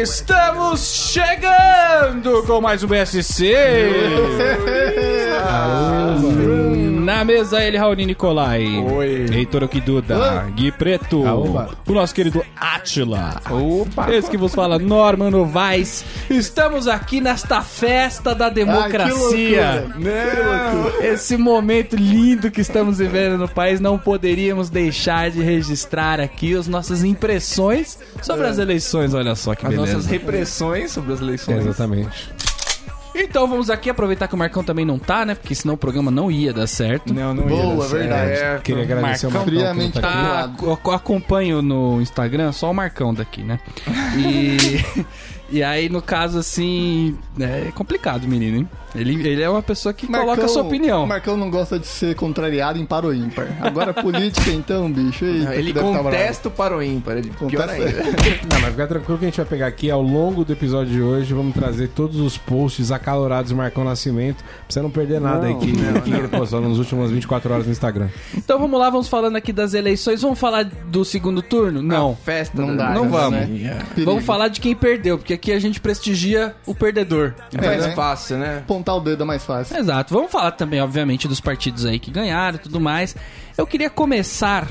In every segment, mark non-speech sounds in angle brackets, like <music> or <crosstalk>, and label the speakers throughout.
Speaker 1: Estamos chegando com mais um BSC. Na mesa ele, Raoni Nicolai.
Speaker 2: Oi.
Speaker 1: Heitor Okiduda. Gui Preto.
Speaker 2: Aoba.
Speaker 1: O nosso querido Atila.
Speaker 2: Opa!
Speaker 1: Esse que vos fala, Norman Novaes. Estamos aqui nesta festa da democracia.
Speaker 2: Não!
Speaker 1: Esse momento lindo que estamos vivendo no país, não poderíamos deixar de registrar aqui as nossas impressões sobre as eleições. Olha só que
Speaker 2: É. As
Speaker 1: beleza.
Speaker 2: nossas repressões sobre as eleições.
Speaker 3: Exatamente.
Speaker 1: Então vamos aqui aproveitar que o Marcão também não tá, né? Porque senão o programa não ia dar certo.
Speaker 2: Não, não
Speaker 4: Boa,
Speaker 2: ia dar certo.
Speaker 4: verdade.
Speaker 2: É,
Speaker 3: Queria agradecer
Speaker 1: Marcão
Speaker 3: o Marcão.
Speaker 4: friamente
Speaker 3: que não tá aqui.
Speaker 1: Tá, eu eu acompanho no Instagram só o Marcão daqui, né?
Speaker 3: <laughs>
Speaker 1: E, e aí, no caso, assim, é complicado, menino, hein? Ele, ele é uma pessoa que coloca a sua opinião.
Speaker 4: Marcão não gosta de ser contrariado em par ou ímpar.
Speaker 1: <laughs>
Speaker 4: Agora política então, bicho. Eita, que deve
Speaker 2: Ele
Speaker 4: tá bravo.
Speaker 2: contesta o para o ímpar, ele pior
Speaker 4: Contesta.
Speaker 2: ainda.
Speaker 3: Não, mas fica tranquilo que a gente vai pegar aqui ao longo do episódio de hoje. Vamos trazer todos os posts acalorados do Marcão Nascimento. Pra você não perder nada aí que, que ele postou nos últimos 24 horas no Instagram.
Speaker 1: Então vamos lá, vamos falando aqui das eleições. Vamos falar do segundo turno?
Speaker 2: A
Speaker 1: Não.
Speaker 4: <laughs>
Speaker 2: festa
Speaker 4: Não
Speaker 2: da-
Speaker 4: dá.
Speaker 1: Não
Speaker 4: né?
Speaker 1: vamos.
Speaker 2: é?
Speaker 4: Perigo.
Speaker 1: Vamos falar de quem perdeu, porque aqui a gente prestigia o perdedor.
Speaker 2: É mais
Speaker 4: É, né?
Speaker 2: fácil, né?
Speaker 4: Apontar o dedo é mais fácil.
Speaker 1: Exato. Vamos falar também, obviamente, dos partidos aí que ganharam e tudo mais. Eu queria começar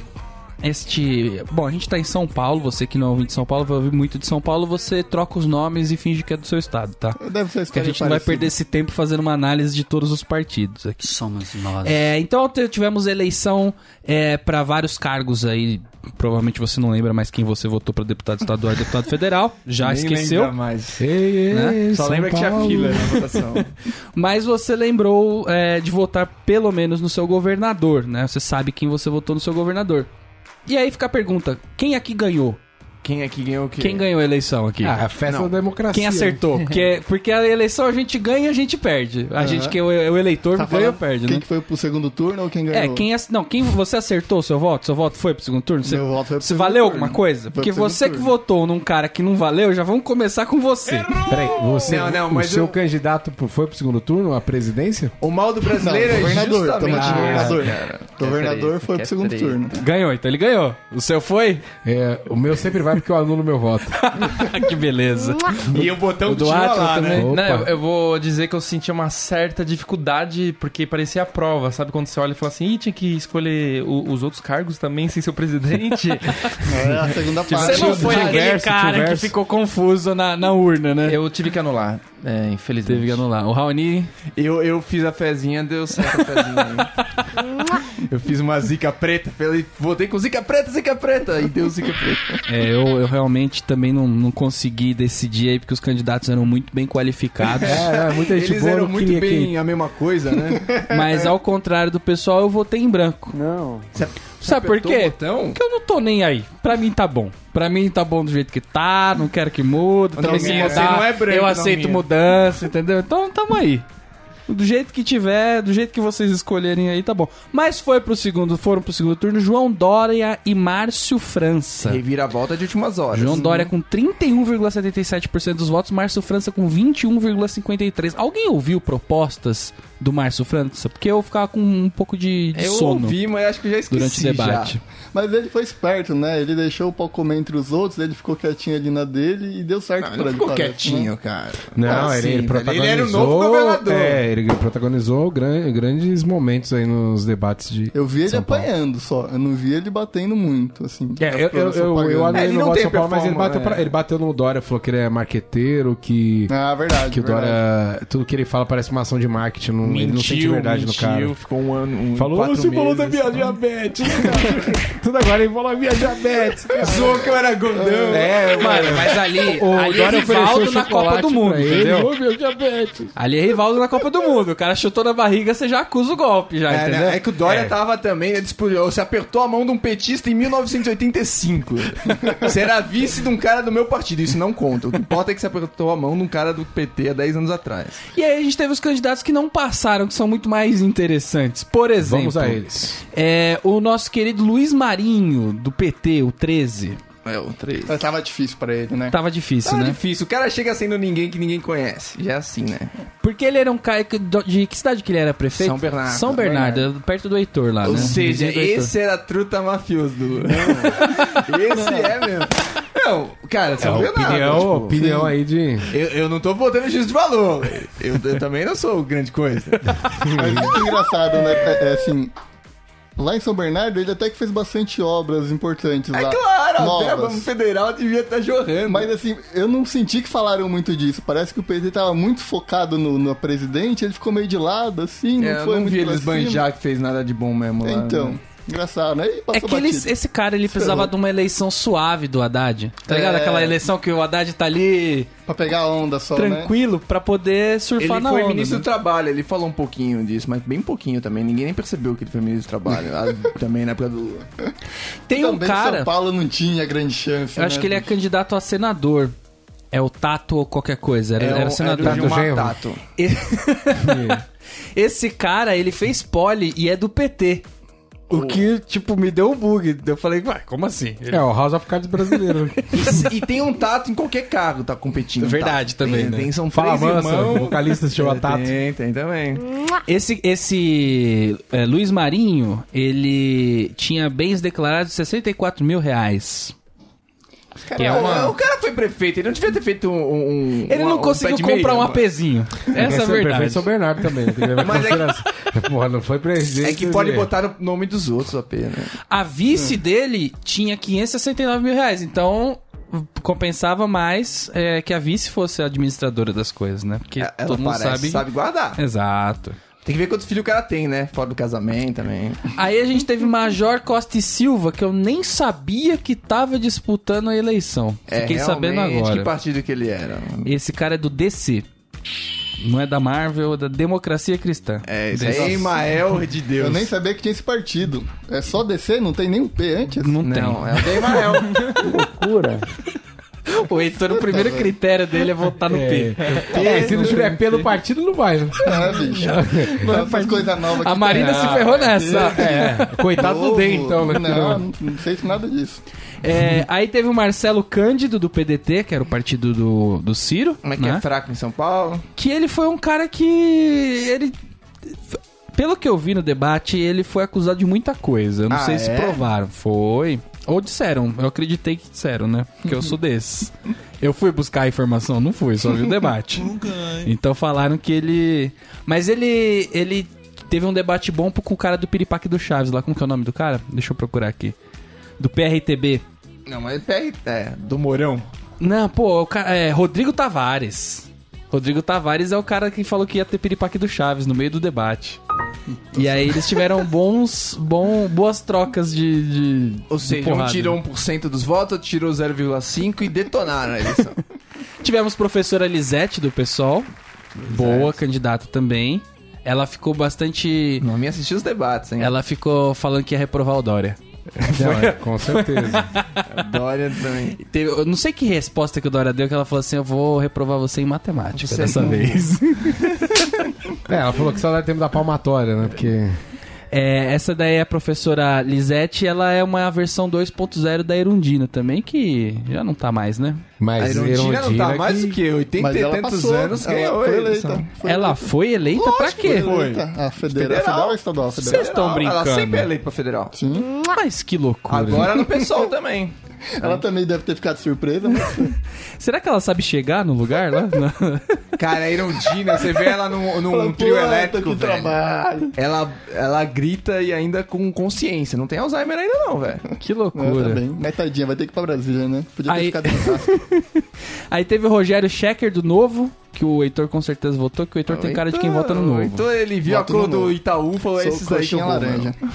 Speaker 1: este. Bom, a gente tá em São Paulo, você que não é ouvinte de São Paulo, vai ouvir muito de São Paulo, você troca os nomes e finge que é do seu estado, tá?
Speaker 4: Deve ser a
Speaker 1: Porque a
Speaker 4: história
Speaker 1: gente não vai
Speaker 4: parecida.
Speaker 1: perder esse tempo fazendo uma análise de todos os partidos aqui.
Speaker 5: Somos nós.
Speaker 1: É, então te- tivemos eleição é, para vários cargos aí. Provavelmente você não lembra mais quem você votou para deputado estadual e deputado federal. Já
Speaker 2: Ah, Nem
Speaker 1: esqueceu.
Speaker 2: lembra mais. Né?
Speaker 3: Ei, ei,
Speaker 2: Só lembra que tinha fila na votação.
Speaker 1: Mas você lembrou é, de votar pelo menos no seu governador, né? Você sabe quem você votou no seu governador. E aí fica a pergunta: quem aqui ganhou?
Speaker 2: Quem aqui ganhou o quê?
Speaker 1: Quem ganhou a eleição aqui?
Speaker 3: Ah, a festa
Speaker 2: Não.
Speaker 3: da democracia.
Speaker 1: quem acertou? Porque, porque a eleição a gente ganha e a gente perde. A gente que é o, é o eleitor
Speaker 4: Tá
Speaker 1: ganha ou
Speaker 4: falando
Speaker 1: perde,
Speaker 4: quem
Speaker 1: né?
Speaker 4: que foi pro segundo turno ou quem ganhou?
Speaker 1: É, quem ac- não, quem você acertou o seu voto? Seu voto foi pro segundo turno? Você,
Speaker 4: Meu voto foi pro
Speaker 1: você
Speaker 4: segundo
Speaker 1: valeu
Speaker 4: turno.
Speaker 1: alguma coisa?
Speaker 4: Foi
Speaker 1: Porque
Speaker 4: pro segundo
Speaker 1: você que
Speaker 4: turno.
Speaker 1: votou num cara que não valeu, já vamos começar com você.
Speaker 3: Peraí, você,
Speaker 2: Não, não,
Speaker 3: o
Speaker 2: mas
Speaker 3: seu
Speaker 2: eu-
Speaker 3: candidato pro- foi pro segundo turno, a presidência?
Speaker 2: O mal do
Speaker 4: Não,
Speaker 2: brasileiro é
Speaker 4: governador. Tamo
Speaker 2: justamente...
Speaker 4: de governador.
Speaker 2: Que
Speaker 4: governador foi
Speaker 2: que é
Speaker 4: pro segundo
Speaker 2: treta.
Speaker 4: turno.
Speaker 1: Ganhou, então ele ganhou. O seu foi? <laughs>
Speaker 3: É, o meu sempre vai porque eu anulo
Speaker 2: <laughs>
Speaker 3: meu voto.
Speaker 1: Ah, que beleza.
Speaker 2: E o botão
Speaker 1: O do
Speaker 2: tinha
Speaker 1: Atlas
Speaker 2: lá,
Speaker 1: também.
Speaker 2: né?
Speaker 3: Opa.
Speaker 6: Não, eu, eu vou dizer que eu senti uma certa dificuldade, porque parecia a prova, sabe? Quando você olha e fala assim, ih, tinha que escolher o- os outros cargos também sem ser
Speaker 1: <laughs>
Speaker 6: o presidente.
Speaker 4: É a segunda
Speaker 2: Tipo,
Speaker 4: parte.
Speaker 1: Você não foi
Speaker 3: Tinha
Speaker 1: aquele
Speaker 3: verso,
Speaker 1: cara
Speaker 3: tinha
Speaker 1: que
Speaker 3: verso.
Speaker 1: ficou confuso na, na urna, né?
Speaker 6: eu tive que anular, é, infelizmente.
Speaker 1: Teve que anular. O Raoni.
Speaker 2: Eu, eu fiz a fezinha, deu certo a fezinha. hein? <laughs> eu fiz uma zica preta, falei, voltei com zica preta, zica preta, e deu zica preta.
Speaker 1: É, eu, eu realmente também não, não consegui decidir aí, porque os candidatos eram muito bem qualificados.
Speaker 3: É, é, muita gente
Speaker 2: Eles
Speaker 3: boa,
Speaker 2: eram
Speaker 3: eu
Speaker 2: muito
Speaker 3: queria
Speaker 2: bem
Speaker 3: que-
Speaker 2: a mesma coisa, né?
Speaker 1: Mas ao contrário do pessoal, eu votei em branco.
Speaker 2: Não.
Speaker 1: <laughs> Sabe por
Speaker 2: Apertou o
Speaker 1: quê?
Speaker 2: botão?
Speaker 1: Porque eu não tô nem aí. Pra mim tá bom. Pra mim tá bom do jeito que tá, não quero que mude.
Speaker 2: Não,
Speaker 1: Também se
Speaker 2: minha,
Speaker 1: mudar,
Speaker 2: você não é branco,
Speaker 1: eu
Speaker 2: não,
Speaker 1: aceito
Speaker 2: minha.
Speaker 1: mudança, entendeu? Então tamo aí. Do jeito que tiver, do jeito que vocês escolherem aí, tá bom. Mas foi pro segundo, foram pro segundo turno João Dória e Márcio França.
Speaker 2: Reviravolta de últimas horas.
Speaker 1: João Dória com 31,77% dos votos, Márcio França com 21,53%. Alguém ouviu propostas do Márcio França? Porque eu ficava com um pouco de, de
Speaker 2: Eu
Speaker 1: sono
Speaker 2: ouvi, mas acho que eu já esqueci
Speaker 1: durante o debate.
Speaker 2: já.
Speaker 4: Mas ele foi esperto, né? Ele deixou o pau comer entre os outros, ele ficou quietinho ali na dele e deu certo pra
Speaker 2: Não
Speaker 4: ele.
Speaker 2: Ah, ficou
Speaker 4: parece,
Speaker 2: quietinho, cara.
Speaker 3: Não,
Speaker 2: Ah,
Speaker 3: ele,
Speaker 2: sim,
Speaker 3: ele
Speaker 2: velho.
Speaker 3: protagonizou.
Speaker 2: Ele era o novo governador.
Speaker 3: É, ele protagonizou gran- grandes momentos aí nos debates de.
Speaker 4: Eu vi ele
Speaker 3: São Paulo.
Speaker 4: apanhando só, eu não vi ele batendo muito, assim.
Speaker 3: É, eu, eu, eu,
Speaker 4: Apagando.
Speaker 3: eu anulei
Speaker 2: É, Ele
Speaker 3: no
Speaker 2: não
Speaker 3: voto de
Speaker 2: tem
Speaker 3: São Paulo, mas ele
Speaker 2: performance,
Speaker 3: bateu, pra-
Speaker 2: né?
Speaker 3: ele bateu no Dória, falou que ele é marqueteiro, que,
Speaker 4: Ah, verdade.
Speaker 3: que né? o
Speaker 4: verdade.
Speaker 3: Dória. Tudo que ele fala parece uma ação de marketing, não, ele não sente verdade
Speaker 2: mentiu,
Speaker 3: no cara.
Speaker 2: ficou um ano, um
Speaker 3: Falou,
Speaker 2: quatro
Speaker 3: você falou da
Speaker 2: meses.
Speaker 3: minha diabetes, cara. Tudo agora ele falou a minha diabetes. cara.
Speaker 2: Zoou que eu era gordão.
Speaker 3: É,
Speaker 1: Mano, mas ali,
Speaker 3: O
Speaker 1: ali é
Speaker 3: Dória
Speaker 1: Rivaldo
Speaker 3: ofereceu
Speaker 1: na Copa
Speaker 3: chocolate
Speaker 1: do Mundo,
Speaker 3: pra ele.
Speaker 1: entendeu?
Speaker 3: Ô, meu diabetes.
Speaker 1: Ali é Rivaldo na Copa do Mundo. O cara chutou na barriga, você já acusa o golpe, já,
Speaker 2: É,
Speaker 1: entendeu?
Speaker 2: né? É que o Dória tava também, né, dispu- você apertou a mão de um petista em 1985. você era vice de um cara do meu partido, isso não conta. O que importa é que você apertou a mão de um cara do PT há 10 anos atrás.
Speaker 1: E aí a gente teve os candidatos que não passaram, que são muito mais interessantes. Por exemplo,
Speaker 3: Vamos a eles.
Speaker 1: É, o nosso querido Luiz Marinho, do PT, o 13.
Speaker 2: É, o 3.
Speaker 4: Mas tava difícil pra ele, né?
Speaker 1: Tava difícil, né?
Speaker 2: difícil, o cara chega sendo ninguém que ninguém conhece. Já é assim, né?
Speaker 1: Porque ele era um cara que- do- de que cidade que ele era prefeito?
Speaker 2: São Bernardo.
Speaker 1: São Bernardo, perto do Heitor lá,
Speaker 2: Ou
Speaker 1: né?
Speaker 2: seja,
Speaker 1: Vizinho do Heitor.
Speaker 2: <laughs> esse era truta mafioso. Do... esse é mesmo. Não, cara, você
Speaker 3: É,
Speaker 2: não viu nada.
Speaker 3: opinião,
Speaker 2: tipo,
Speaker 3: opinião aí de.
Speaker 2: Eu, eu não tô botando juízo de valor. Eu, eu também não sou grande coisa.
Speaker 4: Mas é engraçado, né? É, é assim. Lá em São Bernardo, ele até que fez bastante obras importantes
Speaker 2: É
Speaker 4: lá.
Speaker 2: claro, até a
Speaker 4: novas.
Speaker 2: Banco Federal devia estar jorrando.
Speaker 4: Mas assim, eu não senti que falaram muito disso. Parece que o PT tava muito focado no, no presidente, ele ficou meio de lado, assim, não
Speaker 2: É, eu
Speaker 4: foi
Speaker 2: não
Speaker 4: muito
Speaker 2: vi
Speaker 4: pra
Speaker 2: eles
Speaker 4: cima.
Speaker 2: banjar que fez nada de bom mesmo lá.
Speaker 4: Então,
Speaker 2: né?
Speaker 4: engraçado, né? E
Speaker 1: É
Speaker 4: passou
Speaker 1: que ele-
Speaker 4: batido.
Speaker 1: esse cara, ele precisava
Speaker 4: Ferrou.
Speaker 1: de uma eleição suave do Haddad. Tá ligado?
Speaker 4: É.
Speaker 1: Aquela eleição que o Haddad tá ali
Speaker 4: Pra pegar a onda só, né?
Speaker 1: tranquilo pra poder
Speaker 2: Ele
Speaker 1: surfar
Speaker 2: foi
Speaker 1: na onda.
Speaker 2: ministro
Speaker 1: né?
Speaker 2: do trabalho, ele falou um pouquinho disso, mas bem pouquinho também. Ninguém nem percebeu que ele foi ministro do <laughs> trabalho. Ah, também na época do Lula.
Speaker 1: Tem um
Speaker 4: Também
Speaker 1: cara,
Speaker 4: São Paulo não tinha grande chance.
Speaker 1: eu acho
Speaker 4: né?
Speaker 1: que ele é candidato a senador. É o Tato ou qualquer coisa. Era,
Speaker 2: É,
Speaker 1: era assim.
Speaker 2: o-
Speaker 1: senador.
Speaker 2: era o Gilmar
Speaker 3: Genro.
Speaker 2: Tato.
Speaker 1: Esse cara, ele fez pole e é do PT. O que, tipo, me deu um bug. Eu falei, ué, como assim?
Speaker 3: É, o House of Cards brasileiro.
Speaker 2: <laughs> E, e tem um Tato em qualquer carro, tá competindo.
Speaker 1: Verdade
Speaker 2: Tato.
Speaker 1: também,
Speaker 2: tem,
Speaker 1: né?
Speaker 2: Tem, são
Speaker 3: Fala
Speaker 2: três
Speaker 3: mansa, o
Speaker 2: irmãos.
Speaker 3: vocalista se
Speaker 2: <laughs>
Speaker 3: chama
Speaker 2: É,
Speaker 3: Tato.
Speaker 2: Tem, tem também.
Speaker 1: Ah. Esse, esse é, Luiz Marinho, ele tinha bens declarados de 64 mil reais.
Speaker 6: Que é uma-
Speaker 2: O cara foi prefeito, ele não devia ter feito um... um-
Speaker 1: Ele
Speaker 2: uma-
Speaker 1: não
Speaker 2: um
Speaker 1: conseguiu
Speaker 2: pé de
Speaker 1: comprar
Speaker 2: meia,
Speaker 1: um
Speaker 2: rapaz.
Speaker 1: APzinho. Essa é a verdade.
Speaker 3: São Bernardo também. Tem que levar em
Speaker 2: Mas é que-
Speaker 3: consideração. Porra, não foi presidente.
Speaker 2: É que pode
Speaker 3: né?
Speaker 2: botar o nome dos outros né? apenas.
Speaker 1: A
Speaker 2: Hum.
Speaker 1: vice dele tinha 569 mil reais, então compensava mais é, que a vice fosse a administradora das coisas, né? Porque
Speaker 2: É, Ela
Speaker 1: todo mundo
Speaker 2: parece,
Speaker 1: sabe...
Speaker 2: sabe guardar.
Speaker 1: Exato.
Speaker 2: Tem que ver quantos filhos o cara tem, né? Fora do casamento também.
Speaker 1: Aí a gente teve Major Costa e Silva, que eu nem sabia que tava disputando a eleição. Fiquei sabendo
Speaker 2: É, realmente,
Speaker 1: agora.
Speaker 2: Que partido que ele era?
Speaker 1: Esse cara é do DC. Não é da Marvel, é da Democracia Cristã.
Speaker 2: É, isso
Speaker 1: DC.
Speaker 2: aí é Imael de Deus.
Speaker 4: Eu nem sabia que tinha esse partido. É só DC, não tem nem um P antes?
Speaker 1: Não tem.
Speaker 2: Não, é o de Imael.
Speaker 1: <laughs>
Speaker 5: Cura.
Speaker 1: O Heitor, o primeiro critério dele é votar no
Speaker 3: É,
Speaker 1: P.
Speaker 3: é, se não tiver pelo partido, não vai. né?
Speaker 4: É, bicho. Não faz coisa nova
Speaker 1: A
Speaker 4: que
Speaker 2: <laughs>
Speaker 1: Marina se ferrou nessa.
Speaker 3: É, coitado do D, então, né?
Speaker 4: Não, não sei se nada disso.
Speaker 1: É, aí teve o Marcelo Cândido, do PDT, que era o partido do, do Ciro.
Speaker 2: Como é que
Speaker 1: né?
Speaker 2: é fraco em São Paulo?
Speaker 1: que ele foi um cara que ele pelo que eu vi no debate, ele foi acusado de muita coisa. Eu não
Speaker 2: Ah,
Speaker 1: sei se
Speaker 2: é?
Speaker 1: provaram. Foi. Ou disseram. Eu acreditei que disseram, né? Porque
Speaker 2: <laughs>
Speaker 1: eu sou desse. Eu fui buscar a informação, não fui, só vi o debate. então falaram que ele. Mas ele. ele teve um debate bom com o cara do Piripaque do Chaves lá. Como que é o nome do cara? Deixa eu procurar aqui. Do PRTB.
Speaker 2: Não, mas pega. É, do Mourão.
Speaker 1: Não, pô, o cara, é Rodrigo Tavares. Rodrigo Tavares é o cara que falou que ia ter piripaque do Chaves no meio do debate. E aí eles
Speaker 2: <laughs>
Speaker 1: tiveram bons, bom, boas trocas de, de
Speaker 2: Ou
Speaker 1: de
Speaker 2: seja, um
Speaker 1: porrada.
Speaker 2: tirou 1% dos votos, outro tirou 0,5% e detonaram a
Speaker 1: <laughs>
Speaker 2: eleição.
Speaker 1: Tivemos professora Lisete do PSOL, boa candidata também. Ela ficou bastante,
Speaker 2: não me assistiu os debates, hein?
Speaker 1: ela ficou falando que ia reprovar o Dória.
Speaker 3: Não, é, com certeza.
Speaker 2: Dória também.
Speaker 1: E teve- eu não sei que resposta que o Dória deu que ela falou assim, eu vou reprovar você em matemática
Speaker 2: Você
Speaker 1: dessa
Speaker 2: não-
Speaker 1: vez.
Speaker 3: É, ela falou que só dá tempo da palmatória, né? Porque.
Speaker 1: É, essa daí é a professora Lisete, ela é uma versão 2.0 da Erundina também, que já não tá mais, né?
Speaker 2: A
Speaker 3: Mas
Speaker 2: Erundina não tá
Speaker 3: que-
Speaker 2: mais do que 80
Speaker 4: Mas
Speaker 2: e
Speaker 4: ela
Speaker 2: tantos
Speaker 4: passou,
Speaker 2: anos
Speaker 4: ela
Speaker 2: ganhou a
Speaker 4: foi
Speaker 2: eleição.
Speaker 4: eleita. Foi
Speaker 1: Ela
Speaker 4: eleita.
Speaker 1: foi eleita pra quê?
Speaker 2: foi.
Speaker 4: Eleita. A federal,
Speaker 2: Federal.
Speaker 4: federal ou estadual? Federal.
Speaker 1: Vocês estão
Speaker 2: Ela- Ela sempre é
Speaker 1: brincando.
Speaker 2: eleita pra federal.
Speaker 4: Sim.
Speaker 1: Mas que loucura.
Speaker 2: Agora no pessoal também.
Speaker 4: Ela também deve ter ficado surpresa, mas
Speaker 2: Um
Speaker 1: Será que ela sabe chegar no lugar
Speaker 4: <laughs>
Speaker 1: lá?
Speaker 2: Cara, a Irondina, você vê ela num, num
Speaker 4: Fala,
Speaker 2: trio
Speaker 4: "Puta,
Speaker 2: elétrico,
Speaker 4: que
Speaker 2: velho.
Speaker 4: trabalho.
Speaker 2: Ela, ela grita e ainda com consciência. Não tem Alzheimer ainda não, velho.
Speaker 1: <laughs> que
Speaker 4: Não,
Speaker 1: loucura.
Speaker 4: tá bem. Mas tadinha, vai ter que ir pra Brasília, né? Podia ter
Speaker 1: Aí-
Speaker 4: ficado em
Speaker 2: <laughs>
Speaker 4: casa.
Speaker 1: Aí teve o Rogério Checker do Novo, que o Heitor com certeza votou, que o Heitor tem cara de quem vota no Novo.
Speaker 2: Então ele viu
Speaker 4: Voto
Speaker 2: a cor
Speaker 4: no
Speaker 2: do
Speaker 4: novo.
Speaker 2: Itaú e falou,
Speaker 4: Sou
Speaker 2: esses aí que eu
Speaker 4: coxinha
Speaker 2: vou,
Speaker 4: laranja.
Speaker 2: mano."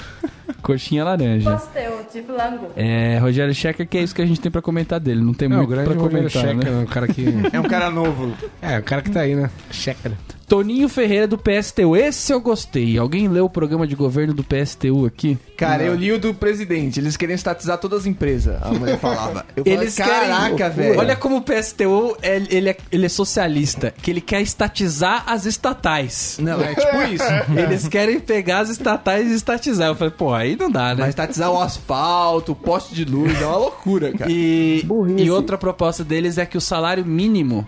Speaker 1: Coxinha laranja.
Speaker 7: Pastel de flango.
Speaker 1: É, Rogério Checker, que é isso que a gente tem pra comentar dele. Não tem
Speaker 3: É, o
Speaker 1: muito
Speaker 3: grande
Speaker 1: pra
Speaker 3: Romero
Speaker 1: comentar, né?
Speaker 3: Checa, né? O cara que.
Speaker 2: É um cara novo.
Speaker 3: É, o cara que tá aí, né? Checa.
Speaker 1: Toninho Ferreira do PSTU. Esse eu gostei. Alguém leu o programa de governo do PSTU aqui?
Speaker 2: Cara, eu li o do presidente. Eles querem estatizar todas as empresas, a <laughs> mulher falava. Eu falei, Caraca, velho.
Speaker 1: Olha como o PSTU é, ele, é, ele é socialista, que ele quer estatizar as estatais.
Speaker 2: Não, é tipo
Speaker 4: <laughs>
Speaker 2: isso.
Speaker 1: Eles querem pegar as estatais e estatizar. Eu falei, pô, aí não dá, né?
Speaker 2: Vai estatizar o asfalto, o poste de luz. É uma loucura, cara.
Speaker 1: E,
Speaker 5: Burrice.
Speaker 1: e outra proposta deles é que o salário mínimo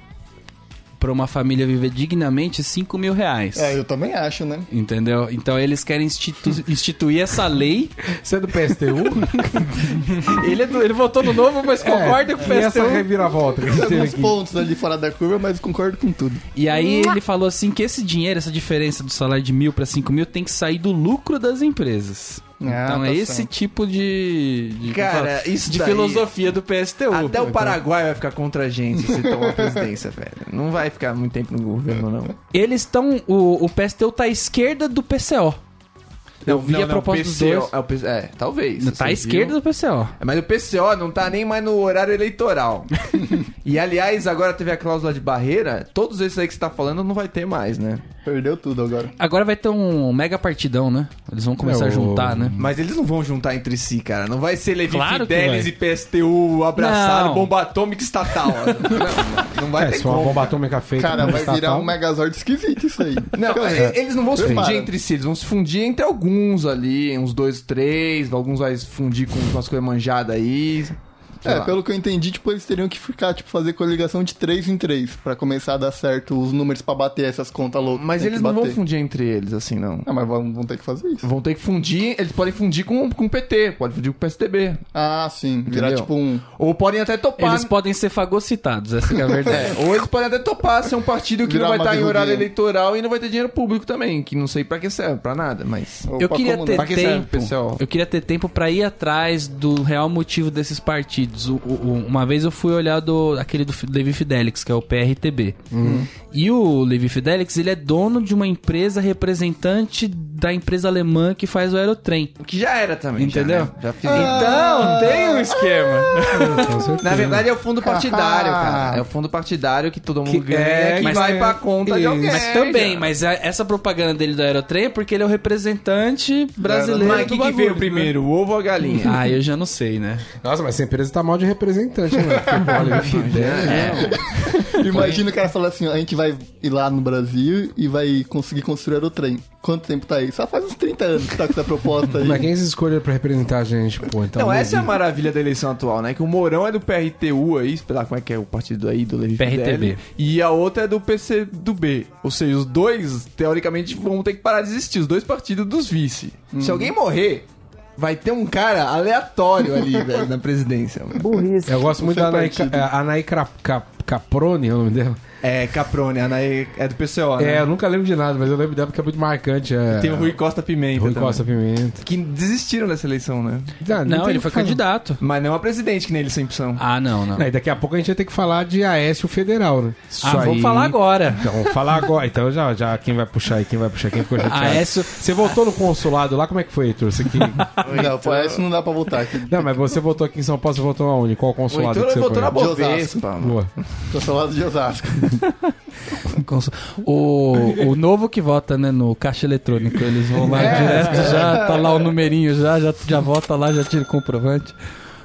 Speaker 1: pra uma família viver dignamente 5 mil reais.
Speaker 4: É, eu também acho, né?
Speaker 1: Entendeu? Então eles querem institu- instituir essa lei.
Speaker 3: Você é do PSTU?
Speaker 1: Ele, é do- ele votou no novo, mas concorda com o
Speaker 3: É, e essa
Speaker 1: PSTU.
Speaker 3: reviravolta que
Speaker 4: Tem
Speaker 3: teve
Speaker 4: alguns
Speaker 3: aqui.
Speaker 4: pontos ali fora da curva, mas concordo com tudo.
Speaker 1: E aí ele falou assim que esse dinheiro, essa diferença do salário de mil pra 5 mil, tem que sair do lucro das empresas. então é esse tipo de. de- como
Speaker 2: Ah, tá Cara,
Speaker 1: fala?
Speaker 2: isso
Speaker 1: de
Speaker 2: daí-
Speaker 1: filosofia do PSTU.
Speaker 2: Até
Speaker 4: então.
Speaker 2: o Paraguai vai ficar contra a gente se tomar a presidência, velho. Não vai ficar muito tempo no governo, não.
Speaker 1: Eles estão. O, o PSTU tá à esquerda do PCO. Eu vi a proposta dos
Speaker 2: PCO
Speaker 1: dois.
Speaker 2: É, o PC, é, talvez.
Speaker 1: tá à
Speaker 2: você
Speaker 1: esquerda
Speaker 2: viu.
Speaker 1: do PCO.
Speaker 2: É, Mas o PCO não tá nem mais no
Speaker 1: <laughs>
Speaker 2: horário eleitoral. e aliás, agora teve a cláusula de barreira. Todos esses aí que você tá falando não vai ter mais, né?
Speaker 4: Perdeu tudo agora.
Speaker 1: Agora vai ter um mega partidão, né? Eles vão começar
Speaker 3: É,
Speaker 1: a juntar,
Speaker 3: o-
Speaker 1: né?
Speaker 2: Mas eles não vão juntar entre si, cara. Não vai ser Levi
Speaker 1: Claro que
Speaker 2: Fidelis
Speaker 1: vai.
Speaker 2: e PSTU abraçaram
Speaker 1: Não.
Speaker 2: bomba atômica
Speaker 1: <laughs>
Speaker 2: estatal. não, não vai
Speaker 3: É,
Speaker 2: ter
Speaker 3: se for uma
Speaker 2: como.
Speaker 3: bomba atômica feita
Speaker 4: Cara,
Speaker 3: por
Speaker 4: vai
Speaker 2: tá
Speaker 3: estatal,
Speaker 4: virar um megazord esquisito isso aí.
Speaker 2: <laughs> Não,
Speaker 4: Fica
Speaker 2: é,
Speaker 4: vendo.
Speaker 2: eles não vão se
Speaker 4: Prepara.
Speaker 2: fundir entre si, eles vão se fundir entre alguns ali, uns dois, três, alguns vai se fundir com umas coisas manjadas aí. sei
Speaker 4: É,
Speaker 2: lá.
Speaker 4: pelo que eu entendi, tipo, eles teriam que ficar, tipo, fazer coligação de 3 em 3 pra começar a dar certo os números pra bater essas contas loucas.
Speaker 2: Mas
Speaker 4: Tem
Speaker 2: eles
Speaker 4: que
Speaker 2: não vão
Speaker 4: bater.
Speaker 2: fundir entre eles, assim, não.
Speaker 4: Ah, mas vão, vão ter que fazer isso.
Speaker 2: Vão ter que fundir, eles podem fundir com, com o PT, podem fundir com o PSDB.
Speaker 4: Ah, sim. Virar,
Speaker 2: Entendeu?
Speaker 4: tipo, um...
Speaker 2: Ou podem até topar. né?
Speaker 1: Eles podem ser fagocitados, essa que é a verdade.
Speaker 2: É, ou eles podem até topar ser um partido que
Speaker 4: Virar
Speaker 2: não vai
Speaker 4: uma
Speaker 2: estar em horário
Speaker 4: verruguinha.
Speaker 2: eleitoral e não vai ter dinheiro público também, que não sei pra que serve, pra nada, mas.
Speaker 1: Eu
Speaker 4: Opa,
Speaker 1: queria
Speaker 4: como
Speaker 1: ter
Speaker 4: não?
Speaker 2: Pra que serve,
Speaker 1: tempo.
Speaker 2: pessoal?
Speaker 1: eu queria ter tempo pra ir atrás do real motivo desses partidos. O- o- uma vez eu fui olhar do aquele do F- Levi Fidelix, que é o PRTB. E o Levi Fidelix, ele é dono de uma empresa representante da empresa alemã que faz o aerotrem.
Speaker 2: O que já era também.
Speaker 1: Entendeu?
Speaker 2: Já, né? Já fiz.
Speaker 1: Então, tem um esquema.
Speaker 3: com certeza.
Speaker 2: Na verdade é o fundo partidário, cara. É o fundo partidário que todo mundo
Speaker 3: Que-
Speaker 2: ganha
Speaker 3: é,
Speaker 2: que
Speaker 3: mas
Speaker 2: vai
Speaker 3: é-
Speaker 2: pra conta de
Speaker 3: isso.
Speaker 2: alguém.
Speaker 1: Mas também,
Speaker 2: já.
Speaker 1: mas a- essa propaganda dele do aerotrem é porque ele é o representante brasileiro do
Speaker 2: Mas quem que
Speaker 1: bagulho,
Speaker 2: veio
Speaker 1: né?
Speaker 2: primeiro, o ovo ou a galinha?
Speaker 1: Ah, eu já não sei, né?
Speaker 3: Nossa, mas essa empresa tá mal de representante, né? Porque, olha, né? que ideia.
Speaker 4: Imagina o cara falar assim, ó, a gente vai ir lá no Brasil e vai conseguir construir o trem. Quanto tempo tá aí? Só faz uns 30 anos que tá com essa proposta
Speaker 2: é
Speaker 3: Mas
Speaker 4: aí.
Speaker 3: quem se escolheu pra representar a gente, pô? Então,
Speaker 2: Não, essa é a
Speaker 3: Levi.
Speaker 2: maravilha da eleição atual, né? Que o Mourão é do PRTU aí, sei lá como é que é o partido aí do Levi
Speaker 1: PRTB.
Speaker 2: Fidelli, E a outra é do PC do B. Ou seja, os dois, teoricamente, vão ter que parar de existir. Os dois partidos dos vice. Se alguém morrer, vai ter um cara aleatório
Speaker 3: <laughs>
Speaker 2: ali, velho, na presidência.
Speaker 3: Eu gosto muito
Speaker 4: Não
Speaker 3: da é,
Speaker 4: foi partido.
Speaker 3: Anaí, Ca- a- Anaí Cra- Ca- Caprone, é o nome dela.
Speaker 2: É, Caprone, Ana é é do PCO, né?
Speaker 3: É, eu nunca lembro de nada, mas eu lembro dela porque é muito marcante. É...
Speaker 2: Tem o Rui Costa Pimenta
Speaker 3: Rui
Speaker 2: também.
Speaker 3: Costa Pimenta.
Speaker 2: Que desistiram dessa eleição, né?
Speaker 3: Ah,
Speaker 1: Não,
Speaker 3: tem
Speaker 1: ele
Speaker 3: o que
Speaker 1: foi
Speaker 3: falar.
Speaker 1: candidato.
Speaker 2: Mas não a presidente, que nem eles sempre são.
Speaker 1: Ah, não, não.
Speaker 3: Não, e daqui a pouco a gente vai ter que falar de Aécio Federal, né? Isso
Speaker 1: Ah, vamos
Speaker 3: aí-
Speaker 1: falar agora.
Speaker 3: Então, vamos falar agora. Então, já, já, quem vai puxar aí, quem vai puxar, quem ficou chateado.
Speaker 1: Aécio-
Speaker 3: Você voltou no consulado lá, como é que foi, Heitor?
Speaker 2: <laughs>
Speaker 3: Você que...
Speaker 4: Não, pô, isso não dá pra voltar aqui.
Speaker 3: Não, mas você voltou aqui em São Paulo, você voltou aonde? Qual
Speaker 2: Ah, O
Speaker 3: consulado que
Speaker 2: Heitor
Speaker 3: você
Speaker 2: votou
Speaker 3: foi?
Speaker 2: na
Speaker 4: De
Speaker 2: Bovespa, mano.
Speaker 3: Boa.
Speaker 4: Tô falando de Osasco.
Speaker 1: O, o novo que vota, né, no caixa eletrônico, eles vão lá
Speaker 3: É.
Speaker 1: direto, já tá lá o numerinho, já, já, já vota lá, já tira o comprovante.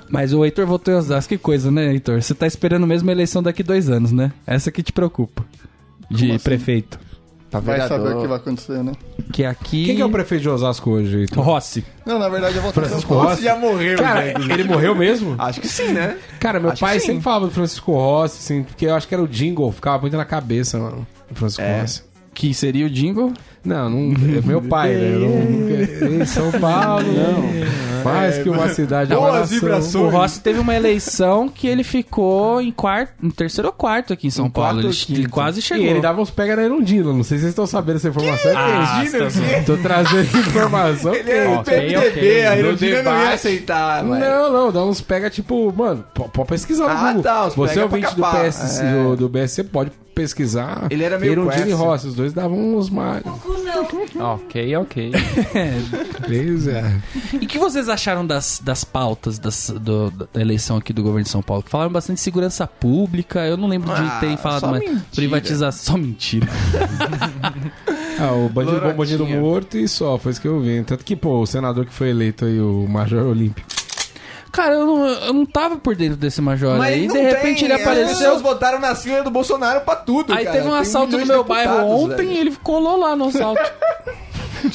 Speaker 1: Mas o Heitor votou em Osasco, que coisa, né, Heitor? Você tá esperando mesmo a eleição daqui dois anos, né? Essa que te preocupa. De
Speaker 4: Como assim?
Speaker 1: prefeito.
Speaker 2: Tá
Speaker 4: Vai saber o que
Speaker 2: vereador.
Speaker 4: vai acontecer, né?
Speaker 1: Que aqui.
Speaker 3: Quem que é o prefeito de Osasco hoje, Heitor?
Speaker 1: Rossi.
Speaker 4: Não, na verdade eu vou
Speaker 3: Francisco
Speaker 2: Nossa,
Speaker 3: Rossi?
Speaker 2: já morreu,
Speaker 3: Cara,
Speaker 2: velho.
Speaker 3: ele morreu mesmo?
Speaker 2: Acho que sim, né?
Speaker 3: Cara, meu
Speaker 2: Acho que
Speaker 3: pai
Speaker 2: sim.
Speaker 3: sempre falava do Francisco Rossi, assim, porque eu acho que era o jingle, ficava muito na cabeça, mano, o Francisco
Speaker 2: É.
Speaker 3: Rossi.
Speaker 1: Que seria o jingle?
Speaker 3: Não, não, é meu pai, né? Eu não- <laughs> nunca- Ei, São Paulo, não. Mais que uma cidade. é uma
Speaker 2: Boas
Speaker 3: nação.
Speaker 2: vibrações.
Speaker 1: O Rossi teve uma eleição que ele ficou em quarto, em terceiro ou quarto aqui em São
Speaker 2: Em
Speaker 1: Paulo.
Speaker 2: quarto
Speaker 1: Ele,
Speaker 2: ou
Speaker 1: ele
Speaker 2: quinto?
Speaker 1: quase chegou.
Speaker 3: E ele dava uns pega na Erundina, não sei se vocês estão sabendo essa informação. é
Speaker 1: Ah,
Speaker 2: Imagina,
Speaker 1: tá
Speaker 2: assim.
Speaker 3: Tô trazendo informação.
Speaker 2: Ele é era do
Speaker 3: Ok,
Speaker 2: PMDB,
Speaker 3: ok.
Speaker 2: aí
Speaker 3: No
Speaker 2: o Dino não ia
Speaker 3: debate-
Speaker 2: aceitar, mas...
Speaker 3: Não, não, dá uns pega tipo, mano, pô- pode pesquisar no
Speaker 2: Ah,
Speaker 3: Google.
Speaker 2: tá, uns
Speaker 3: Você
Speaker 2: pega
Speaker 3: é
Speaker 2: pra
Speaker 3: ouvinte do,
Speaker 2: capar.
Speaker 3: PS,
Speaker 2: É.
Speaker 3: do, do BSC, pode pesquisar.
Speaker 2: Ele era meio
Speaker 1: um
Speaker 3: Erundina e
Speaker 2: Quercia.
Speaker 3: Rossi, os dois davam uns magos.
Speaker 6: ok, ok.
Speaker 3: Beleza.
Speaker 1: E o que vocês acharam das, das pautas das- do- da eleição aqui do governo de São Paulo? Falaram bastante de segurança pública, eu não lembro de
Speaker 2: Ah,
Speaker 1: terem falado
Speaker 2: só
Speaker 1: mais.
Speaker 2: mentira.
Speaker 1: Privatização. Só mentira.
Speaker 3: Ah, o bandido bom, bandido
Speaker 2: Loratinha.
Speaker 3: morto e só, foi isso que eu vi. Tanto que, pô, o senador que foi eleito aí, o Major Olímpio.
Speaker 1: Cara, eu não, eu não tava por dentro desse major
Speaker 2: Mas
Speaker 1: aí.
Speaker 2: não
Speaker 1: De repente
Speaker 2: tem,
Speaker 1: ele
Speaker 2: é, As pessoas
Speaker 1: apareceu.
Speaker 2: votaram na sigla do Bolsonaro pra tudo,
Speaker 1: Aí
Speaker 2: cara.
Speaker 1: teve um
Speaker 2: Tem
Speaker 1: assalto no
Speaker 2: milhões
Speaker 1: meu
Speaker 2: de
Speaker 1: bairro
Speaker 2: deputados,
Speaker 1: ontem
Speaker 2: velho.
Speaker 1: e ele colou lá no assalto.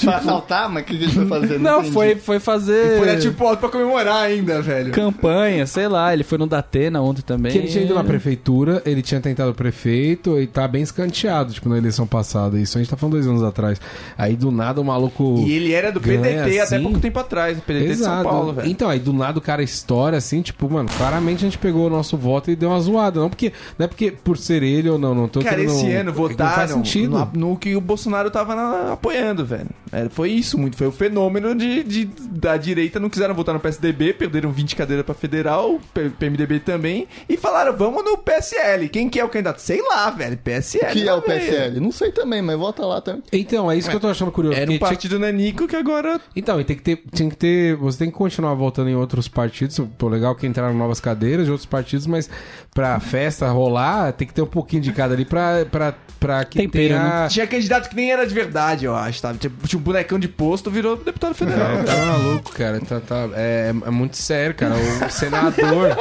Speaker 4: Pra assaltar, mas o que a gente vai fazer?
Speaker 1: Não,
Speaker 4: entendi.
Speaker 1: foi, foi fazer
Speaker 2: Foi, né, tipo, ó, pra comemorar ainda, velho.
Speaker 1: campanha, sei lá. Ele foi no Datena ontem também.
Speaker 3: Que ele tinha ido na prefeitura, ele tinha tentado o prefeito e tá bem escanteado, tipo, na eleição passada. Isso a gente tá falando dois anos atrás. Aí do nada o maluco.
Speaker 2: E ele era do
Speaker 3: Ganha
Speaker 2: PDT até
Speaker 3: assim.
Speaker 2: pouco tempo atrás, PDT de São Paulo, velho.
Speaker 3: Então, aí do nada o cara estoura assim, tipo, mano, claramente a gente pegou o nosso voto e deu uma zoada. Não, porque, não é porque por ser ele ou não, não tô
Speaker 2: Cara,
Speaker 3: querendo-
Speaker 2: esse ano
Speaker 3: Não faz
Speaker 2: votaram
Speaker 3: sentido.
Speaker 2: No, no que o Bolsonaro tava na- apoiando, velho. É, foi isso muito, foi o fenômeno de, de- da direita não quiseram votar no PSDB, perderam 20 cadeiras pra federal, P- PMDB também, e falaram, vamos no PSL. Quem que é o candidato? Sei lá, velho, PSL.
Speaker 4: O que é o
Speaker 2: vamos ver.
Speaker 4: PSL? Não sei também, mas volta lá também.
Speaker 3: Então, é isso que eu tô achando curioso.
Speaker 2: Era
Speaker 3: porque
Speaker 2: um
Speaker 3: tinha-
Speaker 2: partido nanico que agora...
Speaker 3: Então, e tem que ter, tem que ter. Você tem que continuar votando em outros partidos. Pô, legal que entraram novas cadeiras de outros partidos, mas pra festa rolar, tem que ter um pouquinho de cada ali pra, pra, pra que
Speaker 1: Tempero,
Speaker 3: tenha.
Speaker 2: Tinha candidato que nem era de verdade, eu acho, sabe? Tinha, tinha um bonecão de posto, virou deputado federal.
Speaker 3: É, tá maluco, cara. Tá, tá- é, é muito sério, cara. <laughs> O senador.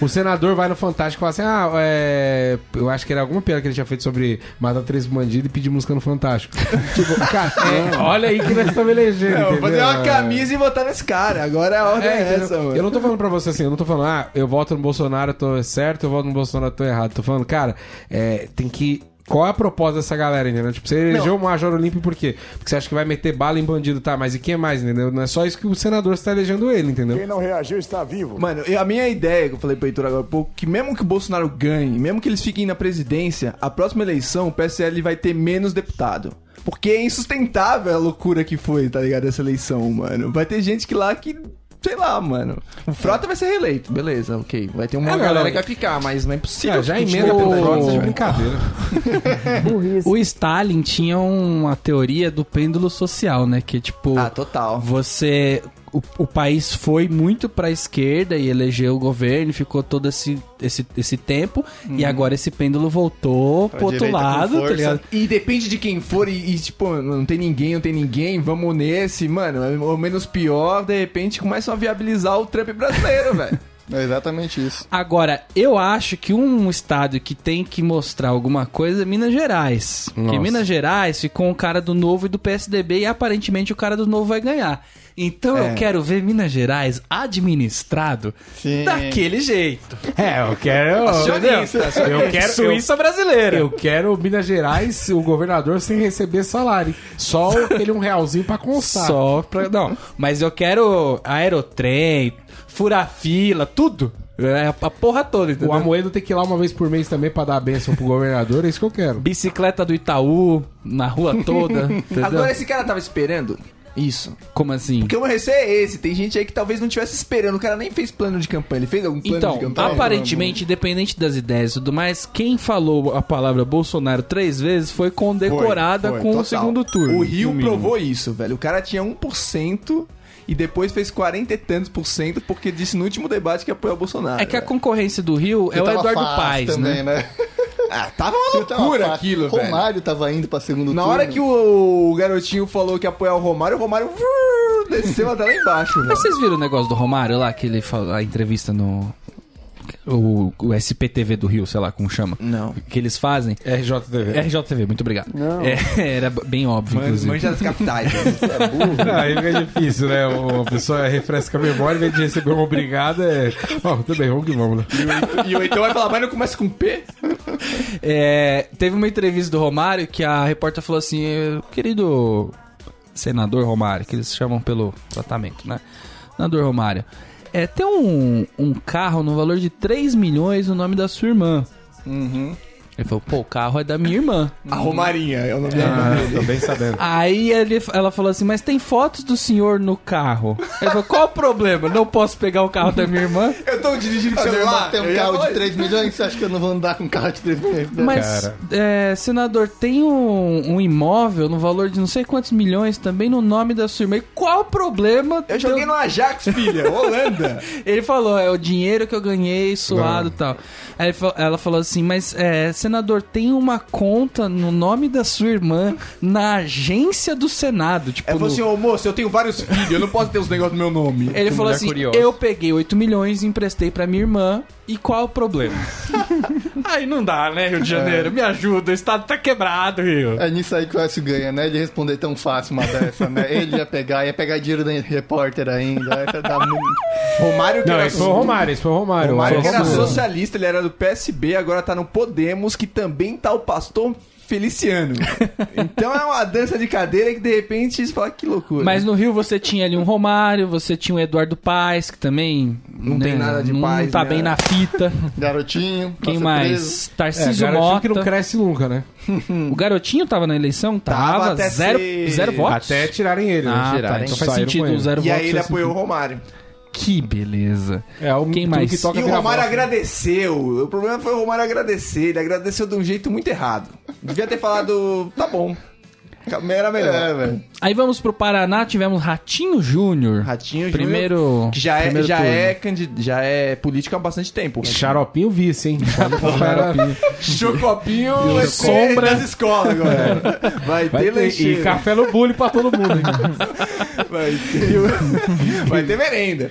Speaker 3: o senador vai no Fantástico e fala assim: Ah, é, eu acho que era alguma piada que ele tinha feito sobre matar três bandidos e pedir música no Fantástico. <laughs> tipo, cara, é, olha aí que nós estamos elegendo.
Speaker 2: Eu vou fazer
Speaker 3: entendeu?
Speaker 2: uma
Speaker 3: É.
Speaker 2: camisa e votar nesse cara. Agora a ordem é,
Speaker 3: É, entendeu?
Speaker 2: essa, mano.
Speaker 3: eu não tô falando pra você assim, eu não tô falando, ah, eu voto no Bolsonaro, eu tô certo, eu voto no Bolsonaro, eu tô errado. Tô falando, cara, é, tem que. Qual é a proposta dessa galera, entendeu? Tipo, você elegeu o Major Olímpio por quê? Porque você acha que vai meter bala em bandido, tá? Mas e quem mais, entendeu? Não é só isso que o senador está elegendo ele, entendeu?
Speaker 5: Quem não reagiu está vivo.
Speaker 2: Mano, eu- a minha ideia, que eu falei pro Heitor agora há pouco, que mesmo que o Bolsonaro ganhe, mesmo que eles fiquem na presidência, a próxima eleição o PSL vai ter menos deputado. Porque é insustentável a loucura que foi, tá ligado? Essa eleição, mano. Vai ter gente que lá que. Sei lá, mano. O Frota vai ser reeleito, beleza, ok. Vai ter uma
Speaker 3: É, não,
Speaker 2: galera
Speaker 3: não.
Speaker 2: que vai ficar, mas não é possível.
Speaker 3: Ah, já
Speaker 2: que
Speaker 3: emenda
Speaker 2: continue
Speaker 3: pelo
Speaker 2: pelo Frota, tipo,
Speaker 3: Frota,
Speaker 2: seja
Speaker 3: de
Speaker 2: brincadeira.
Speaker 3: brincadeira.
Speaker 1: O Stalin tinha uma teoria do pêndulo social, né? Que tipo,
Speaker 2: Ah, total.
Speaker 1: você. O, o país foi muito pra esquerda e elegeu o governo, ficou todo esse, esse, esse tempo, e agora esse pêndulo voltou pro outro
Speaker 4: Uhum. direita com
Speaker 1: lado, tá
Speaker 4: força.
Speaker 1: ligado?
Speaker 2: E depende de quem for, e, e, tipo, não tem ninguém, não tem ninguém, vamos nesse, mano, é o menos pior, de repente começam a viabilizar o Trump brasileiro, <laughs> velho.
Speaker 4: É exatamente isso.
Speaker 1: Agora, eu acho que um estado que tem que mostrar alguma coisa é Minas Gerais. Porque
Speaker 3: Nossa.
Speaker 1: Minas Gerais ficou um cara do Novo e do PSDB e aparentemente o cara do Novo vai ganhar. Então
Speaker 2: É.
Speaker 1: eu quero ver Minas Gerais administrado
Speaker 4: Sim.
Speaker 1: daquele jeito.
Speaker 3: É, eu quero. Eu quero.
Speaker 1: Suíça brasileira.
Speaker 3: Eu quero Minas Gerais, o governador, sem receber salário. Só aquele um realzinho pra constar.
Speaker 1: Só pra. Não, mas eu quero aerotrem, fura-fila, tudo. É, a porra toda, entendeu?
Speaker 3: O Amoedo tem que ir lá uma vez por mês também pra dar a benção pro governador, é isso que eu quero.
Speaker 1: Bicicleta do Itaú, na rua toda. entendeu?
Speaker 2: Agora é esse cara tava esperando isso.
Speaker 1: Como assim?
Speaker 2: Porque o meu receio é esse. Tem gente aí que talvez não tivesse esperando. O cara nem fez plano de campanha. Ele fez algum plano
Speaker 1: Então,
Speaker 2: de né, campanha?
Speaker 1: aparentemente, independente das ideias e tudo mais, quem falou a palavra Bolsonaro três vezes foi condecorada
Speaker 4: Foi, foi,
Speaker 1: com
Speaker 2: Total.
Speaker 1: o segundo turno.
Speaker 2: O Rio
Speaker 1: no mínimo.
Speaker 2: provou isso, velho. O cara tinha 1% e depois fez 40 e tantos por cento porque disse no último debate que apoia o Bolsonaro.
Speaker 1: É que a
Speaker 2: velho.
Speaker 1: concorrência do Rio é o
Speaker 4: Tava
Speaker 1: Eduardo
Speaker 4: fácil
Speaker 1: Paes, né?
Speaker 4: também,
Speaker 2: <laughs> Ah, tava uma loucura aquilo,
Speaker 4: Romário
Speaker 2: velho.
Speaker 4: Romário tava indo pra segundo
Speaker 2: Na
Speaker 4: turno.
Speaker 2: hora que o, o garotinho falou que ia apoiar o Romário, o Romário <laughs> vrrr, desceu até lá embaixo, velho.
Speaker 1: Mas vocês viram o negócio do Romário lá, que ele falou, a entrevista no. O, o SPTV do Rio, sei lá como chama.
Speaker 2: Não.
Speaker 1: Que eles fazem. É
Speaker 3: RJTV.
Speaker 1: RJTV, muito obrigado. É, era bem óbvio,
Speaker 2: Mas
Speaker 1: inclusive.
Speaker 2: manja das capitais. velho.
Speaker 3: <laughs> Aí fica difícil, né? O- A pessoa refresca a memória, em vez de receber uma obrigada, é. Ó, tudo bem, vamos que vamos, né?
Speaker 2: <laughs> e o Heitor vai falar, mas não começa com P?
Speaker 1: É, teve uma entrevista do Romário que a repórter falou assim: "Eh, querido senador Romário, que eles chamam pelo tratamento, né? Senador Romário, é, tem um, um carro no valor de 3 milhões no nome da sua irmã.
Speaker 2: Uhum.
Speaker 1: Ele falou, pô, o carro é da minha irmã.
Speaker 2: A Romarinha é o nome
Speaker 3: Ah, tô bem sabendo.
Speaker 1: Aí ele- ela falou assim, mas tem fotos do senhor no carro. Ele falou, qual o problema? Não posso pegar o carro da minha irmã?
Speaker 2: Eu tô dirigindo o
Speaker 4: Meu
Speaker 2: celular.
Speaker 4: irmão tem um carro de 3 milhões, você acha que eu não vou andar com um carro de 3 milhões? né?
Speaker 1: Mas,
Speaker 3: Cara.
Speaker 1: é, senador, tem um, um imóvel no valor de não sei quantos milhões também no nome da sua irmã. E qual o problema?
Speaker 2: Eu joguei
Speaker 1: do-
Speaker 2: no Ajax, filha, Holanda.
Speaker 1: Ele falou, é o dinheiro que eu ganhei, suado e tal. Aí ele fa- ela falou assim, mas, é, senador, tem uma conta no nome da sua irmã na agência do Senado. Tipo,
Speaker 2: Ela falou
Speaker 1: no-
Speaker 2: assim, ô moço, eu tenho vários
Speaker 1: é
Speaker 2: filhos, eu não posso ter os negócios do meu nome.
Speaker 1: Ele falou
Speaker 6: mulher
Speaker 1: assim,
Speaker 6: curiosa.
Speaker 1: eu peguei 8 milhões, emprestei pra minha irmã E qual é o problema? <laughs> aí não dá, né, Rio de Janeiro? Me ajuda, o estado tá quebrado, Rio.
Speaker 4: É nisso aí que o Écio ganha, né? Ele responder tão fácil uma dessa, né? Ele ia pegar, ia pegar dinheiro da repórter ainda. Essa dá muito.
Speaker 2: Romário que
Speaker 3: Não,
Speaker 2: era,
Speaker 3: esse foi o Romário, esse foi o Romário.
Speaker 2: Romário
Speaker 3: o
Speaker 2: que era
Speaker 3: Romário.
Speaker 2: socialista, ele era do PSB, agora tá no Podemos, que também tá o pastor Feliciano. então é uma dança de cadeira que de repente você fala que loucura.
Speaker 1: Mas no Rio você tinha ali um Romário, você tinha o Eduardo Paes, que também. né,
Speaker 2: Não tem nada de
Speaker 1: não,
Speaker 2: Paes,
Speaker 1: Não tá
Speaker 2: né?
Speaker 1: bem na
Speaker 2: <laughs>
Speaker 1: fita.
Speaker 4: Garotinho.
Speaker 1: Quem
Speaker 4: nossa, preso.
Speaker 1: mais?
Speaker 3: É,
Speaker 1: Tarcísio
Speaker 3: garantiu
Speaker 1: Mota.
Speaker 3: que não cresce nunca, né?
Speaker 1: O garotinho tava na eleição?
Speaker 2: Tava
Speaker 1: Tava.
Speaker 2: até
Speaker 1: zero,
Speaker 2: ser-
Speaker 1: zero votos.
Speaker 3: Até tirarem ele,
Speaker 1: Ah,
Speaker 3: né?
Speaker 1: tá.
Speaker 3: Tirarem.
Speaker 1: Então
Speaker 3: Só
Speaker 1: faz
Speaker 3: saíram com
Speaker 1: sentido. Zero
Speaker 2: e
Speaker 1: votos.
Speaker 2: aí ele
Speaker 1: faz
Speaker 2: apoiou o
Speaker 1: sentido.
Speaker 2: Romário.
Speaker 1: Que beleza.
Speaker 3: É, o
Speaker 1: Quem
Speaker 3: tudo
Speaker 1: mais?
Speaker 3: que toca
Speaker 2: E o
Speaker 3: vira
Speaker 2: Romário
Speaker 3: bosta.
Speaker 2: agradeceu. O problema foi o Romário agradecer. Ele agradeceu de um jeito muito errado. Devia ter falado, tá bom. Era melhor.
Speaker 4: É, velho.
Speaker 1: Aí vamos pro Paraná, tivemos Ratinho Júnior.
Speaker 2: Ratinho Júnior,
Speaker 1: Primeiro.
Speaker 2: Que já é,
Speaker 1: primeiro
Speaker 2: já
Speaker 1: turno.
Speaker 2: é, candid... já é político há bastante tempo.
Speaker 3: <laughs> Xaropinho vice, hein? Xaropinho.
Speaker 2: Chocopinho vai ter
Speaker 1: Sombra.
Speaker 2: das escolas agora. Vai,
Speaker 3: Vai
Speaker 2: ter
Speaker 3: ter- e
Speaker 2: lancheira.
Speaker 3: café no bule pra todo mundo, hein?
Speaker 2: Vai ter... vai ter merenda.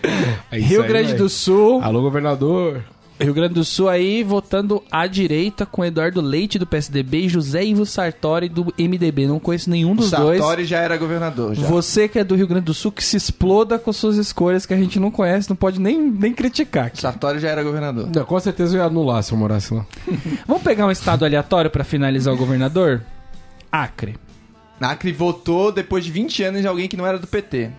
Speaker 3: É isso
Speaker 1: Rio
Speaker 3: aí, Ah.
Speaker 1: Grande
Speaker 3: vai.
Speaker 1: do Sul.
Speaker 3: Alô, governador.
Speaker 1: Rio Grande do Sul aí votando à direita com Eduardo Leite do PSDB e José Ivo Sartori do MDB. Não conheço nenhum dos dois.
Speaker 2: Sartori já era governador. Já.
Speaker 1: Você que é do Rio Grande do Sul, que se exploda com suas escolhas que a gente não conhece, não pode nem, nem criticar.
Speaker 2: Sartori já era governador.
Speaker 3: Não, com certeza eu ia anular se eu morasse lá.
Speaker 1: Vamos pegar um estado aleatório pra finalizar o governador? Acre.
Speaker 2: Acre votou depois de 20 anos em alguém que não era do PT.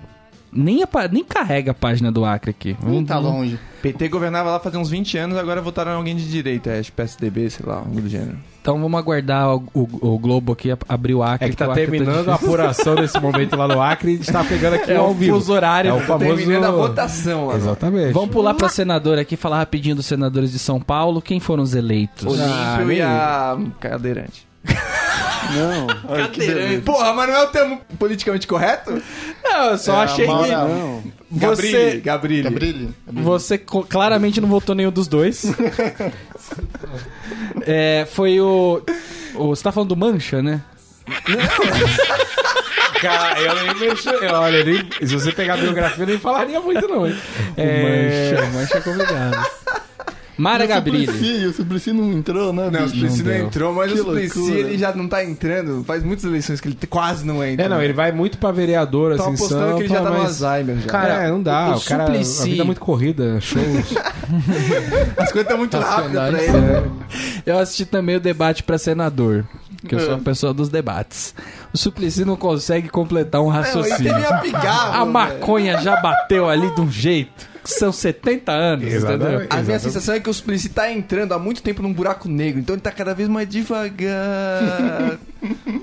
Speaker 1: Nem, a pá- nem carrega a página do Acre aqui.
Speaker 4: Não
Speaker 2: Hum.
Speaker 4: tá longe.
Speaker 2: PT governava lá fazia uns 20 anos, agora votaram em alguém de direita. É, acho que PSDB, sei lá, algo do gênero.
Speaker 1: Então vamos aguardar o, o- o Globo aqui ab- abrir o Acre.
Speaker 3: É que tá
Speaker 1: porque o Acre
Speaker 3: terminando a apuração nesse momento lá no Acre e a gente tá pegando aqui
Speaker 1: difícil. É
Speaker 3: ao
Speaker 1: o
Speaker 3: vivo.
Speaker 1: fuso horário.
Speaker 3: É o
Speaker 2: um Tá
Speaker 3: famoso-
Speaker 2: terminando a votação lá.
Speaker 3: Exatamente.
Speaker 1: Vamos pular pra senador aqui, falar rapidinho dos senadores de São Paulo. Quem foram os eleitos?
Speaker 2: Olímpio
Speaker 3: Ah,
Speaker 2: e a cadeirante.
Speaker 4: Não. Olha que beleza.
Speaker 2: Porra, mas não é o termo politicamente correto?
Speaker 1: Não, Ah, eu só
Speaker 4: É, moral. Não.
Speaker 2: Gabrilli, Gabrilli.
Speaker 4: Gabrilli.
Speaker 1: Você co- claramente não votou nenhum dos
Speaker 3: <laughs>
Speaker 1: dois. É, foi o, o- Você tá falando do Mancha, né?
Speaker 3: Cara, eu nem mexo. eu- Olha, nem, se você pegar a biografia, eu nem falaria muito, não, hein?
Speaker 1: É... Mancha, Mancha é complicado. Mara
Speaker 4: O
Speaker 1: Gabrilli.
Speaker 4: Suplicy, o Suplicy não entrou, né?
Speaker 2: Não, o
Speaker 4: bicho?
Speaker 2: Suplicy não
Speaker 1: deu.
Speaker 2: entrou, mas
Speaker 4: Que
Speaker 2: o Suplicy
Speaker 4: loucura.
Speaker 2: ele já não tá entrando. Faz muitas eleições que ele quase não entra.
Speaker 3: É, não, ele vai muito pra vereador,
Speaker 2: Tava
Speaker 3: assim,
Speaker 2: apostando
Speaker 3: Sampa,
Speaker 2: que ele já tá no
Speaker 3: mas...
Speaker 2: Alzheimer já.
Speaker 3: Cara, é, não dá.
Speaker 1: o
Speaker 3: O, cara,
Speaker 1: Suplicy-
Speaker 3: a vida é muito corrida, shows.
Speaker 2: As coisas estão muito rápidas pra ele.
Speaker 1: Eu assisti também o debate pra senador. Que
Speaker 3: É.
Speaker 1: eu sou uma pessoa dos debates. O Suplicy não consegue completar um
Speaker 2: Não,
Speaker 3: É,
Speaker 2: ele teve
Speaker 1: raciocínio.
Speaker 2: a pigarro,
Speaker 1: A
Speaker 2: velho.
Speaker 1: maconha
Speaker 3: né?
Speaker 1: já bateu ali de um jeito. que São 70 anos, entendeu?
Speaker 3: Exatamente.
Speaker 2: A minha sensação é que o Suplicy tá entrando há muito tempo num buraco negro, então ele tá cada vez mais devagar.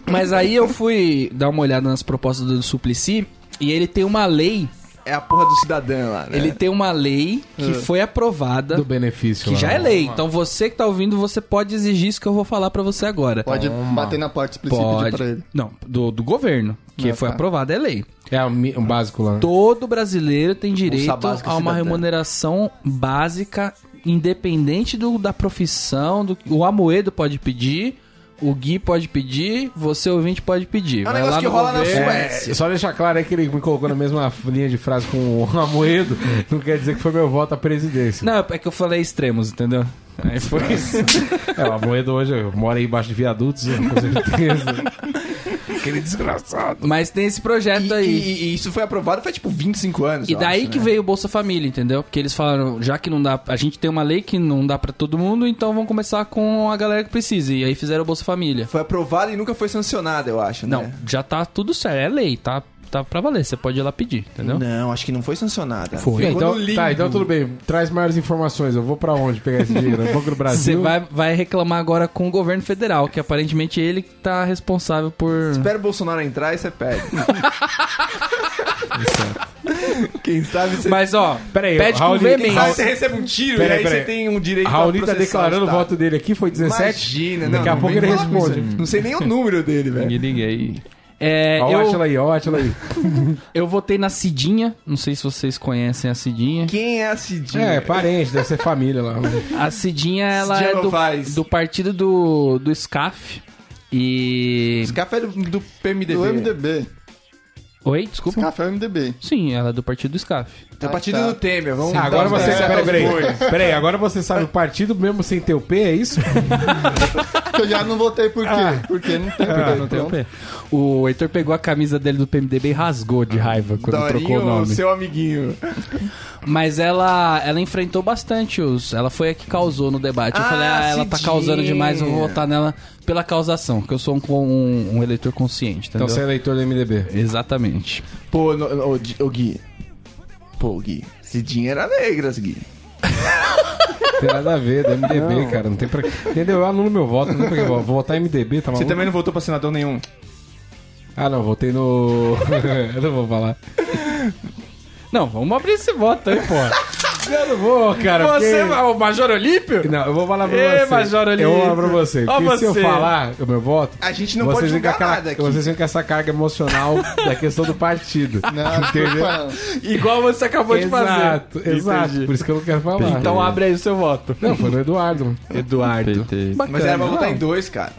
Speaker 1: Mas aí eu fui dar uma olhada nas propostas do Suplicy e ele tem uma lei.
Speaker 2: é a porra do cidadão lá, né?
Speaker 1: Ele tem uma lei
Speaker 2: É.
Speaker 1: que foi aprovada,
Speaker 3: Do benefício.
Speaker 2: <laughs>
Speaker 1: que
Speaker 3: lá.
Speaker 1: já é lei. Então você que tá ouvindo, você pode exigir isso que eu vou falar pra você agora.
Speaker 4: Pode bater na porta do Suplicy e pedir pra
Speaker 1: Pode.
Speaker 4: ele.
Speaker 1: Não, do, do governo, que
Speaker 4: Ah,
Speaker 1: foi
Speaker 4: tá.
Speaker 1: aprovada, é lei.
Speaker 3: É um, mi- um básico lá. né?
Speaker 1: Todo brasileiro tem direito
Speaker 2: básica
Speaker 1: a uma
Speaker 2: cidadã.
Speaker 1: remuneração básica, independente do, da profissão. Do, o Amoedo pode pedir, o Gui pode pedir, você ouvinte pode pedir.
Speaker 2: É
Speaker 1: Vai
Speaker 2: um
Speaker 1: lá
Speaker 2: negócio que
Speaker 1: no
Speaker 2: rola na
Speaker 1: governo.
Speaker 2: Suécia.
Speaker 3: É, só deixar claro aí que ele me colocou na mesma linha de frase com o Amoedo. Não quer dizer que foi meu voto à presidência.
Speaker 1: Não, é que eu falei extremos, entendeu? Aí
Speaker 2: <laughs>
Speaker 1: foi
Speaker 3: É, o Amoedo hoje mora aí embaixo de viadutos, com certeza. Aquele desgraçado.
Speaker 1: Mas tem esse projeto
Speaker 2: E,
Speaker 1: aí. E,
Speaker 2: e- e isso foi aprovado faz tipo 25 anos. eu
Speaker 1: daí
Speaker 2: acho,
Speaker 1: que
Speaker 2: né?
Speaker 1: veio o Bolsa Família, entendeu? Porque eles falaram, já que não dá, a gente tem uma lei que não dá pra todo mundo, então vamos começar com a galera que precisa. E aí fizeram o Bolsa Família.
Speaker 2: Foi aprovado e nunca foi sancionado, eu acho.
Speaker 1: Não,
Speaker 2: né?
Speaker 1: já tá tudo certo, é lei, tá, tá pra valer, você pode ir lá pedir, entendeu?
Speaker 2: Não, acho que não foi sancionada.
Speaker 1: Foi.
Speaker 2: Ficou
Speaker 3: Então,
Speaker 2: no limbo.
Speaker 3: tá, então tudo bem. Traz maiores informações. Eu vou pra onde pegar esse dinheiro? Eu vou pro
Speaker 1: Você
Speaker 3: Brasil.
Speaker 1: vai, vai reclamar agora com o governo federal, que aparentemente ele que tá responsável por.
Speaker 2: Espera o Bolsonaro entrar e você <laughs> pede. Quem sabe você.
Speaker 1: Mas ó,
Speaker 3: Pera aí,
Speaker 1: pede com
Speaker 3: Raoni,
Speaker 2: Quem
Speaker 1: veemência.
Speaker 2: sabe você recebe um tiro
Speaker 3: Pera
Speaker 2: e
Speaker 3: aí,
Speaker 2: aí
Speaker 3: pera
Speaker 2: você
Speaker 3: aí.
Speaker 2: tem um direito
Speaker 3: Raoni tá
Speaker 2: processar
Speaker 3: declarando o
Speaker 2: Estado.
Speaker 3: voto dele aqui, foi 17.
Speaker 2: Imagina,
Speaker 3: Daqui
Speaker 2: não,
Speaker 3: a
Speaker 2: não
Speaker 3: pouco
Speaker 2: vem
Speaker 3: ele
Speaker 2: falar com isso
Speaker 3: responde.
Speaker 2: aí. Não sei nem o número dele, velho.
Speaker 6: Liguei.
Speaker 1: É,
Speaker 3: Ó,
Speaker 1: eu,
Speaker 3: Atila aí, ó, Atila aí.
Speaker 1: eu votei na Cidinha, não sei se vocês conhem a Cidinha.
Speaker 2: Quem é a Cidinha?
Speaker 3: É, parente, deve ser família lá.
Speaker 1: A Cidinha, ela
Speaker 2: Cidinha
Speaker 1: é
Speaker 2: não
Speaker 1: do,
Speaker 2: faz.
Speaker 1: do partido do, do SCAF. E.
Speaker 2: Esse café é do, do PMDB.
Speaker 4: Do MDB.
Speaker 1: Oi, desculpa.
Speaker 4: Café é o MDB.
Speaker 1: Sim, ela é do partido do SCAF.
Speaker 2: É A partir do Temer, vamos
Speaker 3: Ah, agora
Speaker 2: vamos
Speaker 3: você
Speaker 2: pegar
Speaker 3: sabe.
Speaker 2: os
Speaker 3: Peraí,
Speaker 2: dois.
Speaker 3: peraí, peraí, agora você sabe o partido mesmo sem ter o P, é isso?
Speaker 4: Que eu já não votei por quê?
Speaker 3: Ah.
Speaker 4: Porque não tem.
Speaker 1: Ah, não tem
Speaker 2: Então.
Speaker 1: o P. O Heitor pegou a camisa dele do PMDB e rasgou de raiva quando trocou o
Speaker 2: Dorinho,
Speaker 1: nome.
Speaker 2: seu amiguinho.
Speaker 1: Mas ela, ela enfrentou bastante os. Ela foi a que causou no debate. Eu
Speaker 2: Ah,
Speaker 1: falei, ah, ela tá
Speaker 2: Cidinha.
Speaker 1: causando demais, eu vou votar nela pela causação, porque eu sou um, um- um eleitor consciente, entendeu?
Speaker 3: Então você é eleitor do MDB.
Speaker 1: Exatamente.
Speaker 2: Pô, no, no, o Di- o Gui. Pô, Gui. Cidinha era negras, Gui.
Speaker 3: Não tem nada a ver, do MDB, cara. Não tem pra... Entendeu? Eu anulo meu voto, não tem pra que vou votar em MDB, tá maluco?
Speaker 2: não votou pra senador nenhum?
Speaker 3: Ah, não, votei no. <laughs> eu não vou falar.
Speaker 1: Não, vamos abrir esse voto aí, pô.
Speaker 3: Eu não vou, cara.
Speaker 1: Você,
Speaker 3: porque-
Speaker 1: Ah, o Major Olímpio?
Speaker 3: Não, eu vou falar pra
Speaker 1: Ê,
Speaker 3: você.
Speaker 1: Major
Speaker 3: eu vou falar
Speaker 1: Olímpio.
Speaker 3: pra você.
Speaker 1: Ó
Speaker 3: Porque se eu
Speaker 1: você.
Speaker 3: falar o meu voto.
Speaker 2: A gente não
Speaker 3: vocês
Speaker 2: pode
Speaker 3: vêm com
Speaker 2: julgar
Speaker 3: aquela-
Speaker 2: nada aqui.
Speaker 3: Vocês vêm com essa carga emocional da questão do partido.
Speaker 4: Não, desculpa.
Speaker 1: Igual você acabou de fazer.
Speaker 3: exato, exato. Por isso que eu não quero falar.
Speaker 1: Então abre aí o seu voto.
Speaker 3: Não, foi no Eduardo.
Speaker 1: Eduardo.
Speaker 2: Mas era pra votar
Speaker 1: Não.
Speaker 2: em dois, cara.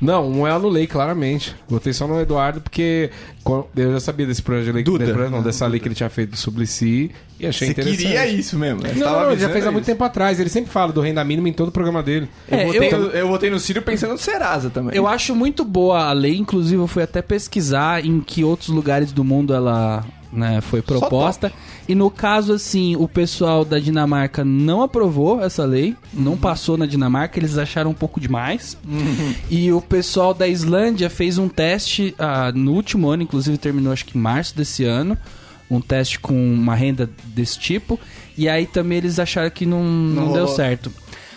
Speaker 3: Não, um eu anulei, claramente. Votei só no Eduardo porque co- eu já sabia desse projeto de lei,
Speaker 2: Duda.
Speaker 3: desse projeto, não, dessa lei que ele tinha feito do Suplicy e achei
Speaker 1: é
Speaker 2: Você
Speaker 3: interessante.
Speaker 2: queria isso mesmo. Você
Speaker 3: Não,
Speaker 2: tava
Speaker 3: não, ele já
Speaker 2: avisando
Speaker 3: fez há muito
Speaker 2: isso.
Speaker 3: tempo atrás. Ele sempre fala do renda mínima em todo o programa dele.
Speaker 1: É,
Speaker 2: Eu,
Speaker 1: eu,
Speaker 2: votei, eu votei no Ciro pensando no Serasa também.
Speaker 1: eu acho muito boa a lei, inclusive eu fui até pesquisar em que outros lugares do mundo ela né, foi proposta. E no caso, assim, o pessoal da Dinamarca não aprovou essa lei, não passou na Dinamarca, eles acharam um pouco demais. <laughs> E o pessoal da Islândia fez um teste ah, no último ano, inclusive terminou acho que em março desse ano. Um teste com uma renda desse tipo. E aí também eles acharam que não, não, deu
Speaker 4: rolou.
Speaker 1: certo.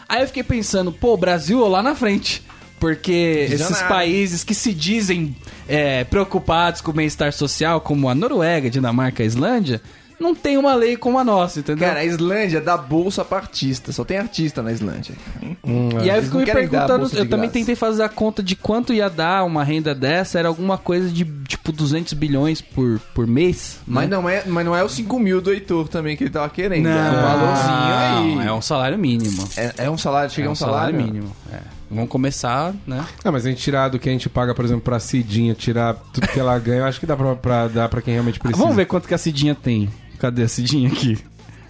Speaker 1: Aí eu fiquei pensando, pô, o Brasil lá na frente. Porque esses
Speaker 2: Visionário.
Speaker 1: países que se dizem é, preocupados com o bem-estar social, como a Noruega, Dinamarca, a Islândia, não tem uma lei como a nossa, entendeu?
Speaker 2: Cara, a Islândia dá bolsa pra artista. Só tem artista na Islândia.
Speaker 1: E aí eu
Speaker 2: Eles
Speaker 1: fico
Speaker 2: não
Speaker 1: me
Speaker 2: querem dar a
Speaker 1: perguntando, eu
Speaker 2: bolsa de
Speaker 1: também
Speaker 2: graça.
Speaker 1: tentei fazer a conta de quanto ia dar uma renda dessa, era alguma coisa de tipo 200 bilhões por, por mês,
Speaker 2: Mas
Speaker 1: né?
Speaker 2: não, é, mas não é os 5 mil do Heitor também que ele tava querendo. É um
Speaker 1: Não,
Speaker 2: valorzinho aí.
Speaker 1: é um salário mínimo.
Speaker 2: É, é um salário, chega
Speaker 1: é
Speaker 2: a um salário, mínimo.
Speaker 1: mínimo. é. Vamos começar, né?
Speaker 3: Não, Ah, mas a gente tirar do que a gente paga, por exemplo, pra Cidinha, tirar tudo que ela ganha, eu acho que dá pra, pra dar pra quem realmente precisa.
Speaker 1: Vamos ver quanto que a Cidinha tem. Cadê a Cidinha aqui?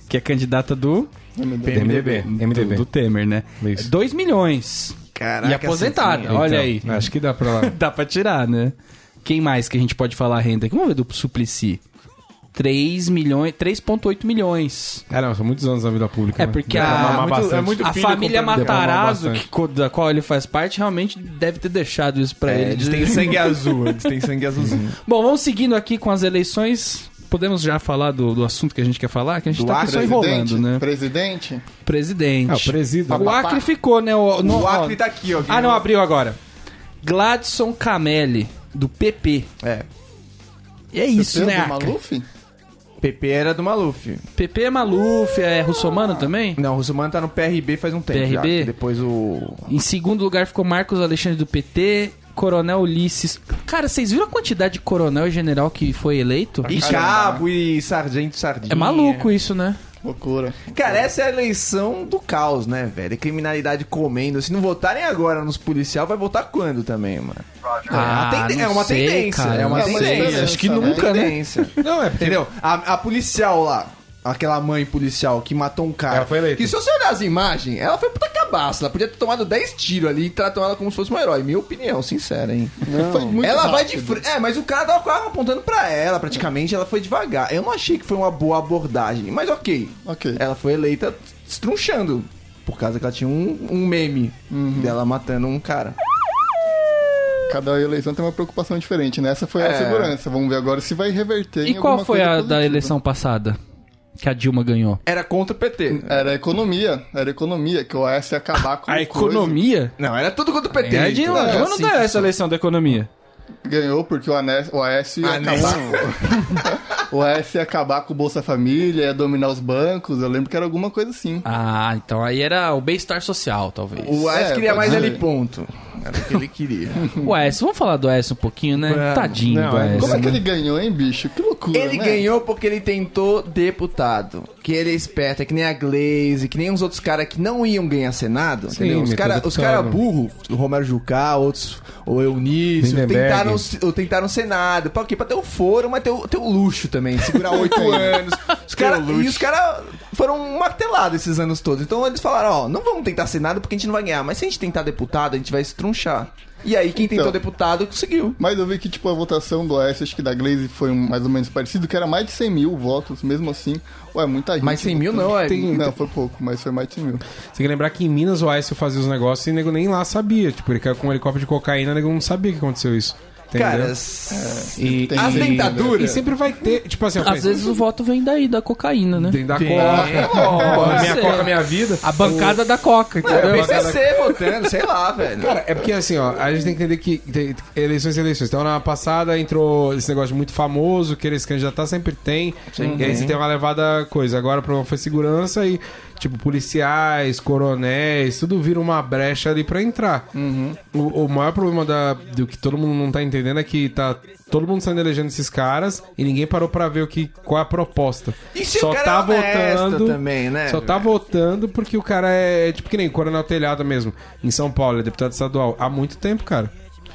Speaker 1: Que é candidata do
Speaker 3: MDB.
Speaker 1: Do,
Speaker 3: MDB.
Speaker 1: do Temer, né?
Speaker 3: Isso.
Speaker 1: 2 milhões.
Speaker 2: Caraca, assim,
Speaker 1: e aposentada,
Speaker 2: Cidinha.
Speaker 1: olha aí.
Speaker 3: Então, Acho que dá pra lá.
Speaker 1: Dá pra tirar, né? Quem mais que a gente pode falar renda aqui? Vamos ver do Suplicy. 3 milhões, 3.8 milhões.
Speaker 3: <laughs> Ah, não, são muitos anos na vida pública.
Speaker 1: É
Speaker 3: né?
Speaker 1: porque
Speaker 3: Dá pra
Speaker 1: a-
Speaker 3: mamar
Speaker 2: muito-
Speaker 3: bastante.
Speaker 2: é muito-
Speaker 1: A
Speaker 2: filho
Speaker 1: família
Speaker 2: comprando-
Speaker 1: Matarazzo,
Speaker 3: Depende.
Speaker 1: que, co- da qual ele faz parte, realmente deve ter deixado isso pra
Speaker 2: É,
Speaker 1: ele.
Speaker 2: eles <laughs> têm sangue azul, eles têm <laughs> sangue azulzinho.
Speaker 1: Bom, vamos seguindo aqui com as eleições. Podemos já falar do, do assunto que a gente quer falar? Que a gente
Speaker 2: Do
Speaker 1: tá aqui
Speaker 2: Acre,
Speaker 1: só enrolando, né?
Speaker 4: Presidente?
Speaker 1: Presidente.
Speaker 3: Ah, o presídio.
Speaker 1: O Acre ficou, né? O, no-
Speaker 2: o Acre
Speaker 1: ó,
Speaker 2: tá aqui, ó.
Speaker 1: Ah, não, abriu agora. Gladson Camelli, do PP.
Speaker 2: É.
Speaker 1: E é isso,
Speaker 4: Seu
Speaker 1: né,
Speaker 4: do
Speaker 1: Acre?
Speaker 4: Maluf?
Speaker 2: PP era do Maluf.
Speaker 1: PP é Maluf, é Russomano também?
Speaker 2: Não, o Russomano tá no PRB faz um tempo. já,
Speaker 1: PRB?
Speaker 2: que depois o.
Speaker 1: Em segundo lugar ficou Marcos Alexandre do PT, Coronel Ulisses. Cara, vocês viram a quantidade de coronel e general que foi eleito?
Speaker 2: E cabo e sargento sardinha.
Speaker 1: É maluco isso, né?
Speaker 4: Loucura.
Speaker 2: Cara, essa é a eleição do caos, né, velho? É Criminalidade comendo. Se não votarem agora nos policial, vai votar quando também, mano?
Speaker 1: Ah,
Speaker 2: É uma tenden-
Speaker 1: não
Speaker 2: é uma
Speaker 1: sei,
Speaker 2: tendência.
Speaker 1: cara,
Speaker 2: é uma
Speaker 1: não
Speaker 4: sei.
Speaker 2: tendência.
Speaker 4: Acho que
Speaker 2: É uma
Speaker 1: nunca, né?
Speaker 2: tendência.
Speaker 3: Não, é porque
Speaker 2: Entendeu? A, a policial lá, aquela mãe policial que matou um cara.
Speaker 3: Ela foi eleita.
Speaker 2: Que se você olhar as imagens, ela foi puta cabaça. Ela podia ter tomado 10 tiros ali e tratou ela como se fosse um herói. Minha opinião, sincera, hein?
Speaker 4: Foi muito
Speaker 2: ela vai de
Speaker 4: rápido.
Speaker 2: frente. É, mas o cara tava com a arma apontando pra ela, praticamente. Ela foi devagar. Eu não achei que foi uma boa abordagem, mas ok.
Speaker 4: Ok.
Speaker 2: Ela foi eleita estrunchando. Por causa que ela tinha um, um meme
Speaker 4: Uhum.
Speaker 2: dela matando um cara.
Speaker 4: Cada eleição tem uma preocupação diferente, né? Essa foi a
Speaker 2: É.
Speaker 4: segurança. Vamos ver agora se vai reverter
Speaker 1: E
Speaker 4: em
Speaker 1: qual
Speaker 4: alguma
Speaker 1: foi
Speaker 4: coisa
Speaker 1: a da
Speaker 4: positiva.
Speaker 1: eleição passada que a Dilma ganhou?
Speaker 2: Era contra o PT.
Speaker 4: Era a economia. Era a economia, que o AS ia acabar com
Speaker 1: A
Speaker 4: uma coisa.
Speaker 1: economia?
Speaker 2: Não, era tudo contra o
Speaker 1: É,
Speaker 2: PT.
Speaker 1: a Dilma, a
Speaker 4: é
Speaker 1: Dilma não
Speaker 4: assim
Speaker 1: ganhou
Speaker 4: que
Speaker 1: essa eleição da economia.
Speaker 4: Ganhou porque o AS, o AS
Speaker 2: Ah,
Speaker 4: ia acabar. o <laughs> AS ia acabar com o Bolsa Família, ia dominar os bancos. Eu lembro que era alguma coisa assim.
Speaker 1: Ah, então aí era o bem-estar social, talvez.
Speaker 2: O AES
Speaker 4: É,
Speaker 2: queria
Speaker 4: pode
Speaker 2: mais
Speaker 4: ser.
Speaker 2: ali ponto. Era o que ele queria.
Speaker 4: <laughs>
Speaker 1: O Aécio, vamos falar do Aécio um pouquinho, né?
Speaker 2: Vamos.
Speaker 1: Tadinho
Speaker 3: Não,
Speaker 1: do
Speaker 3: é-
Speaker 1: Aécio.
Speaker 4: Como é que
Speaker 1: né?
Speaker 4: ele ganhou, hein, bicho? Que loucura,
Speaker 2: Ele
Speaker 4: né?
Speaker 2: ganhou porque ele tentou deputado. Que ele é esperto, é que nem a Glaze, que nem os outros caras que não iam ganhar Senado.
Speaker 3: Sim,
Speaker 2: entendeu? Os
Speaker 3: meteu
Speaker 2: caras
Speaker 3: deputado.
Speaker 2: os cara burros, o Romero Jucá, outros, o Eunício,
Speaker 3: Lindenberg.
Speaker 2: tentaram, o- tentaram Senado. Pra quê? Pra ter o foro, mas ter o, ter o luxo também. Segurar
Speaker 3: <laughs>
Speaker 2: oito anos.
Speaker 3: É.
Speaker 2: Os cara, e os caras foram martelados esses anos todos. Então eles falaram: ó, não vamos tentar Senado porque a gente não vai ganhar. Mas se a gente tentar deputado, a gente vai estrunchar. E aí quem tentou
Speaker 4: Então.
Speaker 2: deputado conseguiu.
Speaker 4: Mas eu vi que, tipo, a votação do Aécio, acho que da Glaze foi um- mais ou menos parecido, que era mais de 100 mil votos, mesmo assim. Ué, muita gente.
Speaker 2: Mas 100 mil não, é.
Speaker 4: Tem- Não, foi pouco, mas foi mais de 100 mil.
Speaker 3: Tem que lembrar que em Minas o Aécio fazia os negócios e o nego nem lá sabia. Tipo, ele caiu com um helicóptero de cocaína, o nego não sabia que aconteceu isso. Entendeu?
Speaker 2: Cara,
Speaker 3: e,
Speaker 4: tem
Speaker 2: as
Speaker 4: e-
Speaker 3: e
Speaker 2: dentaduras.
Speaker 3: sempre vai ter, tipo assim, ó,
Speaker 1: Às vezes o voto vem daí, da cocaína, né? É,
Speaker 3: tem da coca,
Speaker 1: Pode
Speaker 6: minha
Speaker 1: ser.
Speaker 6: coca, minha vida.
Speaker 1: A bancada da coca, entendeu?
Speaker 2: É o PCC votando, sei lá, velho.
Speaker 3: Cara, é porque assim, ó, a gente tem que entender que tem eleições e eleições. Então, na passada entrou esse negócio muito famoso, querer se candidatar tá sempre tem. E aí você tem uma levada coisa. Agora o problema foi segurança e, tipo, policiais, coronéis, tudo vira uma brecha ali pra entrar. O, o maior problema da, do que todo mundo não tá entendendo é que tá todo mundo saindo elegendo esses caras e ninguém parou pra ver o que, qual é a proposta. tá
Speaker 2: E se o cara é honesto também, né?
Speaker 3: Só tá votando porque o cara é, tipo que nem Coronel Telhado mesmo, em São Paulo, é deputado estadual há muito tempo, cara.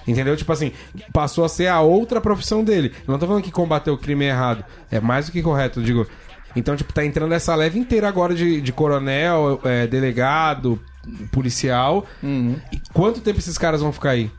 Speaker 3: Entendeu? Tipo assim, passou a ser a outra profissão dele. Eu não tô falando que combater o crime é errado, é mais do que correto, eu digo. Então, tipo, tá entrando essa leve inteira agora de, de coronel, é, delegado, policial. E quanto tempo esses caras vão ficar aí?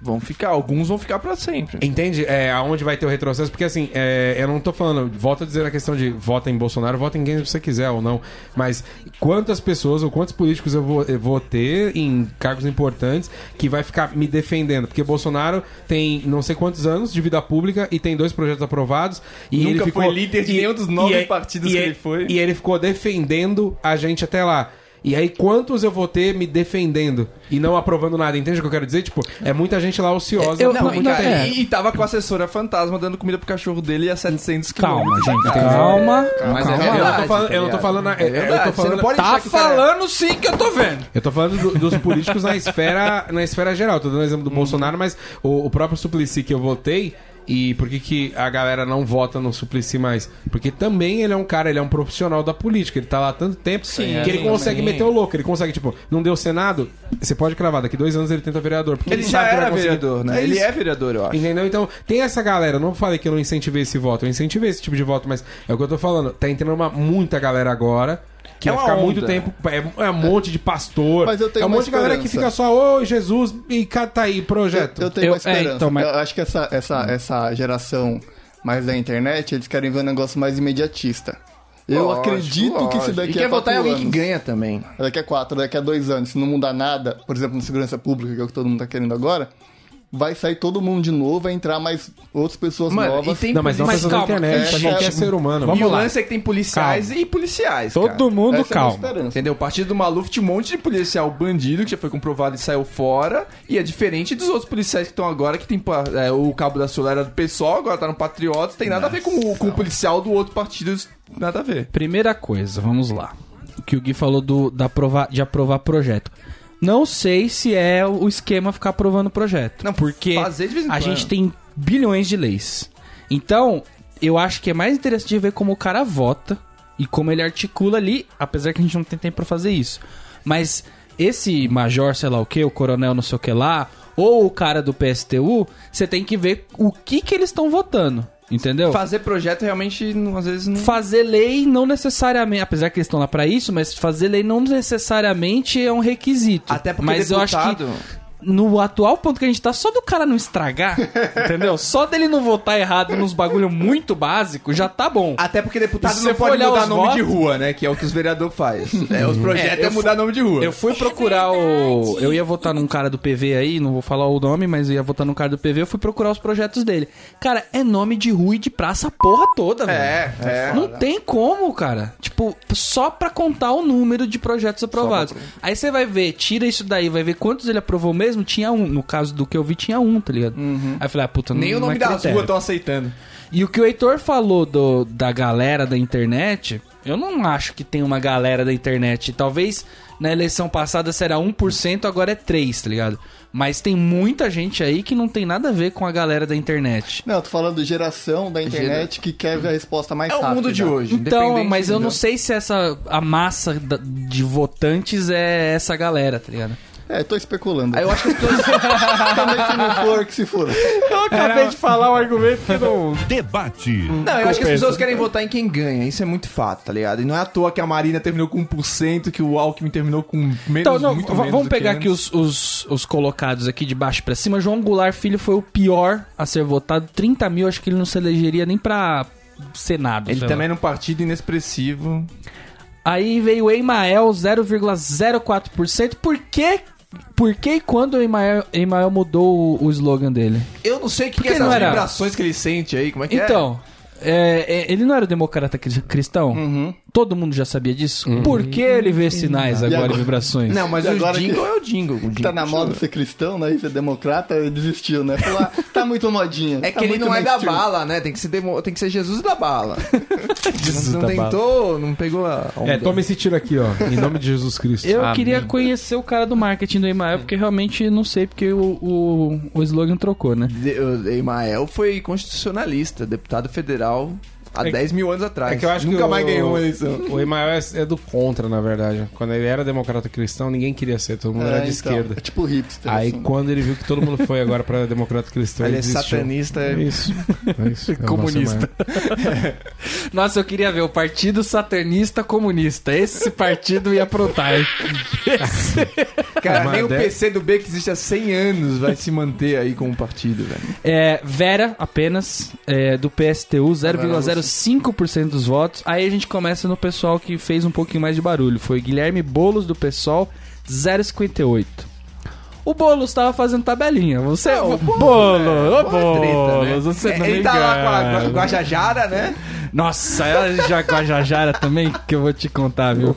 Speaker 2: Vão ficar, alguns vão ficar pra sempre.
Speaker 3: Entende? É, aonde vai ter o retrocesso? Porque assim, é, eu não tô falando, volto a dizer a questão de vota em Bolsonaro, vota em quem você quiser ou não. Mas quantas pessoas ou quantos políticos eu vou, eu vou ter em cargos importantes que vai ficar me defendendo? Porque Bolsonaro tem não sei quantos anos de vida pública e tem dois projetos aprovados. E
Speaker 2: Nunca
Speaker 3: ele ficou,
Speaker 2: foi líder de
Speaker 3: e-
Speaker 2: nenhum dos nove
Speaker 3: e é-
Speaker 2: partidos
Speaker 3: e
Speaker 2: que
Speaker 3: é-
Speaker 2: ele foi.
Speaker 3: E ele ficou defendendo a gente até lá. E aí, quantos eu vou ter me defendendo e não aprovando nada? Entende o que eu quero dizer? Tipo, é muita gente lá ociosa.
Speaker 1: Eu-
Speaker 3: por
Speaker 2: Não,
Speaker 1: Não,
Speaker 2: e,
Speaker 3: muito
Speaker 1: não,
Speaker 2: cara,
Speaker 1: é.
Speaker 2: e, e tava com a assessora fantasma dando comida pro cachorro dele a 700
Speaker 1: Calma,
Speaker 2: quilômetros.
Speaker 1: gente,
Speaker 2: Cara,
Speaker 1: calma.
Speaker 2: Mas é
Speaker 1: calma.
Speaker 3: Eu não
Speaker 2: verdade,
Speaker 3: tô falando,
Speaker 2: tá
Speaker 3: eu não tô
Speaker 2: ligado?
Speaker 3: falando,
Speaker 2: É
Speaker 3: eu
Speaker 2: verdade,
Speaker 3: tô
Speaker 2: você não
Speaker 3: falando,
Speaker 2: pode
Speaker 1: Tá
Speaker 2: achar que é o cara-
Speaker 1: falando sim que eu tô vendo.
Speaker 3: eu tô falando do- dos políticos na esfera, na esfera geral. Tô dando exemplo do Bolsonaro, mas o, o próprio Suplicy que eu votei e por que, que a galera não vota no Suplicy mais? Porque também ele é um cara, ele é um profissional da política, ele tá lá há tanto tempo que ele consegue meter o louco, ele consegue, tipo, não deu Senado, você pode cravar, daqui dois anos ele tenta vereador. Porque
Speaker 2: Ele já
Speaker 3: sabe que
Speaker 2: era
Speaker 3: vai conseguir.
Speaker 2: vereador, né? ele
Speaker 3: isso.
Speaker 2: é vereador, eu acho.
Speaker 3: Entendeu? Então, tem essa galera. eu Não falei que eu não incentivei esse voto. Eu incentivei esse tipo de voto, mas é o que eu tô falando. Tá entrando uma, muita galera agora. Que
Speaker 2: É
Speaker 3: vai
Speaker 2: uma
Speaker 3: ficar
Speaker 2: onda.
Speaker 3: muito tempo. É, é um monte de pastor.
Speaker 4: Mas eu tenho
Speaker 3: é um
Speaker 4: uma
Speaker 3: monte de galera que
Speaker 4: esperança.
Speaker 3: fica só, ô Jesus, e cá tá aí, projeto.
Speaker 4: Eu, eu tenho
Speaker 1: Eu-
Speaker 4: uma esperança.
Speaker 1: é, então, mas-
Speaker 4: Eu acho que essa,
Speaker 2: Hum.
Speaker 4: essa, essa geração mais da internet, eles querem ver um negócio mais imediatista. Eu
Speaker 2: Lógico,
Speaker 4: acredito que
Speaker 2: lógico.
Speaker 4: isso daqui
Speaker 2: E quer
Speaker 4: é
Speaker 2: votar em
Speaker 4: quatro
Speaker 2: alguém que
Speaker 4: anos.
Speaker 2: ganha também.
Speaker 4: daqui a quatro, daqui a dois anos, se não mudar nada, por exemplo, na segurança pública, que é o que todo mundo tá querendo agora, vai sair todo mundo de novo, vai entrar mais outras pessoas
Speaker 2: Mano,
Speaker 4: novas.
Speaker 2: e tem
Speaker 3: Não, mas não
Speaker 1: Mas
Speaker 3: pessoas na
Speaker 1: calma,
Speaker 3: internet,
Speaker 4: é,
Speaker 3: pra qualquer
Speaker 4: é,
Speaker 3: ser humano.
Speaker 2: E o
Speaker 3: Vamos lá.
Speaker 2: lance é que tem policiais e policiais. cara.
Speaker 1: Todo mundo
Speaker 4: Essa é a minha
Speaker 1: calma.
Speaker 4: esperança.
Speaker 2: Entendeu? O partido do Maluf tinha um monte de policial bandido que já foi comprovado e saiu fora. E é diferente dos outros policiais que estão agora, que tem pa- é, o cabo da Sul era do PSOL, agora tá no Patriotas, tem nada a ver com, o- com o policial do outro partido, nada a ver.
Speaker 1: Primeira coisa, vamos lá. O que o Gui falou do, da aprovar, de aprovar projeto. Não sei se é o esquema ficar aprovando projeto.
Speaker 2: Não,
Speaker 1: porque
Speaker 2: fazer de vez em
Speaker 1: a
Speaker 2: quando.
Speaker 1: gente tem bilhões de leis. Então, eu acho que é mais interessante ver como o cara vota e como ele articula ali, apesar que a gente não tem tempo pra fazer isso. Mas esse major, sei lá o que, o coronel não sei o que lá, ou o cara do PSTU, você tem que ver o que que eles estão votando, entendeu?
Speaker 2: Fazer projeto realmente, não- às vezes, não.
Speaker 1: fazer lei não necessariamente, apesar que eles estão lá pra isso, mas fazer lei não necessariamente é um requisito.
Speaker 2: Até porque
Speaker 1: mas eu
Speaker 2: deputado-
Speaker 1: acho que no atual ponto que a gente tá, só do cara não
Speaker 2: <laughs>
Speaker 1: estragar, entendeu? Só dele não votar errado nos bagulho muito básico, já tá bom.
Speaker 2: Até porque
Speaker 1: E
Speaker 2: deputado
Speaker 1: se
Speaker 2: não
Speaker 1: você for
Speaker 2: pode
Speaker 1: olhar
Speaker 2: mudar
Speaker 1: os
Speaker 2: nome de
Speaker 1: votos-
Speaker 2: rua, né? Que é o que os vereadores fazem. <laughs> É, os projetos é, mudar nome de rua.
Speaker 1: Eu fui procurar o. Eu ia votar num cara do PV aí, não vou falar o nome, mas eu ia votar num cara do PV, eu fui procurar os projetos dele. Cara, é nome de rua e de praça a porra toda, velho.
Speaker 2: É, é.
Speaker 1: Não tem como, cara. Tipo, só pra contar o número de projetos aprovados. Aí você vai ver, tira isso daí, vai ver quantos ele aprovou mesmo, tinha um. No caso do que eu vi, tinha um, tá ligado? Aí eu falei, ah, puta, não
Speaker 2: Uhum. Nem o
Speaker 1: não
Speaker 2: nome
Speaker 1: é
Speaker 2: das
Speaker 1: critério.
Speaker 2: ruas estão aceitando.
Speaker 1: E o que o Heitor falou do, da galera da internet, eu não acho que tem uma um galera da internet. Talvez na eleição passada será 1%, agora é 3%, tá ligado? Mas tem muita gente aí que não tem nada a ver com a galera da internet.
Speaker 4: Não, eu tô falando geração da internet que quer ver a resposta mais
Speaker 2: É
Speaker 4: rápida.
Speaker 2: o mundo de hoje.
Speaker 1: Então,
Speaker 2: independente
Speaker 1: mas eu
Speaker 2: de-
Speaker 1: não sei se essa a massa da- de votantes é essa galera, tá ligado?
Speaker 4: É, eu tô especulando.
Speaker 2: Aí eu acho que as pessoas
Speaker 4: Também se <laughs> não for, que se for.
Speaker 1: Eu acabei de falar um argumento que não.
Speaker 5: É. Debate.
Speaker 2: Não, eu acho que as
Speaker 6: Compensa.
Speaker 2: pessoas querem votar em quem ganha. Isso é muito fato, tá ligado? E não é à toa que a Marina terminou com 1%, que o Alckmin terminou com menos,
Speaker 1: Então, não,
Speaker 2: muito
Speaker 1: v-
Speaker 2: menos
Speaker 1: vamos
Speaker 2: do que
Speaker 1: pegar aqui
Speaker 2: antes.
Speaker 1: os, os, os colocados aqui de baixo pra cima. João Goulart Filho foi o pior a ser votado. 30 mil, acho que ele não se elegeria nem pra Senado.
Speaker 2: Ele
Speaker 1: sei lá.
Speaker 2: também era um partido inexpressivo.
Speaker 1: Aí veio o Emael 0,04%. Por que, por que e quando o Emael, Emael mudou o, o slogan dele?
Speaker 2: Eu não sei o que,
Speaker 1: Porque
Speaker 2: que é
Speaker 1: não
Speaker 2: essas
Speaker 1: era-
Speaker 2: vibrações que ele sente aí, como é que é?
Speaker 1: Então, é, é, ele não era o democrata cri- cristão? Todo mundo já sabia disso? Por que ele vê sinais agora,
Speaker 4: agora?
Speaker 1: e vibrações?
Speaker 2: Não, mas
Speaker 4: E
Speaker 2: o
Speaker 4: agora
Speaker 2: jingle
Speaker 4: que-
Speaker 2: é o jingle. o jingle
Speaker 4: Tá na moda ser cristão, né? E ser democrata, ele desistiu, né? Falou, ah, tá muito modinha.
Speaker 2: É
Speaker 4: tá
Speaker 2: que ele
Speaker 4: muito
Speaker 2: não é da
Speaker 4: mainstream.
Speaker 2: bala, né? Tem que, ser demo- tem que ser Jesus da bala. não
Speaker 3: da bala.
Speaker 2: tentou, não pegou a onda.
Speaker 3: É, toma esse tiro aqui, ó. Em nome de Jesus Cristo.
Speaker 1: Eu
Speaker 6: Amém.
Speaker 1: queria conhecer o cara do marketing do Emael, porque realmente não sei porque o, o, o slogan trocou, né?
Speaker 2: De- o Emael foi constitucionalista, deputado federal há
Speaker 3: É que-
Speaker 2: 10 mil anos atrás.
Speaker 3: É que eu acho
Speaker 2: Nunca
Speaker 3: que o-
Speaker 2: mais ganhou uma eleição.
Speaker 3: O Emael é, é do contra, na verdade. Quando ele era democrata cristão, ninguém queria ser, todo mundo
Speaker 4: É,
Speaker 3: era de
Speaker 4: então,
Speaker 3: esquerda.
Speaker 4: É tipo hipster.
Speaker 3: Aí
Speaker 4: assim.
Speaker 3: quando ele viu que todo mundo foi agora pra democrata cristão,
Speaker 2: Ele
Speaker 3: ele,
Speaker 2: é
Speaker 3: desistiu.
Speaker 2: satanista.
Speaker 3: É
Speaker 2: é-
Speaker 3: isso. É
Speaker 1: <laughs>
Speaker 3: isso. É o nosso
Speaker 2: Comunista.
Speaker 3: Emael.
Speaker 1: Nossa, eu queria ver o Partido Satanista Comunista. Esse partido ia aprontar. hein?
Speaker 2: Cara,
Speaker 3: Mas
Speaker 2: nem o
Speaker 3: deve-
Speaker 2: PC do B que existe há 100 anos vai se manter aí como partido, velho.
Speaker 1: É, Vera, apenas, é, do PSTU, 0,05% dos votos. Aí a gente começa no pessoal que fez um pouquinho mais de barulho. Foi Guilherme Boulos, do PSOL, 0,58%. O Boulos tava fazendo tabelinha. Você é o Boulos, ô
Speaker 2: Boa treta, né?
Speaker 1: Boulos, você
Speaker 2: É,
Speaker 1: não
Speaker 2: Ele
Speaker 1: me
Speaker 2: tá lá
Speaker 1: engana.
Speaker 2: com a Guajajara, né?
Speaker 1: Nossa, ela já com a Jajara também, que eu vou te contar, viu?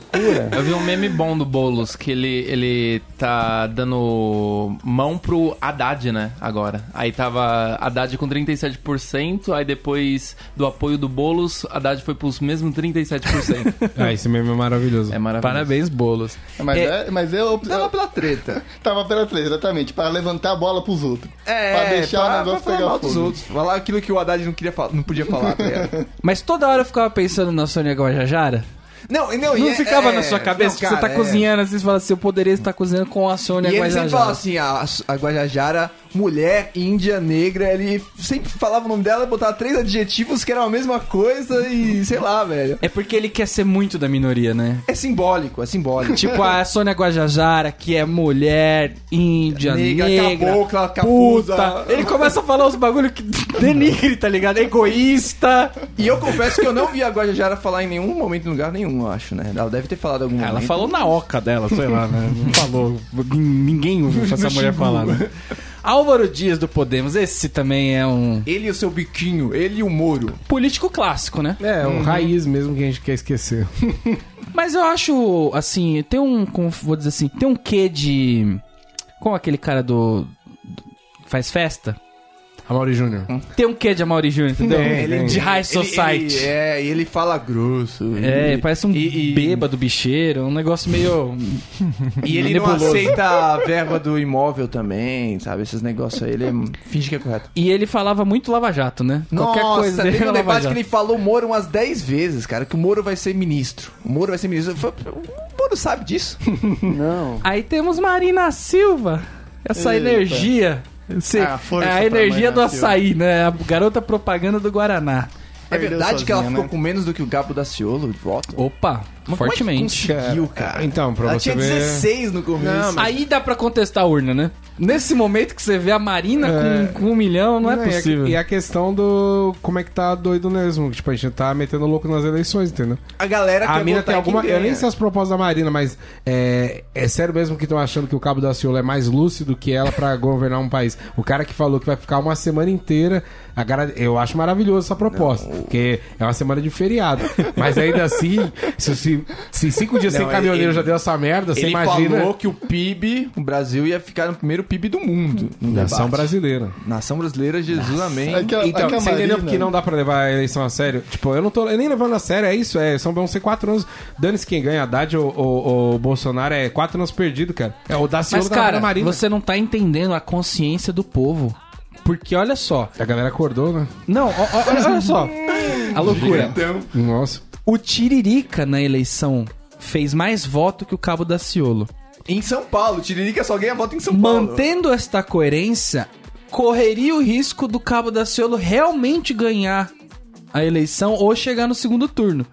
Speaker 6: Eu vi um meme bom do Boulos, que ele, ele tá dando mão pro Haddad, né, agora. Aí tava Haddad com 37%, aí depois do apoio do Boulos, Haddad foi pros mesmos 37%.
Speaker 3: <laughs> Ah, esse meme é maravilhoso.
Speaker 6: É maravilhoso.
Speaker 1: Parabéns, Boulos.
Speaker 4: Mas, é... mas eu,
Speaker 2: Tá lá
Speaker 4: eu
Speaker 2: pela treta.
Speaker 4: tava pela treta, exatamente. Pra levantar a bola pros outros.
Speaker 2: É,
Speaker 4: Pra deixar o negócio
Speaker 2: falar
Speaker 4: pegar
Speaker 2: mal dos
Speaker 4: fogo.
Speaker 2: outros. Falar aquilo que o Haddad não, queria falar, não podia falar,
Speaker 1: <laughs>
Speaker 2: tá ligado?
Speaker 1: Mas toda hora eu ficava pensando na Sônia Guajajara?
Speaker 2: Não, e não,
Speaker 1: Não
Speaker 2: e é-
Speaker 1: ficava
Speaker 2: é-
Speaker 1: na sua cabeça?
Speaker 2: não,
Speaker 1: Tipo, você
Speaker 2: cara,
Speaker 1: tá
Speaker 2: é.
Speaker 1: cozinhando, assim, você fala assim, eu poderia estar cozinhando com a Sônia
Speaker 2: E ele sempre
Speaker 1: Guajajara.
Speaker 2: falava assim, a, a Guajajara, mulher, índia, negra, ele sempre falava o nome dela, botava três adjetivos que eram a mesma coisa e sei lá, velho.
Speaker 1: É porque ele quer ser muito da minoria, <laughs> né?
Speaker 2: É simbólico, é simbólico.
Speaker 1: Tipo, a Sônia Guajajara, que é mulher, índia, negra,
Speaker 2: Negra, cabocla,
Speaker 1: puta.
Speaker 2: cafusa.
Speaker 1: Ele começa a falar uns bagulho <laughs> que denigre, tá ligado? Egoísta.
Speaker 2: E eu confesso que eu não vi a Guajajara falar em nenhum momento, em lugar nenhum, eu acho, né? Ela deve ter falado algum momento.
Speaker 1: na oca dela, sei lá, né? Não falou. Ninguém ouviu essa mulher falar, né? Álvaro Dias do Podemos, esse também é um
Speaker 2: Ele e o seu biquinho, ele e o Moro.
Speaker 1: político clássico, né?
Speaker 3: É, um raiz mesmo que a gente quer esquecer.
Speaker 1: Mas eu acho, assim, tem um, como vou dizer assim, tem um quê de... Como aquele cara do... do- faz festa?
Speaker 3: Amaury Júnior.
Speaker 1: Tem um quê de Amaury Júnior, entendeu?
Speaker 3: Tem, tem.
Speaker 1: de High
Speaker 2: Ele-
Speaker 1: Society.
Speaker 2: ele- é, e ele fala grosso.
Speaker 1: É,
Speaker 2: ele-
Speaker 1: parece um
Speaker 2: e- e-
Speaker 1: bêbado bicheiro, um negócio meio...
Speaker 2: E ele
Speaker 1: nebuloso.
Speaker 2: não aceita a verba do imóvel também, sabe? Esses negócios aí, ele finge que é correto.
Speaker 1: E ele falava muito Lava Jato, né? dele
Speaker 2: Nossa, teve um
Speaker 1: era Lava
Speaker 2: debate
Speaker 1: Jato.
Speaker 2: que ele falou o Moro umas 10 vezes, cara, que o Moro vai ser ministro. O Moro vai ser ministro. Eu falei, O Moro sabe disso. É
Speaker 1: Aí temos Marina Silva. Essa
Speaker 4: Eita.
Speaker 1: energia. Você-
Speaker 4: Ah, força
Speaker 1: é a
Speaker 4: pra
Speaker 1: energia
Speaker 4: Marina
Speaker 1: do
Speaker 4: Silva.
Speaker 1: açaí, né? A garota propaganda do Guaraná.
Speaker 2: É
Speaker 4: Perdeu
Speaker 2: verdade que ela
Speaker 4: sozinha,
Speaker 2: ficou
Speaker 4: né?
Speaker 2: com menos do que o Gabo da Ciolo de voto?
Speaker 1: Opa, fortemente.
Speaker 2: é Conseguiu, cara.
Speaker 3: Então, pra
Speaker 2: ela
Speaker 3: você
Speaker 2: tinha
Speaker 3: ver-
Speaker 2: 16 no começo.
Speaker 3: Não, mas-
Speaker 1: Aí dá pra contestar a urna, né? Nesse momento que você vê a Marina
Speaker 3: É.
Speaker 1: com, com um milhão, não, é
Speaker 2: né?
Speaker 3: e a-
Speaker 1: possível.
Speaker 3: E a questão do como é que tá doido mesmo. Tipo, a gente tá metendo louco nas eleições, entendeu?
Speaker 2: A galera
Speaker 3: A
Speaker 2: quer
Speaker 3: mina
Speaker 2: votar
Speaker 3: tem
Speaker 2: em quem
Speaker 3: alguma. Eu
Speaker 2: ganha.
Speaker 3: nem sei as propostas da Marina, mas é, é sério mesmo que estão achando que o Cabo da Ciola é mais lúcido que ela pra <laughs> governar um país. O cara que falou que vai ficar uma semana inteira. a cara-
Speaker 2: <laughs>
Speaker 3: eu acho maravilhoso essa proposta, porque é uma semana de feriado. Mas ainda assim, se, se Se, se cinco dias
Speaker 2: Não,
Speaker 3: sem caminhoneiro
Speaker 2: ele-
Speaker 3: já deu essa merda, você
Speaker 2: Ele
Speaker 3: imagina.
Speaker 2: falou que o PIB, o Brasil ia ficar no primeiro PIB do mundo. no
Speaker 3: Nação
Speaker 2: debate.
Speaker 3: brasileira.
Speaker 2: Nação brasileira, Jesus, amém.
Speaker 4: É que a-
Speaker 3: Então,
Speaker 4: é que a
Speaker 3: você entendeu
Speaker 4: Marina-
Speaker 3: porque não dá pra levar a eleição a sério? Tipo, eu não tô eu nem levando a sério, é isso, é, são vão ser quatro anos. Dane-se quem ganha, Haddad ou, ou, ou Bolsonaro, é quatro anos perdido, cara. É o Daciolo
Speaker 1: Mas,
Speaker 3: da Ana
Speaker 1: cara,
Speaker 3: Marina.
Speaker 1: você não tá entendendo a consciência do povo. Porque olha só.
Speaker 3: A galera acordou, né?
Speaker 1: Não, ó- ó- olha, olha só. A loucura.
Speaker 3: então. Nossa.
Speaker 1: O Tiririca na eleição fez mais voto que o Cabo da Ciolo.
Speaker 2: Em São Paulo, Tiririca só ganha voto em São Paulo.
Speaker 1: Mantendo esta coerência, correria o risco do Cabo da Ciolo realmente ganhar a eleição ou chegar no segundo turno.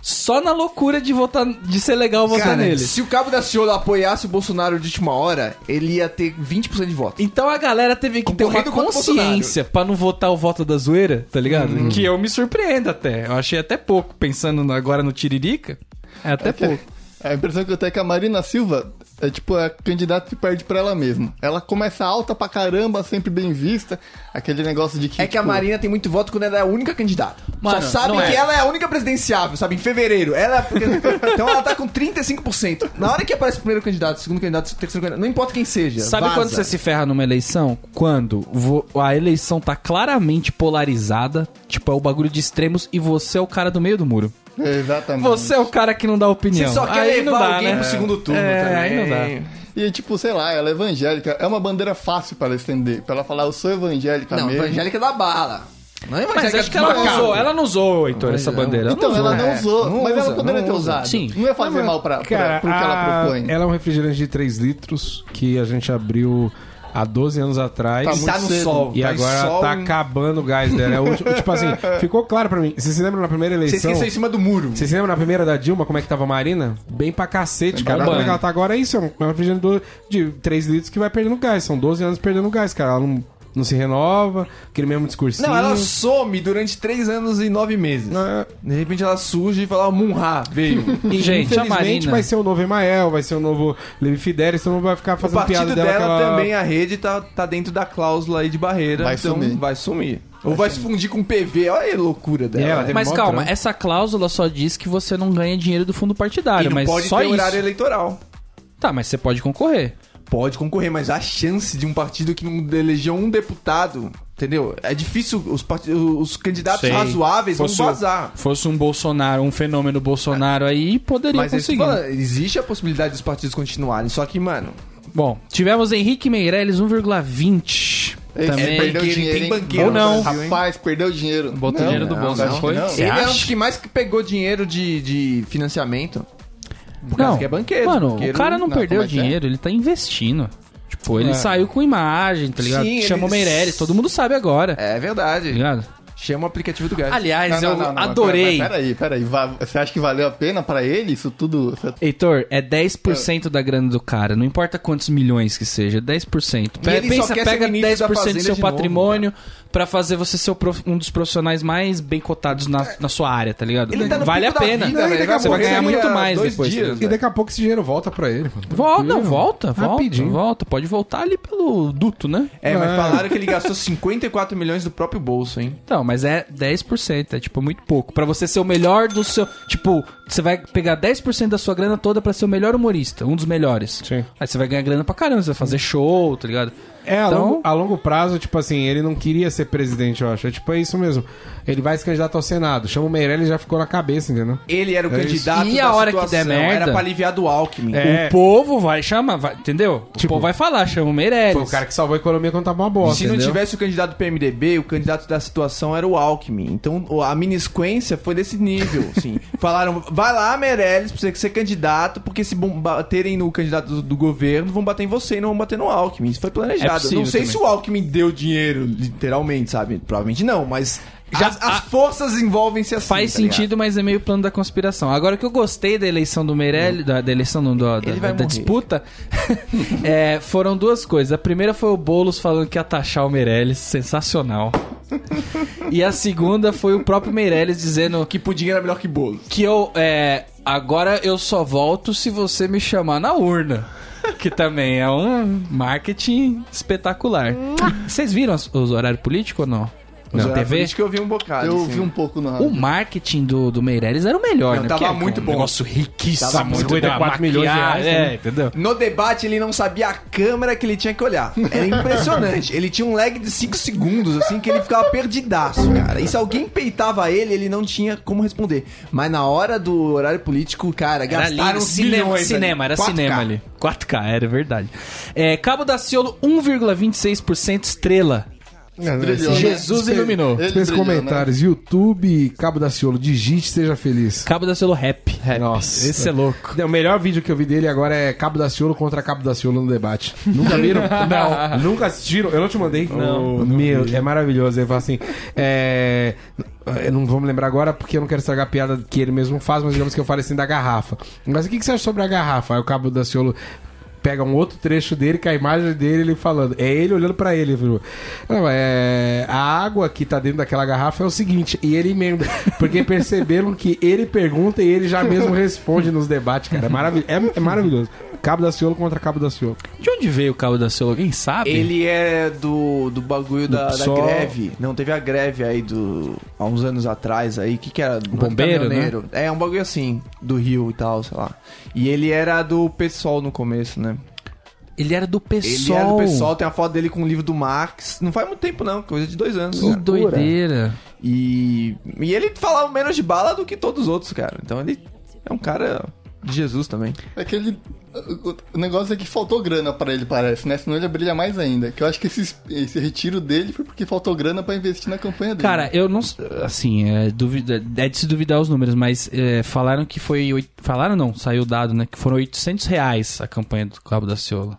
Speaker 1: Só na loucura de votar, de ser legal votar
Speaker 2: Cara,
Speaker 1: nele.
Speaker 2: se o Cabo da Ciola apoiasse o Bolsonaro de última hora, ele ia ter 20% de voto.
Speaker 1: Então a galera teve que ter uma
Speaker 2: Concorrendo contra o Uhum.
Speaker 1: consciência pra não votar o voto da zoeira, tá ligado? Que eu me surpreendo até. Eu achei até pouco, pensando no- agora no Tiririca. É até pouco.
Speaker 4: A impressão que eu tenho é que a Marina Silva é tipo a candidata que perde pra ela mesma. Ela começa alta pra caramba, sempre bem vista. Aquele negócio de que.
Speaker 2: É que a
Speaker 4: tipo,
Speaker 2: Marina tem muito voto quando ela é a única candidata.
Speaker 1: Mano,
Speaker 2: Só sabe
Speaker 1: não é.
Speaker 2: que ela é a única presidenciável, sabe? Em fevereiro. Ela é a primeira- <laughs> Então ela tá com 35%. Na hora que aparece o primeiro candidato, o segundo candidato, o terceiro candidato, não importa quem seja.
Speaker 1: Sabe
Speaker 2: vaza.
Speaker 1: quando você se ferra numa eleição? Quando vo- a eleição tá claramente polarizada, tipo, é o bagulho de extremos e você é o cara do meio do muro.
Speaker 4: é, Exatamente.
Speaker 1: Você é o cara que não dá
Speaker 2: Você
Speaker 1: opinião.
Speaker 2: só quer
Speaker 1: aí
Speaker 2: levar
Speaker 1: não dá,
Speaker 2: alguém
Speaker 1: né?
Speaker 2: pro segundo turno
Speaker 1: É,
Speaker 2: também.
Speaker 1: aí não dá.
Speaker 4: E tipo, sei lá, ela é evangélica. É uma bandeira fácil pra ela estender. Pra ela falar, eu sou evangélica
Speaker 2: Não,
Speaker 4: Tá mesmo.
Speaker 2: evangélica dá bala. Não é evangélica
Speaker 1: Mas acho que ela não
Speaker 2: desmarcada.
Speaker 1: usou, ela não usou, Heitor, essa bandeira. Ela
Speaker 4: Então,
Speaker 1: não
Speaker 4: ela
Speaker 1: usou.
Speaker 4: não
Speaker 2: É,
Speaker 4: usou,
Speaker 2: não
Speaker 4: mas
Speaker 2: usa,
Speaker 4: ela poderia
Speaker 2: não
Speaker 4: ter
Speaker 2: usa.
Speaker 4: usado.
Speaker 1: Sim.
Speaker 4: Não ia fazer
Speaker 3: Mas,
Speaker 4: mal pra, pra,
Speaker 3: cara,
Speaker 4: pro que ela
Speaker 3: a-
Speaker 4: propõe.
Speaker 3: Ela é um refrigerante de 3 litros que a gente abriu há 12 anos atrás.
Speaker 4: Tá
Speaker 2: E tá
Speaker 4: muito
Speaker 2: no
Speaker 4: cedo.
Speaker 2: sol.
Speaker 3: E
Speaker 2: tá
Speaker 3: agora
Speaker 2: sol,
Speaker 3: tá acabando o gás dela. É o último-
Speaker 4: <laughs>
Speaker 3: tipo assim, ficou claro pra mim. Vocês se lembram na primeira
Speaker 2: Você
Speaker 3: eleição?
Speaker 2: esqueceu em cima do muro.
Speaker 3: Vocês se lembram na primeira da Dilma, como é que tava a Marina? Bem pra cacete, cara. Olha Como é que ela tá agora? É isso, é um é um refrigerador de 3 litros que vai perdendo gás. São 12 anos perdendo gás, cara. Ela não, não se renova, aquele mesmo discursinho.
Speaker 2: Não, ela some durante 3 anos e 9 meses.
Speaker 3: É,
Speaker 2: De repente ela surge e fala, Munha, veio.
Speaker 1: E, gente, a
Speaker 3: Infelizmente
Speaker 1: Marina...
Speaker 3: vai ser o novo Emael, vai ser o novo Levi Fidelis, então não vai ficar
Speaker 2: O
Speaker 3: fazendo
Speaker 2: partido
Speaker 3: piada dela.
Speaker 2: dela
Speaker 3: que ela-
Speaker 1: é
Speaker 2: também, a rede, tá, tá dentro da cláusula aí de barreira.
Speaker 4: Vai
Speaker 2: então
Speaker 4: sumir.
Speaker 2: vai sumir. Ou vai se fundir com o PV. Olha aí a loucura dela.
Speaker 3: E ela
Speaker 2: né?
Speaker 3: teve
Speaker 1: É, Mas
Speaker 3: mó
Speaker 1: calma,
Speaker 3: trampo.
Speaker 1: essa cláusula só diz que você não ganha dinheiro do fundo partidário,
Speaker 2: E não
Speaker 1: mas
Speaker 2: pode
Speaker 1: só
Speaker 2: ter
Speaker 1: isso.
Speaker 2: horário eleitoral.
Speaker 1: Tá, mas você pode concorrer.
Speaker 2: Pode concorrer, mas a chance de um partido que não elegeu um deputado, entendeu? É difícil, os, parti- os candidatos
Speaker 1: Sei.
Speaker 2: razoáveis
Speaker 1: Fosse o-
Speaker 2: vão vazar.
Speaker 1: Fosse um Bolsonaro, um fenômeno Bolsonaro aí, poderia
Speaker 2: Mas é isso que
Speaker 1: conseguir.
Speaker 2: eu tô falando, existe a possibilidade dos partidos continuarem, só que, mano,
Speaker 1: Bom, tivemos Henrique Meirelles 1,20.
Speaker 4: Esse
Speaker 1: Também.
Speaker 4: perdeu
Speaker 2: Banqueiro,
Speaker 4: dinheiro,
Speaker 2: tem
Speaker 4: hein?
Speaker 2: banqueiro
Speaker 1: Ou não.
Speaker 2: no Brasil, hein?
Speaker 4: Rapaz, perdeu dinheiro.
Speaker 6: Botou dinheiro do bolso,
Speaker 4: acho
Speaker 6: não
Speaker 4: que
Speaker 6: foi?
Speaker 2: ele é um
Speaker 1: acha?
Speaker 2: dos que mais que pegou dinheiro de, de financiamento. Por causa
Speaker 1: Não,
Speaker 2: que é banqueiro.
Speaker 1: mano,
Speaker 2: banqueiro-
Speaker 1: o cara não,
Speaker 4: não,
Speaker 1: perdeu
Speaker 4: como é que é?
Speaker 1: dinheiro, ele tá investindo. Tipo, ele
Speaker 3: É.
Speaker 1: saiu com imagem, tá ligado?
Speaker 2: Sim,
Speaker 1: Chamou
Speaker 2: ele-
Speaker 1: Meirelles, todo mundo sabe agora,
Speaker 2: É verdade.
Speaker 1: tá ligado?
Speaker 2: Chama o aplicativo do gás.
Speaker 1: Aliás,
Speaker 4: Não,
Speaker 1: eu
Speaker 4: não, não, não, mas
Speaker 1: adorei.
Speaker 4: pera- Peraí, peraí. Va- Você acha que valeu a pena pra ele isso tudo? Essa-
Speaker 1: Heitor, é 10% da grana do cara. Não importa quantos milhões que seja, é 10%. Pe
Speaker 2: ele só
Speaker 1: pensa,
Speaker 2: quer ser
Speaker 1: pega
Speaker 2: ministro da
Speaker 1: 10% do
Speaker 2: Fazenda
Speaker 1: seu
Speaker 2: de novo,
Speaker 1: patrimônio pra fazer você ser o prof- um dos profissionais mais bem cotados na, na sua área, tá ligado?
Speaker 2: Ele tá no
Speaker 1: vale a
Speaker 2: pico da
Speaker 1: pena.
Speaker 2: vida, velho.
Speaker 1: você vai
Speaker 3: Daqui a
Speaker 1: ganhar
Speaker 3: pouco
Speaker 1: muito
Speaker 2: seria
Speaker 1: mais
Speaker 2: dois
Speaker 1: depois.
Speaker 2: dias.
Speaker 1: tá ligado?
Speaker 3: E daqui a pouco esse dinheiro volta pra ele. mano.
Speaker 1: Volta, não, volta, volta,
Speaker 3: Rapidinho.
Speaker 1: volta. Pode voltar ali pelo duto, né?
Speaker 2: É, mas
Speaker 3: Ah.
Speaker 2: falaram que ele gastou 54 milhões do próprio bolso, hein?
Speaker 1: Não, mas é 10%, é tipo muito pouco. Pra você ser o melhor do seu, tipo, você vai pegar 10% da sua grana toda pra ser o melhor humorista, um dos melhores.
Speaker 3: Sim.
Speaker 1: Aí você vai ganhar grana pra caramba, você vai fazer show, tá ligado?
Speaker 3: É, a,
Speaker 1: Então-
Speaker 3: longo, a longo prazo, tipo assim, ele não queria ser presidente, eu acho. É tipo, é isso mesmo. Ele vai se candidatar ao Senado. Chama o Meirelles e já ficou na cabeça, entendeu?
Speaker 2: Ele era o
Speaker 3: É isso.
Speaker 2: candidato
Speaker 1: E
Speaker 2: da
Speaker 1: a hora que
Speaker 2: situação.
Speaker 1: der merda?
Speaker 2: Era pra aliviar do Alckmin.
Speaker 3: É.
Speaker 1: O povo vai chamar, vai- entendeu? o
Speaker 3: Tipo,
Speaker 1: povo vai falar, chama o Meirelles.
Speaker 3: Foi o cara que salvou a economia quando tava uma bosta,
Speaker 2: Se não
Speaker 3: entendeu?
Speaker 2: tivesse o candidato do PMDB, o candidato da situação era o Alckmin. Então o- a minisquência foi desse nível,
Speaker 1: <laughs>
Speaker 2: assim. Falaram, vai lá, Meirelles, pra você ser candidato, porque se bom- baterem no candidato do, do governo, vão bater em você e não vão bater no Alckmin. Isso foi
Speaker 1: É
Speaker 2: planejado.
Speaker 1: possível
Speaker 2: não sei
Speaker 1: também.
Speaker 2: se o Alckmin deu dinheiro, literalmente, sabe? Provavelmente não, mas
Speaker 1: Já-
Speaker 2: as, as forças envolvem-se assim.
Speaker 1: Faz
Speaker 2: tá ligado?
Speaker 1: sentido, mas é meio plano da conspiração. Agora o que eu gostei da eleição do Meirelles, da, da eleição não, do- da,
Speaker 2: Ele vai
Speaker 1: da
Speaker 2: morrer.
Speaker 1: disputa, <laughs> é, foram duas coisas. A primeira foi o Boulos falando que ia taxar o Meirelles, sensacional. e a segunda foi o próprio Meirelles dizendo
Speaker 2: Que pudim era melhor que bolo.
Speaker 1: que eu, é, agora eu só volto se você me chamar na urna. Que também é um marketing espetacular. Vocês viram as- os horários políticos ou não?
Speaker 2: Mas era
Speaker 1: TV?
Speaker 2: política, eu vi um bocado.
Speaker 4: Eu
Speaker 2: assim.
Speaker 4: vi um pouco na
Speaker 1: O marketing do, do Meirelles era o melhor,
Speaker 2: Não,
Speaker 1: né?
Speaker 2: tava
Speaker 1: Porque era
Speaker 2: muito
Speaker 1: um
Speaker 2: bom.
Speaker 1: Negócio riquíssimo.
Speaker 2: Tava muito
Speaker 1: doido,
Speaker 3: bom. 4 milhões de
Speaker 1: maquiagem,
Speaker 3: reais, né?
Speaker 1: É, entendeu?
Speaker 2: No debate, ele não sabia a câmera que ele tinha que olhar. Era impressionante. ele tinha um lag de 5 segundos, assim, que ele ficava perdidaço, cara. E se alguém peitava ele, ele não tinha como responder. Mas na hora do horário político, cara,
Speaker 1: Era
Speaker 2: gastaram um
Speaker 1: ali,
Speaker 2: uns
Speaker 1: cinema,
Speaker 2: milhões ali.
Speaker 1: cinema, era
Speaker 2: 4K.
Speaker 1: cinema ali. 4K, era verdade. É, Cabo da Ciolo, 1,26% estrela.
Speaker 4: Brilhou, né?
Speaker 1: Jesus iluminou.
Speaker 4: Ele
Speaker 3: Fez
Speaker 4: brilhou, né?
Speaker 3: comentários, YouTube, Cabo da Ciolo, digite, seja feliz.
Speaker 1: Cabo da Ciolo rap.
Speaker 3: Nossa.
Speaker 1: Esse é louco.
Speaker 3: O melhor vídeo que eu vi dele agora é Cabo da Ciolo contra Cabo da Ciolo no debate. Nunca viram? <laughs> não. Nunca assistiram? Eu não te mandei? Não. meu, é maravilhoso. Ele fala assim, é... Eu não vou me lembrar agora porque eu não quero estragar a piada que ele mesmo faz, mas digamos que eu falei assim da garrafa. Mas o que que você acha sobre a garrafa? Aí o Cabo da Ciolo pega um outro trecho dele com a imagem dele ele falando. É ele olhando pra ele. ele falou, Não, é... A água que tá dentro daquela garrafa é o seguinte, e ele emenda. Porque perceberam que ele pergunta e ele já mesmo responde nos debates, cara. É, maravilhoso é, é maravilhoso. Cabo da Ciolo contra Cabo da Ciolo.
Speaker 1: De onde veio o Cabo da Ciolo? Alguém sabe?
Speaker 2: Ele é do, do bagulho da, da
Speaker 3: PSOL.
Speaker 2: greve. Não, teve a greve aí do. há uns anos atrás aí. O que, que era? Do
Speaker 1: bombeiro, né?
Speaker 2: caminhoneiro. É, um bagulho assim, do Rio e tal, sei lá. E ele era do PSOL no começo, né?
Speaker 1: Ele era do
Speaker 2: Ele
Speaker 1: PSOL.
Speaker 2: era do PSOL, tem a foto dele com o livro do Marx. Não faz muito tempo, não, coisa de dois anos.
Speaker 1: Que
Speaker 2: cara.
Speaker 1: doideira.
Speaker 2: E, e ele falava menos de bala do que todos os outros, cara. Então ele é um cara de Jesus também.
Speaker 4: É que ele. o- O negócio é que faltou grana pra ele, parece, né? Senão ele brilha mais ainda. Que eu acho que esse, esse retiro dele foi porque faltou grana pra investir na campanha dele.
Speaker 1: Cara, eu não. s- Assim, é, duvida, é de se duvidar os números, mas é, falaram que foi. oit- Falaram não, saiu o dado, né? Que foram 800 reais a campanha do Cabo da Ciolo.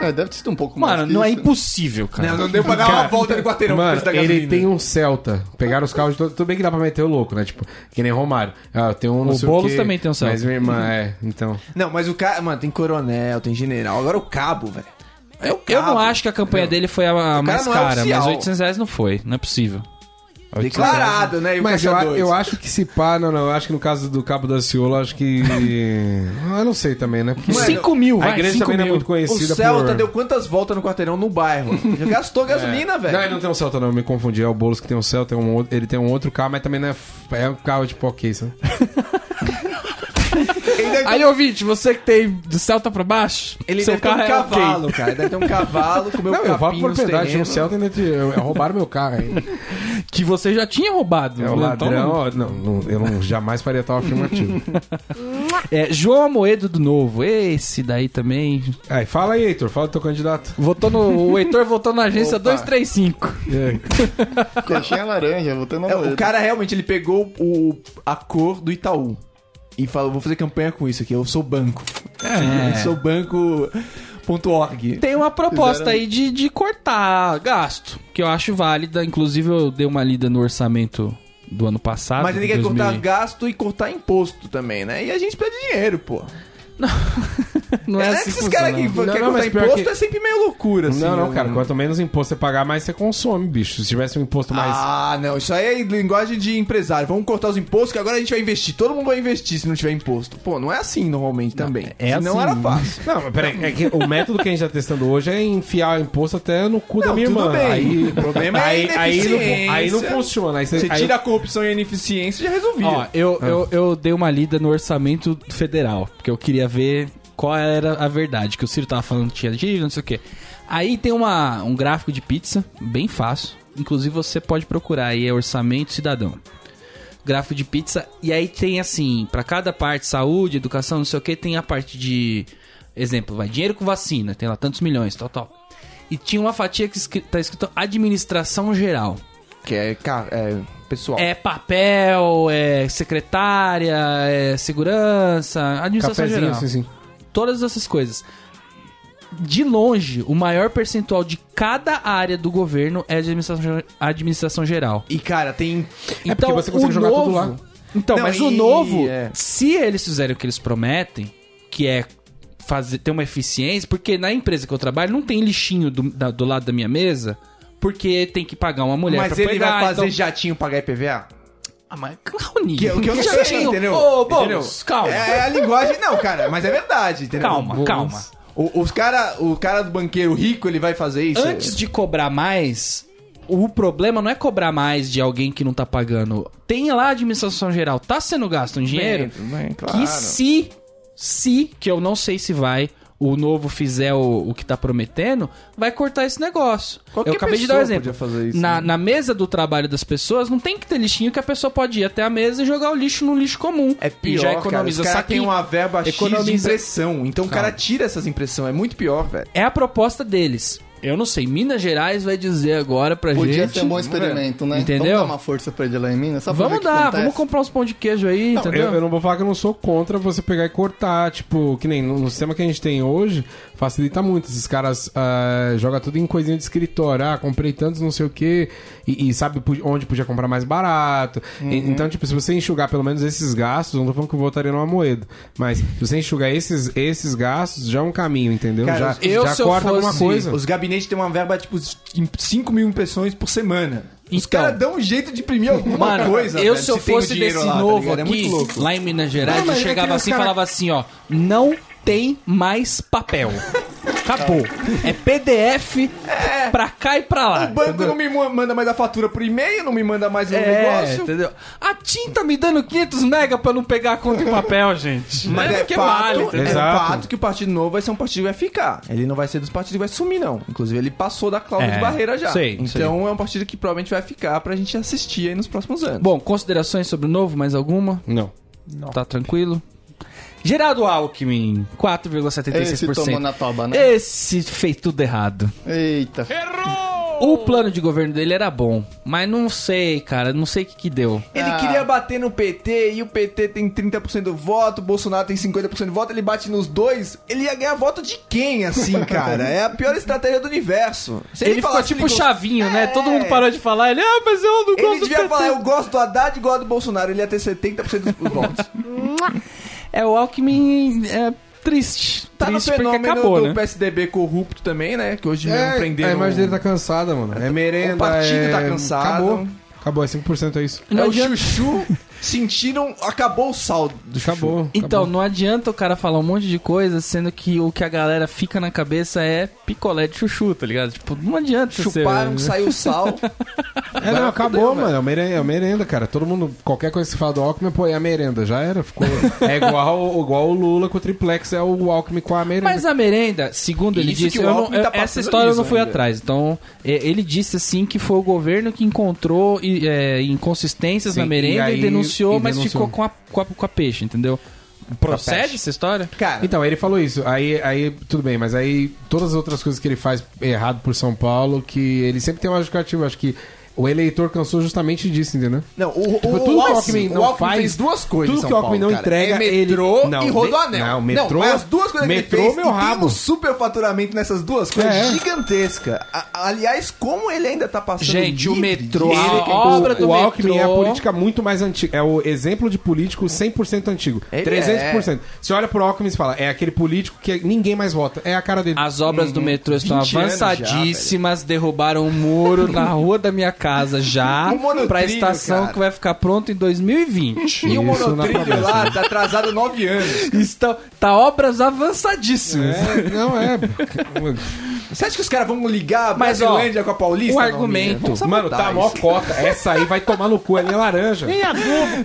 Speaker 4: É, deve ter sido um pouco mais.
Speaker 1: Mano,
Speaker 4: que
Speaker 1: não é
Speaker 4: isso.
Speaker 1: impossível, cara.
Speaker 2: Não, deu pra dar uma volta de quarteirão
Speaker 3: Mano, ele tem um Celta. Pegaram os carros de todo. Tudo bem que dá pra meter o louco, né? Tipo, que nem Romário. Ah, tem um não
Speaker 1: O
Speaker 3: sei
Speaker 1: Boulos
Speaker 3: quê.
Speaker 1: também tem um Celta.
Speaker 3: Mas minha irmã, é. Então.
Speaker 2: Não, mas o cara. Mano, tem coronel, tem general. Agora o cabo, velho. É
Speaker 1: Eu
Speaker 2: o cabo.
Speaker 1: não acho que a campanha dele foi a, a mais
Speaker 2: não é
Speaker 1: cara,
Speaker 2: oficial.
Speaker 1: mas 800 reais não foi. Não é possível.
Speaker 2: Declarado, né? E o
Speaker 3: Mas eu,
Speaker 2: caixa
Speaker 3: a-
Speaker 2: dois.
Speaker 3: eu acho que se pá, não, não. Eu acho que no caso do Cabo da Ciolo, eu acho <laughs> que. eu não sei também, né? Porque
Speaker 1: 5 mil,
Speaker 3: a
Speaker 1: vai,
Speaker 3: igreja
Speaker 1: 5
Speaker 3: também não é
Speaker 1: mil.
Speaker 3: muito
Speaker 2: O
Speaker 3: conhecida.
Speaker 2: Celta
Speaker 3: por...
Speaker 2: deu quantas voltas no quarteirão no bairro? Já gastou gasolina,
Speaker 3: Não, ele
Speaker 2: velho.
Speaker 3: não tem um Celta, não. Eu me confundi. É o Boulos que tem um Celta, é um outro- ele tem um outro carro, mas também não é. f- É um carro tipo ok, sabe?
Speaker 2: Ele deve um-
Speaker 1: Aí, ouvinte, você que tem do Celta pra baixo,
Speaker 2: Ele
Speaker 1: seu
Speaker 2: deve ter um
Speaker 1: carro é ok.
Speaker 2: cavalo, cara. Ele Deve ter um <laughs> cavalo, comeu
Speaker 3: Não, eu falo
Speaker 2: capim nos
Speaker 3: propriedade. Tinha um
Speaker 2: terrenos.
Speaker 3: Celta ainda. te- eu- eu- Roubaram meu carro ainda.
Speaker 1: Que você já tinha roubado.
Speaker 3: <laughs> É o
Speaker 1: Então,
Speaker 3: ladrão. ó, Não, não, eu não, jamais faria tal <laughs> afirmativo.
Speaker 1: É, João Amoedo do Novo, esse daí também.
Speaker 3: Aí, fala aí, Heitor. Fala do teu candidato.
Speaker 1: Votou no, o Heitor votou na agência 235.
Speaker 3: tá
Speaker 4: Coxinha laranja, vou ter na
Speaker 2: É,
Speaker 4: moeda.
Speaker 2: o cara realmente ele pegou o, a cor do Itaú e falou: vou fazer campanha com isso aqui, eu sou banco. Eu sou banco.org.
Speaker 1: Tem uma proposta aí de, de cortar gasto, que eu acho válida. Inclusive, eu dei uma lida no orçamento do ano passado.
Speaker 2: Mas ele quer
Speaker 1: 2000.
Speaker 2: cortar gasto e cortar imposto também, né? E a gente precisa de dinheiro, pô.
Speaker 1: Não
Speaker 2: é
Speaker 1: é,
Speaker 2: né,
Speaker 1: assim
Speaker 2: que
Speaker 1: que
Speaker 2: esses caras que
Speaker 1: funciona.
Speaker 2: querem
Speaker 3: Não,
Speaker 2: cortar
Speaker 3: não, mas pior
Speaker 2: imposto
Speaker 3: que-
Speaker 2: é sempre meio loucura, assim.
Speaker 3: não, não,
Speaker 2: né?
Speaker 3: cara. Quanto menos imposto você pagar, mais você consome, bicho. Se tivesse um imposto mais.
Speaker 2: Ah, não, isso aí é linguagem de empresário. Vamos cortar os impostos que agora a gente vai investir. Todo mundo vai investir se não tiver imposto. Pô, não é assim normalmente também.
Speaker 1: é
Speaker 2: Senão
Speaker 1: assim.
Speaker 2: era
Speaker 1: <laughs>
Speaker 2: fácil.
Speaker 3: Não, mas peraí. É que o método que a gente tá testando hoje é enfiar o imposto até no cu da
Speaker 2: Não,
Speaker 3: minha
Speaker 2: tudo
Speaker 3: irmã.
Speaker 2: bem.
Speaker 3: Aí,
Speaker 2: O problema é a
Speaker 3: aí, aí, não,
Speaker 2: ineficiência.
Speaker 3: aí não funciona. Aí você,
Speaker 2: Você
Speaker 3: aí-
Speaker 2: tira a corrupção e a ineficiência e já resolvia.
Speaker 1: Ó, eu, eu, eu dei uma lida no orçamento federal, porque eu queria ver qual era a verdade, que o Ciro tava falando que tinha dívida, não sei o quê. Aí tem uma, um gráfico de pizza, bem fácil. Inclusive você pode procurar aí, é orçamento cidadão. Gráfico de pizza, e aí tem assim, pra cada parte, saúde, educação, não sei o que, tem a parte de. Exemplo, vai, dinheiro com vacina, tem lá tantos milhões, tal, tal. E tinha uma fatia que escri- tá escrito administração geral.
Speaker 2: Que é, cara, é pessoal.
Speaker 1: É papel, é secretária, é segurança, administração
Speaker 3: Cafezinho,
Speaker 1: geral.
Speaker 3: assim, assim.
Speaker 1: Todas essas coisas. De longe, o maior percentual de cada área do governo é de administração, administração geral. Então,
Speaker 2: E, cara, tem.
Speaker 3: É porque você consegue
Speaker 1: o
Speaker 3: jogar tudo lá.
Speaker 1: Então,
Speaker 2: Não,
Speaker 1: mas o
Speaker 2: e-
Speaker 1: novo,
Speaker 2: é.
Speaker 1: se eles fizerem o que eles prometem, que é fazer ter uma eficiência, porque na empresa que eu trabalho não tem lixinho do, da- do lado da minha mesa, porque tem que pagar uma mulher
Speaker 2: mas
Speaker 1: pra
Speaker 2: ele
Speaker 1: pegar,
Speaker 2: vai fazer
Speaker 1: então-
Speaker 2: jatinho pagar IPVA?
Speaker 1: ah, mas Raoni.
Speaker 2: Que- que eu não sei, entendeu?
Speaker 1: Ô,
Speaker 2: Entendeu?
Speaker 1: Boulos, calma.
Speaker 2: É, é a linguagem. Não, cara, mas é verdade, entendeu?
Speaker 1: calma, calma.
Speaker 2: O, os cara, o cara do banqueiro rico, ele vai fazer isso?
Speaker 1: Antes de cobrar mais, o problema não é cobrar mais de alguém que não tá pagando. Tem lá a administração geral, tá sendo gasto um dinheiro? Que se, se, que eu não sei se vai, o novo fizer o, o que tá prometendo, vai cortar esse negócio. eu acabei de dar um
Speaker 2: pessoa
Speaker 1: exemplo.
Speaker 2: podia fazer isso,
Speaker 1: na,
Speaker 2: né?
Speaker 1: na mesa do trabalho das pessoas, não tem que ter lixinho que a pessoa pode ir até a mesa e jogar o lixo no lixo comum.
Speaker 2: É pior,
Speaker 1: e já economiza
Speaker 2: cara. Os cara
Speaker 1: saquinho.
Speaker 2: tem um uma verba X de
Speaker 1: economiza-
Speaker 2: impressão. Então o cara tira essas impressões. É muito pior, velho.
Speaker 1: É a proposta deles. Eu não sei, Minas Gerais vai dizer agora pra
Speaker 4: Podia
Speaker 1: gente.
Speaker 4: ser um bom experimento, né?
Speaker 1: Entendeu?
Speaker 4: Vamos dar uma força pra ele lá em Minas? Só pra ver
Speaker 1: Vamos
Speaker 4: o que
Speaker 1: dar,
Speaker 4: acontece.
Speaker 1: vamos comprar uns pão de queijo aí, entendeu?
Speaker 3: Eu, eu não vou falar que eu não sou contra você pegar e cortar, tipo, que nem no, no sistema que a gente tem hoje, facilita muito. Esses caras ah, jogam tudo em coisinha de escritório, ah, comprei tantos, não sei o quê, e, e sabe pu- onde podia comprar mais barato. E- então, tipo, se você enxugar pelo menos esses gastos, não tô falando que eu voltaria numa moeda, mas se você enxugar esses, esses gastos, já é um caminho, entendeu?
Speaker 2: Cara,
Speaker 3: já
Speaker 1: eu,
Speaker 3: já
Speaker 1: se eu
Speaker 3: corta alguma
Speaker 1: fosse-
Speaker 3: coisa.
Speaker 2: Os gabinetes têm uma verba, tipo, de 5 mil impressões por semana. Os
Speaker 1: Então.
Speaker 2: caras dão um jeito de imprimir alguma
Speaker 1: Mano,
Speaker 2: coisa.
Speaker 1: eu
Speaker 2: velho,
Speaker 1: se eu
Speaker 2: tem o
Speaker 1: fosse
Speaker 2: dinheiro
Speaker 1: desse
Speaker 2: lá, tá
Speaker 1: novo
Speaker 2: ligado? É
Speaker 1: aqui,
Speaker 2: muito louco.
Speaker 1: lá em Minas Gerais,
Speaker 3: Não,
Speaker 1: eu
Speaker 3: mas é que
Speaker 1: chegava
Speaker 3: os
Speaker 1: assim e
Speaker 3: cara-
Speaker 1: falava assim, ó, não tem mais papel. Acabou. É PDF pra cá e pra lá.
Speaker 2: O banco não me ma- manda mais a fatura por e-mail, não me manda mais um
Speaker 1: É,
Speaker 2: negócio.
Speaker 1: entendeu? A tinta me dando 500 mega pra não pegar a conta em papel, gente.
Speaker 2: Mas é,
Speaker 1: porque vale,
Speaker 2: fato,
Speaker 1: entendeu?
Speaker 2: é
Speaker 3: Exato.
Speaker 2: fato que o Partido Novo vai ser um partido que vai ficar. Ele não vai ser dos partidos que vai sumir, não. Inclusive, ele passou da cláusula
Speaker 1: É,
Speaker 2: de barreira já.
Speaker 1: sei,
Speaker 2: então, é um partido que provavelmente vai ficar pra gente assistir aí nos próximos anos.
Speaker 1: Bom, considerações sobre o novo, mais alguma?
Speaker 3: Não.
Speaker 1: Tá tranquilo? Geraldo Alckmin, 4,76%.
Speaker 4: Esse tomou na toba, né?
Speaker 1: Esse fez tudo errado.
Speaker 4: Eita.
Speaker 1: O plano de governo dele era bom, mas não sei, cara, não sei o que que deu.
Speaker 2: Ele
Speaker 4: Ah.
Speaker 2: queria bater no PT e o PT tem 30% do voto, o Bolsonaro tem 50% do voto, ele bate nos dois, ele ia ganhar voto de quem, assim,
Speaker 1: <laughs>
Speaker 2: cara? É a pior estratégia do universo. Se
Speaker 1: Ele, ficou
Speaker 2: falasse,
Speaker 1: tipo
Speaker 2: ele
Speaker 1: o
Speaker 2: gost-
Speaker 1: chavinho, né?
Speaker 2: É.
Speaker 1: Todo mundo parou de falar, ele, ah, mas eu não
Speaker 2: Ele
Speaker 1: gosto
Speaker 2: devia
Speaker 1: do PT.
Speaker 2: falar, eu gosto do Haddad e gosto do Bolsonaro, ele ia ter 70%
Speaker 1: <laughs>
Speaker 2: dos votos.
Speaker 1: É, o Alckmin é triste.
Speaker 2: Tá
Speaker 1: triste
Speaker 2: no
Speaker 1: porque
Speaker 2: fenômeno
Speaker 1: acabou,
Speaker 2: do
Speaker 1: né? É,
Speaker 2: PSDB corrupto também, né? Que hoje mesmo
Speaker 3: É, a
Speaker 2: prenderam...
Speaker 3: imagem dele tá cansada, mano. É merenda,
Speaker 2: um- o partido
Speaker 3: é...
Speaker 2: tá cansado.
Speaker 3: Acabou. Acabou, é 5% é isso.
Speaker 2: É
Speaker 1: Não
Speaker 2: o
Speaker 1: adianta-
Speaker 2: chuchu, sentiram, acabou o saldo do chuchu.
Speaker 3: Acabou.
Speaker 1: Então,
Speaker 3: acabou.
Speaker 1: não adianta o cara falar um monte de coisa, sendo que o que a galera fica na cabeça é picolé de chuchu, tá ligado? Tipo, não adianta
Speaker 2: Chuparam, um
Speaker 1: ser...
Speaker 2: saiu
Speaker 1: <laughs>
Speaker 2: o sal.
Speaker 3: É, não, acabou,
Speaker 2: fudeu,
Speaker 3: mano. É o merenda, é o merenda, cara. Todo mundo, qualquer coisa que se fala do Alckmin, pô, é a merenda. Já era, ficou. <laughs> É igual, igual o Lula com o triplex, é o Alckmin com a merenda.
Speaker 1: Mas a merenda, segundo ele
Speaker 2: Isso
Speaker 1: disse,
Speaker 2: que o
Speaker 1: eu não-
Speaker 2: Alckmin tá
Speaker 1: eu- essa
Speaker 2: passando
Speaker 1: história eu não
Speaker 2: liso
Speaker 1: fui
Speaker 2: ainda.
Speaker 1: atrás. Então, é, ele disse assim que foi o governo que encontrou e, é, inconsistências
Speaker 3: Sim,
Speaker 1: na merenda e,
Speaker 3: e aí-
Speaker 1: denunciou,
Speaker 3: e
Speaker 1: mas
Speaker 3: denunciou.
Speaker 1: ficou com a, com, a, com a peixe, entendeu? Procede essa história?
Speaker 2: Cara,
Speaker 3: Então, ele falou isso. Aí, aí, tudo bem, mas aí todas as outras coisas que ele faz errado por São Paulo, que ele sempre tem uma justificativa. Acho que o eleitor cansou justamente disso, entendeu?
Speaker 2: não, o, o,
Speaker 3: Tipo, tudo que o
Speaker 2: o Alckmin,
Speaker 3: Alckmin não
Speaker 2: o Alckmin
Speaker 3: faz-
Speaker 2: fez duas coisas.
Speaker 3: tudo
Speaker 2: em São
Speaker 3: que o Alckmin
Speaker 2: Paulo,
Speaker 3: não
Speaker 2: cara.
Speaker 3: entrega,
Speaker 2: é
Speaker 3: ele-
Speaker 2: metrô
Speaker 3: Não,
Speaker 2: e
Speaker 3: me-
Speaker 2: Rodoanel.
Speaker 3: não, metrô-
Speaker 2: mas as duas coisas que
Speaker 3: metrô,
Speaker 2: ele fez,
Speaker 3: meu
Speaker 2: e tem
Speaker 3: rabo.
Speaker 2: um superfaturamento nessas duas coisas
Speaker 3: É.
Speaker 2: gigantesca. A- aliás, como ele ainda tá passando
Speaker 1: Gente, o
Speaker 2: livre
Speaker 1: metrô,
Speaker 2: disso,
Speaker 1: a
Speaker 2: cara?
Speaker 1: obra do
Speaker 3: o Alckmin
Speaker 1: metrô...
Speaker 3: é a política muito mais antiga. É o exemplo de político 100% antigo.
Speaker 2: Ele
Speaker 3: 300%. Você olha pro Alckmin e fala, é aquele político que ninguém mais vota. É a cara dele.
Speaker 1: As obras do metrô estão
Speaker 2: 20 Uhum. anos já,
Speaker 1: avançadíssimas, derrubaram um muro na rua da minha casa já,
Speaker 2: <laughs> Um monotrilho,
Speaker 1: pra estação
Speaker 2: cara.
Speaker 1: que vai ficar pronto em 2020.
Speaker 2: <laughs> E um o
Speaker 3: Isso na
Speaker 2: monotrilho
Speaker 3: promessa,
Speaker 2: lá tá atrasado nove anos.
Speaker 1: Estão, tá obras avançadíssimas.
Speaker 3: É,
Speaker 1: <laughs>
Speaker 3: não é.
Speaker 2: Você acha que os caras vão ligar a
Speaker 1: Mas, ó,
Speaker 2: Brasilândia com a Paulista?
Speaker 1: o
Speaker 2: Norminha?
Speaker 1: argumento-
Speaker 2: Vamos
Speaker 3: Mano,
Speaker 2: sabotar
Speaker 3: tá mó
Speaker 2: isso.
Speaker 3: cota. Essa aí vai tomar no cu, ela é laranja.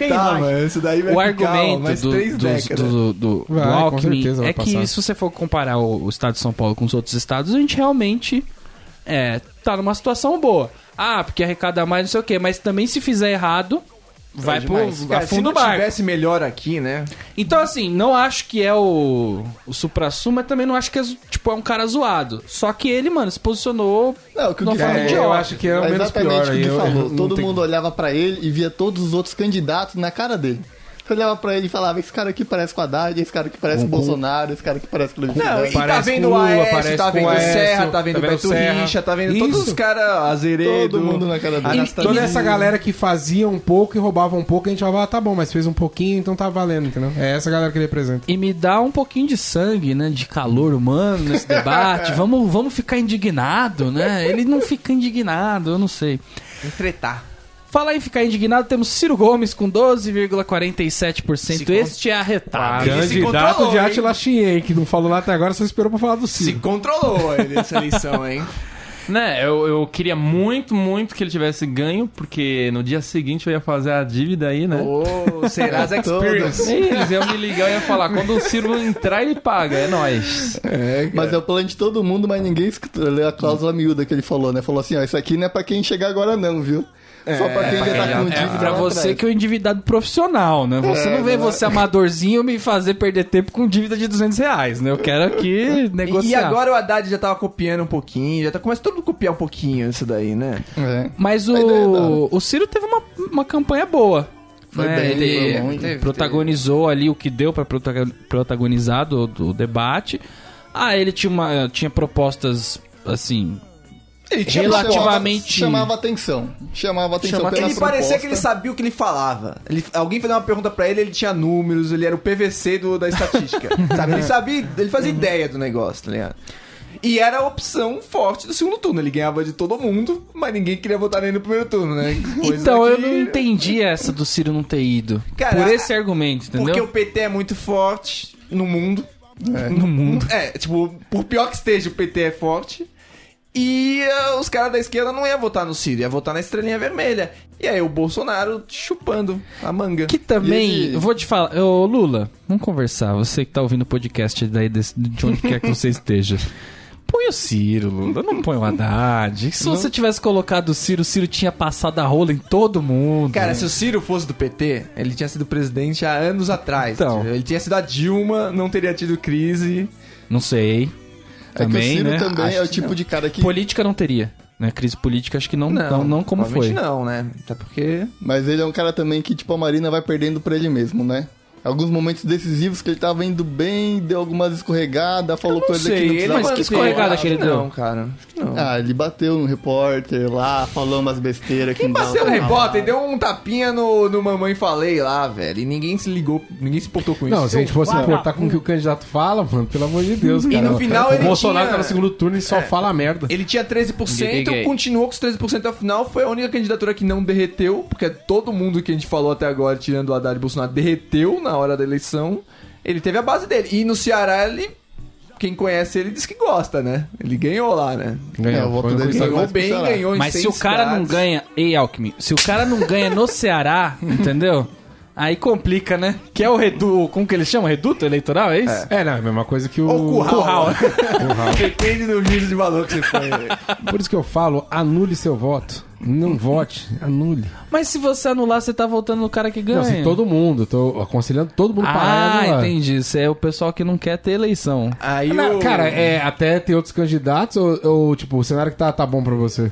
Speaker 2: Tá, mano, isso daí vai
Speaker 1: o
Speaker 2: ficar, ó,
Speaker 1: argumento
Speaker 2: mais
Speaker 1: do,
Speaker 2: três
Speaker 1: dos-
Speaker 2: décadas.
Speaker 1: do, do- do
Speaker 3: Vai, com
Speaker 1: Alckmin
Speaker 3: certeza vai
Speaker 1: é que
Speaker 3: passar.
Speaker 1: se você for comparar o, o estado de São Paulo com os outros estados, a gente realmente é, tá numa situação boa. Ah, porque arrecada mais, não sei o quê, mas também se fizer errado, vai pro
Speaker 2: Mas, cara,
Speaker 1: a fundo do
Speaker 2: se não
Speaker 1: barco.
Speaker 2: tivesse melhor aqui, né?
Speaker 1: Então, assim, não acho que é o, o supra-sumo, mas também não acho que é, zo- tipo, é um cara zoado. Só que ele, mano, se posicionou...
Speaker 4: Não, o que o
Speaker 1: Não
Speaker 4: Gui
Speaker 1: fala
Speaker 4: falou.
Speaker 3: É, eu acho que é o
Speaker 4: É
Speaker 3: menos
Speaker 4: exatamente
Speaker 3: pior.
Speaker 4: o que
Speaker 3: aí eu-
Speaker 4: falou.
Speaker 3: eu não
Speaker 4: Todo
Speaker 3: tenho-
Speaker 4: mundo olhava pra ele e via todos os outros candidatos na cara dele. Você olhava pra ele e falava, esse cara aqui parece com Haddad, esse cara aqui parece com Bolsonaro, esse cara aqui parece com Lula.
Speaker 2: Não, e tá
Speaker 3: Parece
Speaker 2: vendo
Speaker 3: com
Speaker 2: o
Speaker 3: o Lula,
Speaker 2: Aécio,
Speaker 3: parece
Speaker 2: tá
Speaker 3: com
Speaker 2: vendo
Speaker 3: o
Speaker 2: o
Speaker 3: Aécio,
Speaker 2: Serra, tá vendo o Beto
Speaker 3: Serra.
Speaker 2: Richa, tá vendo todos
Speaker 3: Isso.
Speaker 2: os caras azeredo.
Speaker 4: Todo mundo na cara dele.
Speaker 2: Anastasia.
Speaker 3: Toda essa galera que fazia um pouco e roubava um pouco, a gente falava, ah, tá bom, mas fez um pouquinho, então tá valendo, entendeu? É essa galera que ele representa.
Speaker 1: E me dá um pouquinho de sangue, né? De calor humano nesse debate. vamos, vamos ficar indignado, né? Ele não fica indignado, eu não sei.
Speaker 2: Entretar.
Speaker 1: Falar em ficar indignado, temos Ciro Gomes com 12,47%. Este é arretado.
Speaker 2: Ele se
Speaker 3: Candidato
Speaker 2: controlou,
Speaker 3: de
Speaker 2: hein?
Speaker 3: Atila Chien, que não falou lá até agora, só esperou pra falar do
Speaker 2: Se
Speaker 3: Ciro. <laughs>
Speaker 2: controlou ele nessa eleição, hein?
Speaker 6: Né, eu, eu queria muito, muito que ele tivesse ganho, porque no dia seguinte eu ia fazer a dívida aí, né?
Speaker 1: Ô, Serasa
Speaker 3: É,
Speaker 1: Experience.
Speaker 6: E eles iam me ligar e ia falar, quando o Ciro entrar, ele paga, é nóis.
Speaker 4: Mas é o plano de todo mundo, mas ninguém escutou. Leu a cláusula miúda que ele falou, né? Falou assim, ó, isso aqui não é pra quem chegar agora não, viu? Só pra quem já tá com dívida.
Speaker 1: É pra
Speaker 4: lá
Speaker 1: você
Speaker 4: atrás."
Speaker 1: que é um endividado profissional, né? Você não vê você amadorzinho me fazer perder tempo com dívida de 200 reais, né? Eu quero aqui negociar.
Speaker 2: E agora o Haddad já tava copiando um pouquinho, já tá começa todo mundo a copiar um pouquinho isso daí, né?
Speaker 4: É.
Speaker 1: Mas
Speaker 4: A ideia é
Speaker 1: o,
Speaker 4: da-
Speaker 1: o Ciro teve uma, uma campanha boa. Né?
Speaker 4: Foi bem,
Speaker 1: ele
Speaker 4: foi muito. Teve,
Speaker 1: protagonizou ali o que deu pra prota- protagonizar do, do debate. Ah, ele tinha, uma, tinha propostas, assim...
Speaker 2: Ele
Speaker 1: tinha relativamente-
Speaker 4: um Chamava atenção. Chamava atenção
Speaker 1: Chama-
Speaker 4: pela
Speaker 2: Ele parecia
Speaker 4: proposta. É
Speaker 2: que ele sabia o que ele falava. Ele- alguém fazia uma pergunta pra ele, ele tinha números, ele era o PVC do- da estatística.
Speaker 1: <laughs>
Speaker 2: sabe? Ele sabia, ele fazia
Speaker 1: Uhum.
Speaker 2: ideia do negócio, tá ligado? E era a opção forte do segundo turno. Ele ganhava de todo mundo, mas ninguém queria votar nele no primeiro turno,
Speaker 1: <laughs>
Speaker 2: né? Coisa
Speaker 1: então, eu
Speaker 2: que-
Speaker 1: não entendi essa do Ciro não ter ido.
Speaker 2: Cara,
Speaker 1: por esse argumento,
Speaker 2: Porque
Speaker 1: entendeu?
Speaker 2: o PT é muito forte no mundo. No mundo. É, tipo, por pior que esteja, o PT é forte. E ah, os caras da esquerda não iam votar no Ciro, ia votar na estrelinha vermelha. E aí o Bolsonaro chupando a manga.
Speaker 1: Que também,
Speaker 4: ele-
Speaker 1: eu vou te falar, ô Lula, vamos conversar. Você que tá ouvindo o podcast daí desse- de onde quer que você esteja. <laughs> Põe o Ciro, Lula, não põe o Haddad. Se você tivesse colocado o Ciro, o Ciro tinha passado a rola em todo mundo.
Speaker 2: Cara, se o Ciro fosse do PT, ele tinha sido presidente há anos atrás.
Speaker 1: Então.
Speaker 2: Ele tinha sido a Dilma, não teria tido crise.
Speaker 1: não sei.
Speaker 4: É que o
Speaker 1: Também,
Speaker 4: Ciro
Speaker 1: né?
Speaker 4: também
Speaker 1: Acho
Speaker 4: é o
Speaker 1: que
Speaker 4: tipo de cara que.
Speaker 1: Política não teria. Né? Crise política, acho que não, não, então não, como foi.
Speaker 2: provavelmente não, né? Até porque...
Speaker 4: Mas ele é um cara também que, tipo, a Marina vai perdendo pra ele mesmo, né? Alguns momentos decisivos que ele tava indo bem, deu algumas escorregadas, falou coisa que não precisava.
Speaker 1: mas que escorregada que ele
Speaker 2: Acho
Speaker 1: deu? É.
Speaker 2: Não, cara. Acho que não.
Speaker 4: Ah, ele bateu um repórter lá, falou umas besteiras que
Speaker 2: Quem
Speaker 4: não
Speaker 2: bateu
Speaker 4: dava
Speaker 2: no
Speaker 4: pra
Speaker 2: repórter deu um tapinha no, no Mamãe Falei lá, velho. E ninguém se ligou, ninguém se importou com isso.
Speaker 3: Não, se a gente fosse importar com o que o candidato fala, mano, pelo amor de Deus,
Speaker 2: E
Speaker 3: cara.
Speaker 2: no final
Speaker 3: o
Speaker 2: ele
Speaker 3: Bolsonaro
Speaker 2: tinha- É.
Speaker 3: tá no segundo turno e só fala merda.
Speaker 2: Ele tinha 13%,
Speaker 6: Gay, gay, gay.
Speaker 2: continuou com os 13% até o final. Foi a única candidatura que não derreteu, porque todo mundo que a gente falou até agora, tirando o Haddad e Bolsonaro, derreteu na hora da eleição. Ele teve a base dele. E no Ceará, ele. Quem conhece ele diz que gosta, né? Ele ganhou lá, né?
Speaker 4: É, o voto
Speaker 3: foi um
Speaker 4: dele-
Speaker 3: conquistador.
Speaker 2: Ganhou
Speaker 4: mais pro
Speaker 2: bem,
Speaker 4: Ceará.
Speaker 2: ganhou em
Speaker 1: Mas se o
Speaker 2: seis
Speaker 1: cara não
Speaker 2: estados.
Speaker 1: ganha. Ei, Alckmin, se o cara não ganha no Ceará, <laughs> entendeu? Aí complica, né? Que é o reduto. Como que eles chamam? Reduto eleitoral, é isso?
Speaker 3: É, não, é a mesma coisa que o.
Speaker 2: Ou curral.
Speaker 1: Curral.
Speaker 2: <laughs>
Speaker 3: curral.
Speaker 2: Depende do juízo de valor que você põe.
Speaker 3: Por isso que eu falo, anule seu voto. Não vote, anule.
Speaker 1: Mas se você anular, você tá voltando no cara que ganha.
Speaker 3: Não, assim, todo mundo, tô aconselhando todo mundo a parar
Speaker 1: Ah,
Speaker 3: e anular.
Speaker 1: entendi. Isso é o pessoal que não quer ter eleição.
Speaker 2: <laughs> Aí
Speaker 3: Não,
Speaker 2: o-
Speaker 3: Cara, é, até tem outros candidatos ou, ou, tipo, o cenário que tá, tá bom pra você?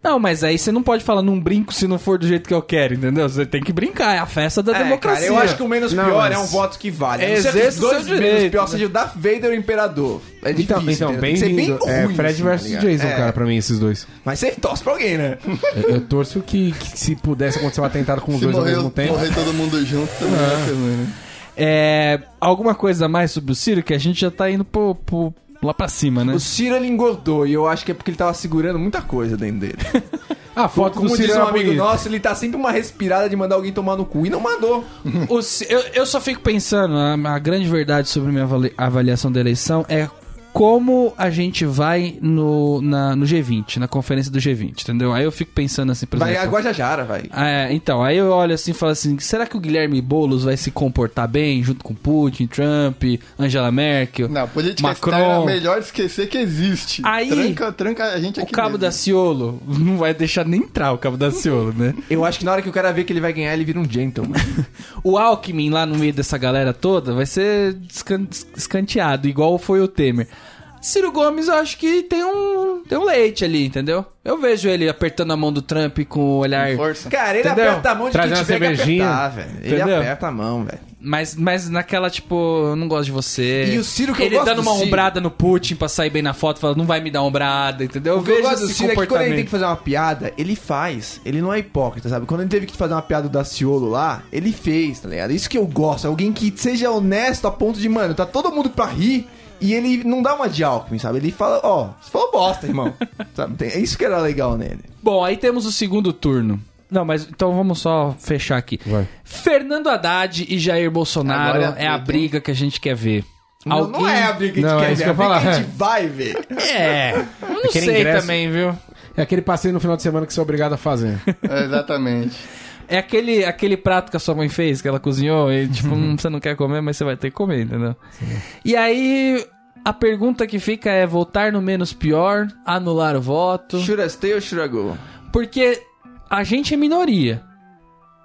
Speaker 1: Não, mas aí você não pode falar num brinco se não for do jeito que eu quero, entendeu? Você tem que brincar, é a festa da
Speaker 2: É,
Speaker 1: democracia.
Speaker 2: Cara, eu acho que o menos
Speaker 3: Não,
Speaker 2: pior
Speaker 3: mas-
Speaker 2: é um voto que vale. A não ser que
Speaker 1: Exerça o seu direito,
Speaker 2: menos pior seja o Darth Vader e o Imperador. É
Speaker 3: Então,
Speaker 2: difícil.
Speaker 3: então
Speaker 2: entendeu? Tem
Speaker 3: bem
Speaker 2: que ser
Speaker 3: vindo.
Speaker 2: bem
Speaker 3: É
Speaker 2: ruim,
Speaker 3: Fred
Speaker 2: assim,
Speaker 3: versus
Speaker 2: tá ligado?
Speaker 3: Jason,
Speaker 2: É,
Speaker 3: cara, pra mim, esses dois.
Speaker 2: Mas você torce pra alguém, né?
Speaker 3: Eu, eu torço que, que se pudesse acontecer um atentado com os
Speaker 4: Se
Speaker 3: dois ao
Speaker 4: morrer,
Speaker 3: mesmo tempo.
Speaker 4: morrer todo mundo junto também, vai ser ruim, né?
Speaker 1: É, alguma coisa a mais sobre o Ciro, que a gente já tá indo pro, pro- lá pra cima, né?
Speaker 2: O Ciro ele engordou e eu acho que é porque ele tava segurando muita coisa dentro dele.
Speaker 3: A
Speaker 2: <laughs>
Speaker 3: foto
Speaker 2: Como
Speaker 3: do
Speaker 2: diz
Speaker 3: Ciro
Speaker 2: um
Speaker 3: era
Speaker 2: amigo
Speaker 3: bonita.
Speaker 2: nosso, ele tá sempre uma respirada de mandar alguém tomar no cu e não mandou.
Speaker 1: O Ci- eu, eu só fico pensando, a, a grande verdade sobre minha avali- avaliação da eleição é como a gente vai no, na- no G20, na conferência do G20, entendeu? Aí eu fico pensando assim, por
Speaker 2: Vai a
Speaker 1: exemplo.
Speaker 2: Guajajara, vai.
Speaker 1: É, então, aí eu olho assim e falo assim: será que o Guilherme Boulos vai se comportar bem junto com Putin, Trump, Angela Merkel?
Speaker 4: Não, política
Speaker 1: Macron.
Speaker 4: externa é melhor esquecer que existe.
Speaker 1: Aí,
Speaker 4: tranca, tranca a gente
Speaker 1: O
Speaker 4: aqui.
Speaker 1: Cabo
Speaker 4: mesmo.
Speaker 1: da Ciolo não vai deixar nem entrar o Cabo da Ciolo, né? <laughs>
Speaker 2: Eu acho que na hora que o cara vê que ele vai ganhar, ele vira um gentleman.
Speaker 1: O Alckmin lá no meio dessa galera toda vai ser descan- escanteado, igual foi o Temer. Ciro Gomes, eu acho que tem um, tem um leite ali, entendeu? Eu vejo ele apertando a mão do Trump com o olhar.
Speaker 4: Força.
Speaker 2: Cara, ele
Speaker 1: Entendeu?
Speaker 2: aperta a mão de
Speaker 3: Trazendo
Speaker 2: quem
Speaker 3: uma
Speaker 2: tiver que
Speaker 3: cervejinha.
Speaker 2: apertar, velho. Ele
Speaker 1: Entendeu?
Speaker 2: aperta a mão, velho.
Speaker 1: Mas, mas naquela, tipo, eu não gosto de você.
Speaker 2: E o Ciro que eu
Speaker 1: Ele
Speaker 2: gosto
Speaker 1: dando
Speaker 2: do
Speaker 1: uma
Speaker 2: Ciro.
Speaker 1: ombrada no Putin pra sair bem na foto, falando, não vai me dar ombrada, entendeu? Eu
Speaker 2: O que eu
Speaker 1: vejo
Speaker 2: gosto do
Speaker 1: esse
Speaker 2: Ciro é que quando ele
Speaker 1: comportamento.
Speaker 2: tem que fazer uma piada, ele faz. Ele não é hipócrita, sabe? Quando ele teve que fazer uma piada do Daciolo lá, ele fez, tá ligado? Isso que eu gosto. Alguém que seja honesto a ponto de, mano, tá todo mundo pra rir e ele não dá uma de Alckmin, sabe? Ele fala, ó, você falou bosta,
Speaker 3: <laughs>
Speaker 2: irmão. sabe? Tem- é isso que era legal nele.
Speaker 1: Bom, aí temos o segundo turno. Não, mas então vamos só fechar aqui.
Speaker 3: Vai.
Speaker 1: Fernando Haddad e Jair Bolsonaro
Speaker 4: Agora é
Speaker 1: é a
Speaker 4: tudo, hein?
Speaker 1: briga que a gente quer ver.
Speaker 2: Não, não
Speaker 1: Alguém-
Speaker 2: é a briga que a
Speaker 3: Não,
Speaker 2: gente
Speaker 3: é
Speaker 2: quer ver,
Speaker 3: isso que eu
Speaker 2: a briga que
Speaker 3: ia
Speaker 2: a
Speaker 3: falar.
Speaker 2: gente vai ver. <laughs>
Speaker 1: É. Eu não
Speaker 3: Aquele
Speaker 1: sei
Speaker 3: ingresso-
Speaker 1: também, viu?
Speaker 3: É aquele passeio no final de semana que você é obrigado a fazer.
Speaker 4: É, exatamente.
Speaker 1: É aquele, aquele prato que a sua mãe fez, que ela cozinhou, e <laughs> tipo, hum, você não quer comer, mas você vai ter que comer, entendeu? E aí, a pergunta que fica é votar no menos pior, anular o voto.
Speaker 2: Should I stay or should I go?
Speaker 1: Porque a gente é minoria.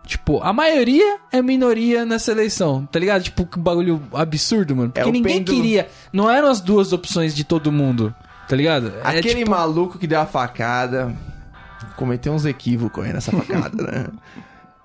Speaker 1: Tipo, a maioria é minoria nessa eleição, tá ligado? Tipo, que bagulho absurdo, mano. Porque
Speaker 2: o
Speaker 1: ninguém
Speaker 2: pêndulo.
Speaker 1: queria. Não eram as duas opções de todo mundo, tá ligado? É
Speaker 2: Aquele
Speaker 1: tipo,
Speaker 2: maluco que deu a facada cometeu uns equívocos aí nessa facada, né?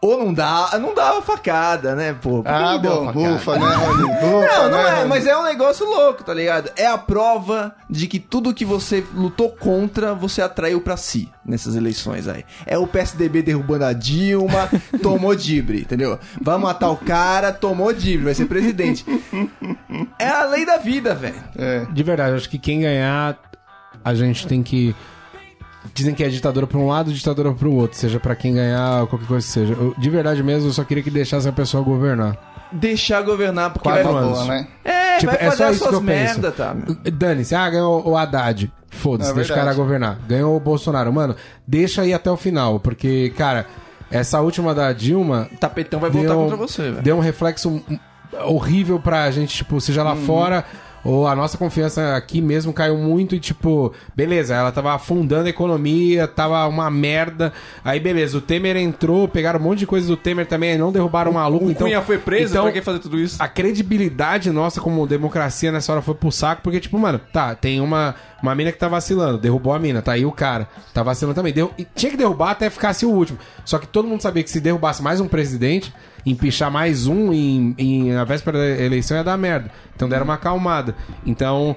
Speaker 2: Ou não dá, não dá a facada, né, pô? Por que
Speaker 4: Ah,
Speaker 2: que deu a
Speaker 4: bom,
Speaker 2: facada?
Speaker 4: bufa, né, Rony? Bufa,
Speaker 2: Não, não
Speaker 4: né,
Speaker 2: é,
Speaker 4: Rony?
Speaker 2: mas é um negócio louco, tá ligado? É a prova de que tudo que você lutou contra, você atraiu pra si nessas eleições aí. É o PSDB derrubando a Dilma, tomou Dibre, entendeu? Vai matar o cara, tomou Dibre, vai ser presidente. É a lei da vida, velho.
Speaker 4: É.
Speaker 3: De verdade, eu acho que quem ganhar, a gente tem que. Dizem que é ditadura pra um lado, ditadura pro outro, seja pra quem ganhar, qualquer coisa que seja. Eu, de verdade mesmo, eu só queria que deixasse a pessoa governar.
Speaker 2: Deixar governar, porque
Speaker 3: Quatro
Speaker 2: vai
Speaker 3: anos.
Speaker 4: Boa, né?
Speaker 2: É,
Speaker 3: Tipo,
Speaker 2: vai
Speaker 3: é
Speaker 2: fazer
Speaker 3: só
Speaker 2: as
Speaker 3: isso que
Speaker 2: suas
Speaker 3: eu penso.
Speaker 2: merda, tá? meu?
Speaker 3: Dane-se, ah, ganhou o Haddad. Foda-se,
Speaker 4: É
Speaker 3: deixa o
Speaker 4: verdade.
Speaker 3: cara governar. Ganhou o Bolsonaro. Mano, deixa aí até o final, porque, cara, essa última da Dilma,
Speaker 2: O tapetão Então vai voltar
Speaker 3: deu-
Speaker 2: contra você, velho.
Speaker 3: Deu um reflexo hum, horrível pra gente, tipo, seja
Speaker 2: Uhum.
Speaker 3: lá fora. Ou a nossa confiança aqui mesmo caiu muito e, tipo, beleza, ela tava afundando a economia, tava uma merda. Aí, beleza, o Temer entrou, pegaram um monte de coisa do Temer também, não derrubaram o maluco.
Speaker 2: O
Speaker 3: então,
Speaker 2: Cunha foi preso,
Speaker 3: então,
Speaker 2: pra quem fazer tudo isso?
Speaker 3: a credibilidade nossa como democracia nessa hora foi pro saco, porque, tipo, mano, tá, tem uma, uma mina que tá vacilando, derrubou a mina, tá aí o cara, tá vacilando também. Derru- e tinha que derrubar até ficasse o último. Só que todo mundo sabia que se derrubasse mais um presidente, empichar mais um em, em, na véspera da eleição ia dar merda. Então deram uma acalmada. Então.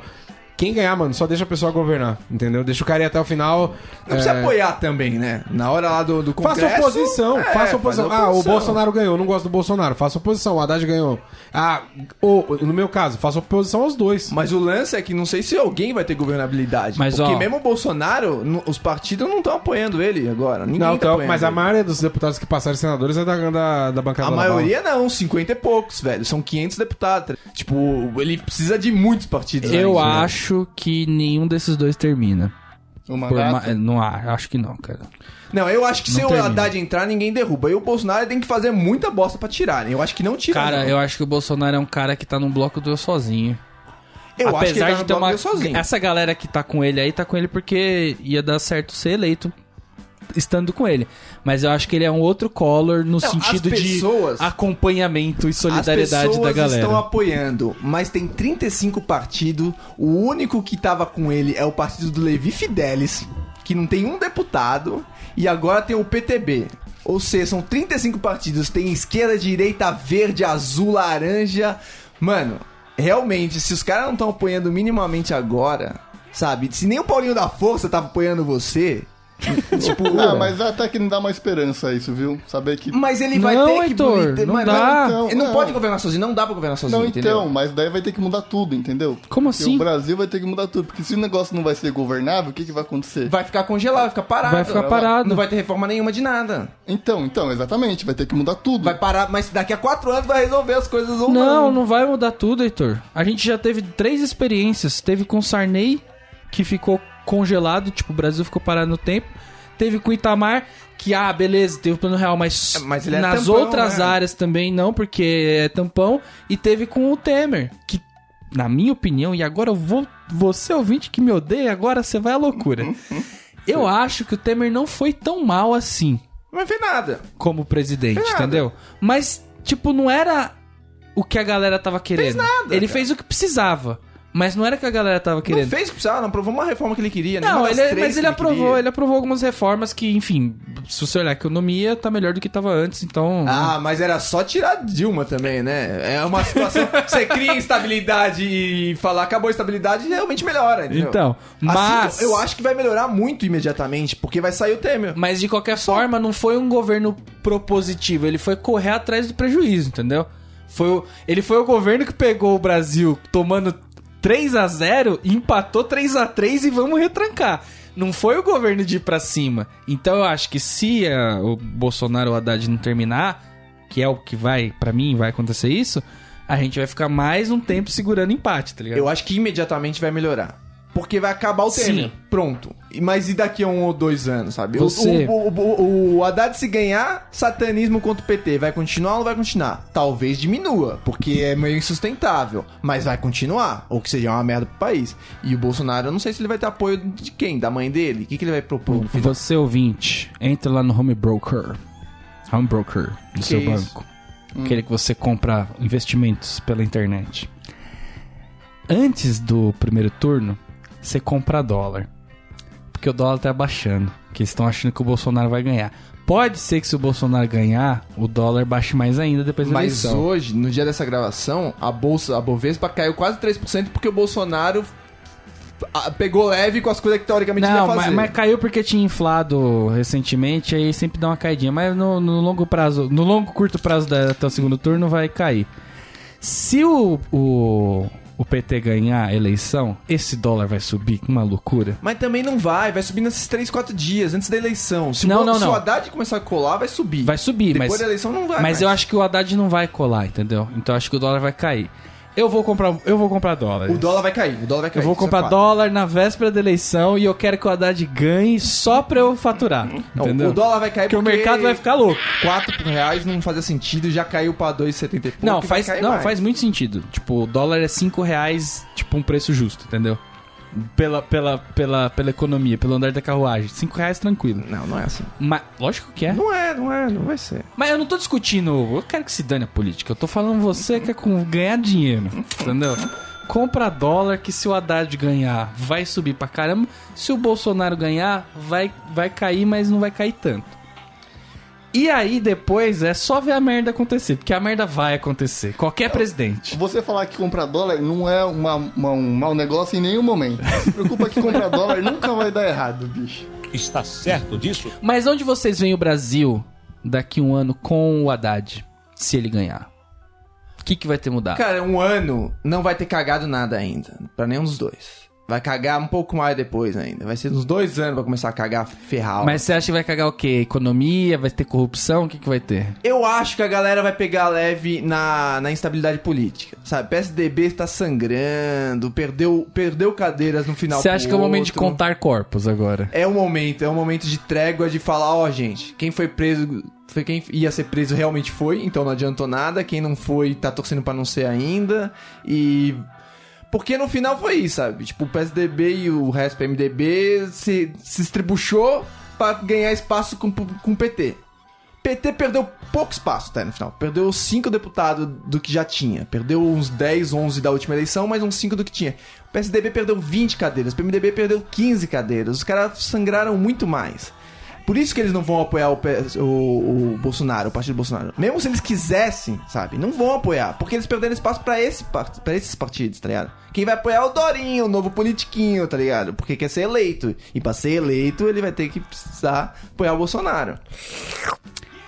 Speaker 3: Quem ganhar, mano, só deixa a pessoa governar, entendeu? Deixa o cara ir até o final.
Speaker 2: Não precisa
Speaker 3: é,
Speaker 2: apoiar também, né? Na hora lá do, do congresso...
Speaker 3: Faça oposição,
Speaker 2: é,
Speaker 3: faça oposição.
Speaker 2: faz
Speaker 3: Ah, o Bolsonaro ganhou, eu não gosto do Bolsonaro. Faça oposição, o Haddad ganhou. Ah, ou, no meu caso, faça oposição aos dois.
Speaker 2: Mas o lance é que não sei se alguém vai ter governabilidade.
Speaker 1: Mas,
Speaker 2: porque
Speaker 1: ó-
Speaker 2: mesmo o Bolsonaro, n- os partidos não estão apoiando ele agora. Ninguém
Speaker 3: não,
Speaker 2: tá
Speaker 3: então,
Speaker 2: apoiando
Speaker 3: mas a
Speaker 2: ele.
Speaker 3: maioria dos deputados que passaram senadores é da, da, da bancada
Speaker 2: A
Speaker 3: da
Speaker 2: maioria não, 50 e poucos, velho. São 500 deputados. Tipo, ele precisa de muitos partidos.
Speaker 1: eu
Speaker 2: ainda, né?
Speaker 1: acho que nenhum desses dois termina.
Speaker 4: O
Speaker 1: Por
Speaker 4: mandato.
Speaker 1: ma- Não há- acho que não, cara.
Speaker 2: Não, eu acho que se
Speaker 1: Não
Speaker 2: o
Speaker 1: termina.
Speaker 2: Haddad entrar, ninguém derruba. E o Bolsonaro tem que fazer muita bosta pra tirar. né? Eu acho que não tira.
Speaker 1: Cara,
Speaker 2: não.
Speaker 1: eu acho que o Bolsonaro é um cara que tá num bloco do eu sozinho.
Speaker 2: Eu acho que ele
Speaker 1: Apesar
Speaker 2: tá
Speaker 1: de ter
Speaker 2: no bloco
Speaker 1: uma...
Speaker 2: dele sozinho.
Speaker 1: Essa galera que tá com ele aí, tá com ele porque ia dar certo ser eleito estando com ele. Mas eu acho que ele é um outro color no
Speaker 2: Não,
Speaker 1: sentido
Speaker 2: as pessoas-
Speaker 1: de acompanhamento e
Speaker 2: As
Speaker 1: solidariedade
Speaker 2: pessoas
Speaker 1: da galera.
Speaker 2: estão apoiando, mas tem 35 partidos. O único que tava com ele é o partido do Levi Fidelis, que não tem um deputado, e agora tem o PTB. Ou seja, são 35 partidos, tem esquerda, direita, verde, azul, laranja. Mano, realmente, se os caras não estão apoiando minimamente agora, sabe? Se nem o Paulinho da Força tava apoiando você, tipo,
Speaker 4: Ah, mas até que não dá uma esperança isso, viu? Saber que.
Speaker 2: mas ele vai
Speaker 1: Não,
Speaker 2: ter que
Speaker 1: Heitor,
Speaker 2: meter-
Speaker 1: não
Speaker 2: Mano,
Speaker 1: dá.
Speaker 2: não, ele não
Speaker 4: Não. então, é.
Speaker 2: pode governar sozinho, não dá pra governar sozinho,
Speaker 4: Não,
Speaker 2: entendeu?
Speaker 4: então, mas daí vai ter que mudar tudo, entendeu?
Speaker 1: Como
Speaker 4: Porque
Speaker 1: assim?
Speaker 4: o Brasil vai ter que mudar tudo. Porque se o negócio não vai ser governável, o que, que vai acontecer?
Speaker 2: Vai ficar congelado, vai ficar parado.
Speaker 1: Vai ficar parado.
Speaker 2: Não vai ter reforma nenhuma de nada.
Speaker 4: Então, então, exatamente, vai ter que mudar tudo.
Speaker 2: Vai parar, mas daqui a quatro anos vai resolver as coisas um ou
Speaker 1: Não, não vai mudar tudo, Heitor. A gente já teve três experiências. Teve com o Sarney, que ficou congelado, tipo, o Brasil ficou parado no tempo. Teve com o Itamar, que, ah, beleza, teve o plano real, mas,
Speaker 2: É, mas ele era
Speaker 1: nas
Speaker 2: tampão,
Speaker 1: outras
Speaker 2: né?
Speaker 1: áreas também não, porque é tampão. E teve com o Temer, que, na minha opinião, e agora eu vou. Você ouvinte que me odeia, agora você vai à loucura.
Speaker 2: Uhum.
Speaker 1: Eu acho que o Temer não foi tão mal assim
Speaker 2: Não vai nada.
Speaker 1: como presidente, entendeu? Mas, tipo, não era o que a galera tava querendo. ele
Speaker 2: cara.
Speaker 1: fez o que precisava, mas não era o que a galera tava
Speaker 2: Não
Speaker 1: querendo.
Speaker 2: fez o que precisava, não aprovou uma reforma que ele queria.
Speaker 1: Não,
Speaker 2: nenhuma das
Speaker 1: ele- é-
Speaker 2: três
Speaker 1: mas
Speaker 2: que
Speaker 1: ele aprovou,
Speaker 2: queria.
Speaker 1: ele aprovou algumas reformas que, enfim, se você olhar a economia, tá melhor do que tava antes, então.
Speaker 2: Ah, mas era só tirar a Dilma também, né? É uma
Speaker 1: <laughs>
Speaker 2: situação. você cria instabilidade e falar acabou a estabilidade realmente melhora, entendeu?
Speaker 1: então,
Speaker 2: Assim,
Speaker 1: mas.
Speaker 2: eu acho que vai melhorar muito imediatamente, porque vai sair o Temer.
Speaker 1: Mas de qualquer forma, não foi um governo propositivo, ele foi correr atrás do prejuízo, entendeu? Foi o- ele foi o governo que pegou o Brasil tomando 3 a 0 empatou 3 a 3 e vamos retrancar. Não foi o governo de ir pra cima. Então eu acho que se eh, o Bolsonaro ou o Haddad não terminar, que é o que vai, pra mim, vai acontecer isso, a gente vai ficar mais um tempo segurando empate, tá ligado?
Speaker 2: Eu acho que imediatamente vai melhorar. Porque vai acabar o
Speaker 1: Sim.
Speaker 2: tempo. Pronto. E- Mas e daqui a um ou dois anos, sabe? O-
Speaker 1: Você-
Speaker 2: O, o, o, o Haddad se ganhar, satanismo contra o PT. Vai continuar ou não vai continuar? Talvez diminua, porque é meio insustentável. Mas vai continuar, ou que seja uma merda pro país. E o Bolsonaro, eu não sei se ele vai ter apoio de quem? Da mãe dele? O que, que ele vai propor no final?
Speaker 1: Você ouvinte, entra lá no Home Broker. Home Broker do seu
Speaker 2: é isso?
Speaker 1: banco. Aquele que você compra investimentos pela internet. Antes do primeiro turno, você compra dólar. Porque o dólar tá baixando. Porque eles estão achando que o Bolsonaro vai ganhar. Pode ser que se o Bolsonaro ganhar, o dólar baixe mais ainda depois da
Speaker 2: Mas
Speaker 1: eleição.
Speaker 2: hoje, no dia dessa gravação, a bolsa, a Bovespa caiu quase 3% porque o Bolsonaro ah, pegou leve com as coisas que teoricamente ele ia
Speaker 1: Não,
Speaker 2: fazer.
Speaker 1: mas, mas caiu porque tinha inflado recentemente, aí sempre dá uma caidinha. Mas no, no longo prazo, no longo curto prazo da, até o segundo turno vai cair. Se o, o, o PT ganhar a eleição, esse dólar vai subir, que uma loucura.
Speaker 2: Mas também não vai, vai subir nesses 3, 4 dias antes da eleição. Se,
Speaker 1: Não,
Speaker 2: o,
Speaker 1: não,
Speaker 2: se
Speaker 1: não.
Speaker 2: o Haddad começar a colar, vai subir.
Speaker 1: Vai subir,
Speaker 2: Depois
Speaker 1: mas.
Speaker 2: da eleição não vai.
Speaker 1: Mas eu acho que o Haddad não vai colar, entendeu? Então eu acho que o dólar vai cair. Eu vou comprar, eu vou comprar dólar.
Speaker 2: O dólar vai cair, o dólar vai cair.
Speaker 1: Eu vou
Speaker 2: isso é
Speaker 1: comprar
Speaker 2: fato.
Speaker 1: dólar na véspera da eleição e eu quero que o Haddad ganhe só pra eu faturar.
Speaker 2: Não,
Speaker 1: entendeu?
Speaker 2: O dólar vai cair
Speaker 1: porque o
Speaker 2: porque
Speaker 1: mercado vai ficar louco.
Speaker 2: 4 reais não fazia sentido, já caiu pra 2,70 e pouco,
Speaker 1: Não,
Speaker 2: e vai
Speaker 1: faz,
Speaker 2: cair
Speaker 1: não
Speaker 2: mais.
Speaker 1: faz muito sentido. Tipo, o dólar é 5 reais, tipo, um preço justo, entendeu? Pela, pela, pela, pela economia, pelo andar da carruagem. 5 reais tranquilo.
Speaker 2: Não, não é assim.
Speaker 1: Mas, lógico que é.
Speaker 2: Não é, não é, não vai ser.
Speaker 1: Mas eu não tô discutindo. Eu quero que se dane a política. Eu tô falando você que é com ganhar dinheiro, entendeu? Compra dólar que se o Haddad ganhar, vai subir pra caramba. Se o Bolsonaro ganhar, vai, vai cair, mas não vai cair tanto. E aí depois é só ver a merda acontecer, porque a merda vai acontecer.
Speaker 2: É
Speaker 1: Qualquer presidente.
Speaker 4: Você falar que comprar dólar não é uma- uma- um mau negócio em nenhum momento. Se preocupa que comprar dólar nunca vai dar errado, bicho.
Speaker 5: Está certo disso?
Speaker 1: Mas onde vocês veem o Brasil daqui um ano com o Haddad, se ele ganhar? O que, que vai ter mudado?
Speaker 2: Cara, um ano não vai ter cagado nada ainda. Pra nenhum dos dois. Vai cagar um pouco mais depois ainda. Vai ser uns dois anos pra começar a cagar ferral.
Speaker 1: Mas você acha que vai cagar o quê? Economia? Vai ter corrupção? O que, que vai ter?
Speaker 2: Eu acho que a galera vai pegar leve na, na instabilidade política, sabe? PSDB está sangrando, perdeu, perdeu cadeiras no final
Speaker 1: Você
Speaker 2: pro
Speaker 1: acha que é o momento de
Speaker 2: outro.
Speaker 1: contar corpos agora?
Speaker 2: É o momento, é o momento de trégua, de falar, ó, gente, quem foi preso, foi quem ia ser preso realmente foi, então não adiantou nada, quem não foi tá torcendo pra não ser ainda, e... Porque no final foi isso, sabe? Tipo, o PSDB e o resto do PMDB se, se estribuchou pra ganhar espaço com, com o PT. PT perdeu pouco espaço até no final. Perdeu 5 deputados do que já tinha. Perdeu uns 10, 11 da última eleição, mas uns 5 do que tinha. O PSDB perdeu 20 cadeiras, o PMDB perdeu 15 cadeiras. Os caras sangraram muito mais. Por isso que eles não vão apoiar o, PS o, o Bolsonaro, o partido Bolsonaro. Mesmo se eles quisessem, sabe? Não vão apoiar, porque eles perderam espaço pra esse par- pra esses partidos, tá ligado? Quem vai apoiar é o Dorinho, o novo politiquinho, tá ligado? Porque quer ser eleito. E pra ser eleito, ele vai ter que precisar apoiar o Bolsonaro.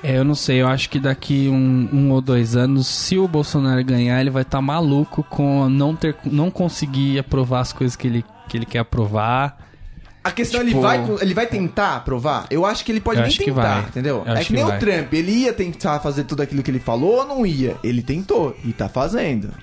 Speaker 1: É, eu não sei. Eu acho que daqui um, um ou dois anos, se o Bolsonaro ganhar, ele vai estar maluco com não ter, não conseguir aprovar as coisas que ele, que ele quer aprovar.
Speaker 2: A questão
Speaker 1: Tipo-
Speaker 2: ele vai com- ele vai tentar aprovar? Eu acho que ele pode
Speaker 1: Eu
Speaker 2: nem
Speaker 1: acho que
Speaker 2: tentar,
Speaker 1: vai.
Speaker 2: entendeu?
Speaker 1: Eu
Speaker 2: é
Speaker 1: acho
Speaker 2: que,
Speaker 1: que
Speaker 2: nem
Speaker 1: vai.
Speaker 2: o Trump, ele ia tentar fazer tudo aquilo que ele falou ou não ia? Ele tentou e tá fazendo.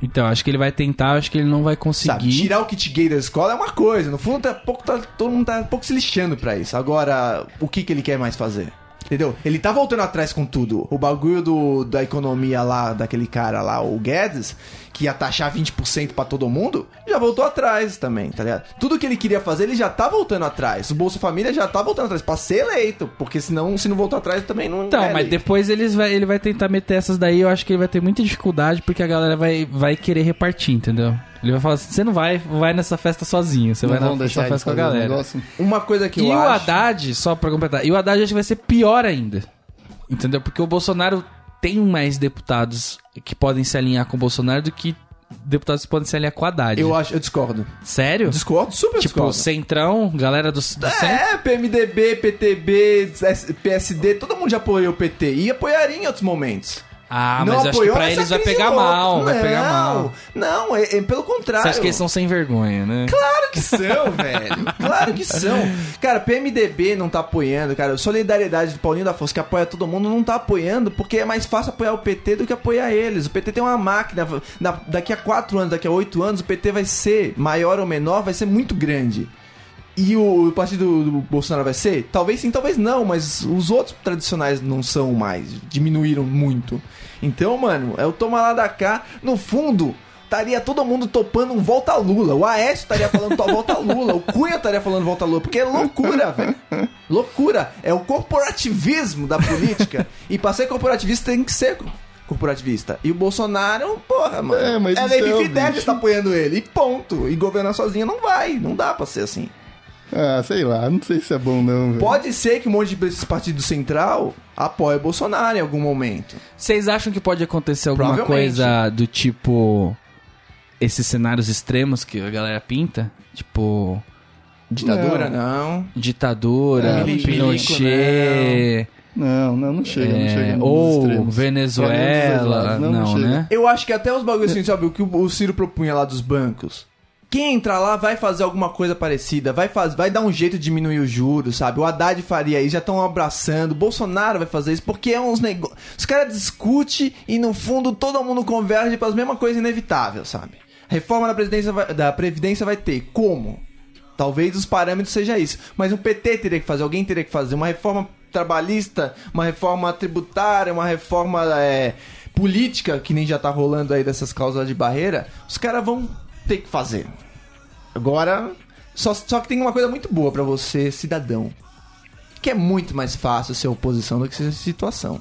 Speaker 1: Então, eu acho que ele vai tentar. eu Acho que ele não vai
Speaker 2: Sabe,
Speaker 1: conseguir.
Speaker 2: tirar o kit gay da escola é uma coisa, no fundo tá pouco tá- todo mundo tá pouco se lixando pra isso. Agora, o que que ele quer mais fazer? Entendeu? Ele tá voltando atrás com tudo. O bagulho do, da economia lá, daquele cara lá, o Guedes, que ia taxar 20% pra todo mundo, já voltou atrás também, tá ligado? Tudo que ele queria fazer, ele já tá voltando atrás. O Bolsa Família já tá voltando atrás pra ser eleito, porque senão, se não voltar atrás, também não
Speaker 1: Então,
Speaker 2: é
Speaker 1: mas
Speaker 2: eleito.
Speaker 1: depois eles vai, ele vai tentar meter essas daí, eu acho que ele vai ter muita dificuldade, porque a galera vai, vai querer repartir, entendeu? Ele vai falar assim, você não vai, vai nessa festa sozinho, você
Speaker 4: Não
Speaker 1: vai na
Speaker 4: vão
Speaker 1: nessa
Speaker 4: deixar de
Speaker 1: festa com a
Speaker 4: fazer o
Speaker 1: galera.
Speaker 4: negócio.
Speaker 2: Uma coisa que
Speaker 1: E
Speaker 2: eu
Speaker 1: o
Speaker 2: acho...
Speaker 1: Haddad, só pra completar, e o Haddad acho que vai ser pior ainda, entendeu? Porque o Bolsonaro tem mais deputados que podem se alinhar com o Bolsonaro do que deputados que podem se alinhar com o Haddad.
Speaker 2: Eu acho, eu discordo.
Speaker 1: Sério?
Speaker 2: Discordo, super
Speaker 1: Tipo,
Speaker 2: discordo.
Speaker 1: centrão, galera do, do centro.
Speaker 2: É, PMDB, PTB, S- PSD, todo mundo já apoiou o PT e apoiaria em outros momentos.
Speaker 1: Ah,
Speaker 2: Não
Speaker 1: mas eu acho que
Speaker 2: apoiou
Speaker 1: pra
Speaker 2: essa
Speaker 1: eles vai
Speaker 2: crise
Speaker 1: pegar
Speaker 2: louca.
Speaker 1: mal, vai
Speaker 2: Não,
Speaker 1: pegar mal.
Speaker 2: Não, é, é pelo contrário.
Speaker 1: Você acha que eles são sem vergonha, né?
Speaker 2: Claro
Speaker 1: <laughs>
Speaker 2: que são, velho. Claro que são. Cara, PMDB não tá apoiando, cara. Solidariedade do Paulinho da Força, que apoia todo mundo, não tá apoiando porque é mais fácil apoiar o PT do que apoiar eles. O PT tem uma máquina. na- daqui a quatro anos, daqui a oito anos, o PT vai ser maior ou menor, vai ser muito grande. E o, o partido do Bolsonaro vai ser? Talvez sim, talvez não, mas os outros tradicionais não são mais. Diminuíram muito. Então, mano, é o toma lá da cá. No fundo, estaria todo mundo topando um volta Lula. O Aécio estaria falando to- volta Lula. O Cunha estaria falando volta Lula. Porque é loucura, velho. Loucura. É o corporativismo da política. E pra ser corporativista tem que ser corporativista. E o Bolsonaro, porra, mano.
Speaker 4: É, mas
Speaker 2: é lei
Speaker 4: então,
Speaker 2: Fidelis
Speaker 4: bicho.
Speaker 2: tá apoiando ele. E ponto. E governar sozinho não vai. Não dá pra ser assim.
Speaker 4: Ah, sei lá, não sei se é bom não, velho.
Speaker 2: Pode ser que um monte desses partidos central apoie o Bolsonaro em algum momento.
Speaker 1: Vocês acham que pode acontecer alguma
Speaker 2: Provavelmente.
Speaker 1: coisa do tipo. Esses cenários extremos que a galera pinta? Tipo.
Speaker 2: Ditadura, não.
Speaker 1: Ditadura,
Speaker 4: É,
Speaker 6: milico,
Speaker 1: Pinochet,
Speaker 4: Não, não, não chega, não
Speaker 1: é,
Speaker 4: chega. nos
Speaker 1: ou
Speaker 4: extremos.
Speaker 1: Venezuela.
Speaker 4: Venezuela,
Speaker 1: Não,
Speaker 4: não, não chega.
Speaker 1: né?
Speaker 2: Eu acho que até os bagulhos assim, sabe, o que o Ciro propunha lá dos bancos. Quem entrar lá vai fazer alguma coisa parecida, vai, faz, vai dar um jeito de diminuir o juros, sabe? O Haddad faria isso, já estão abraçando, o Bolsonaro vai fazer isso, porque é uns negócios. Os caras discutem e no fundo todo mundo converge para as mesmas coisas inevitável, sabe? Reforma da, presidência vai- da Previdência vai ter. Como? Talvez os parâmetros seja isso. Mas o PT teria que fazer, alguém teria que fazer uma reforma trabalhista, uma reforma tributária, uma reforma é, política, que nem já tá rolando aí dessas causas de barreira. Os caras vão ter que fazer. Agora, só, só que tem uma coisa muito boa pra você, cidadão. Que é muito mais fácil ser oposição do que ser situação.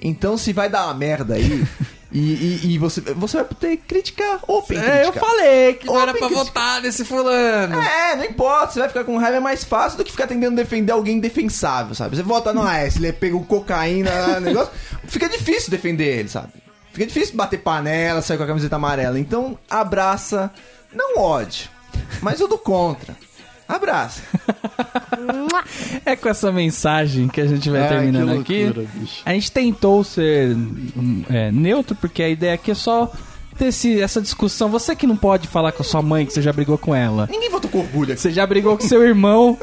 Speaker 2: Então, se vai dar uma merda
Speaker 1: <laughs>
Speaker 2: aí, e, e- e você, você vai poder criticar. Open
Speaker 1: É, eu
Speaker 2: criticar.
Speaker 1: falei que não
Speaker 2: Open
Speaker 1: era pra
Speaker 2: criticar.
Speaker 1: votar nesse fulano.
Speaker 2: É, não importa, você vai ficar com raiva, é mais fácil do que ficar tentando defender alguém defensável, sabe? Você vota no AS, ele pega o cocaína, <laughs> negócio, fica difícil defender ele, sabe? Fica difícil bater panela, sair com a camiseta amarela. Então, abraça, não ódio, mas eu dou contra. Abraça.
Speaker 1: É com essa mensagem que a gente vai
Speaker 4: Ai,
Speaker 1: terminando
Speaker 4: Ah,
Speaker 1: aqui.
Speaker 4: que loucura, bicho.
Speaker 1: A gente tentou ser hum, é, neutro, porque a ideia aqui é só ter esse- essa discussão. Você que não pode falar com a sua mãe que você já brigou com ela.
Speaker 2: Ninguém votou com orgulho aqui.
Speaker 1: Você já brigou com seu irmão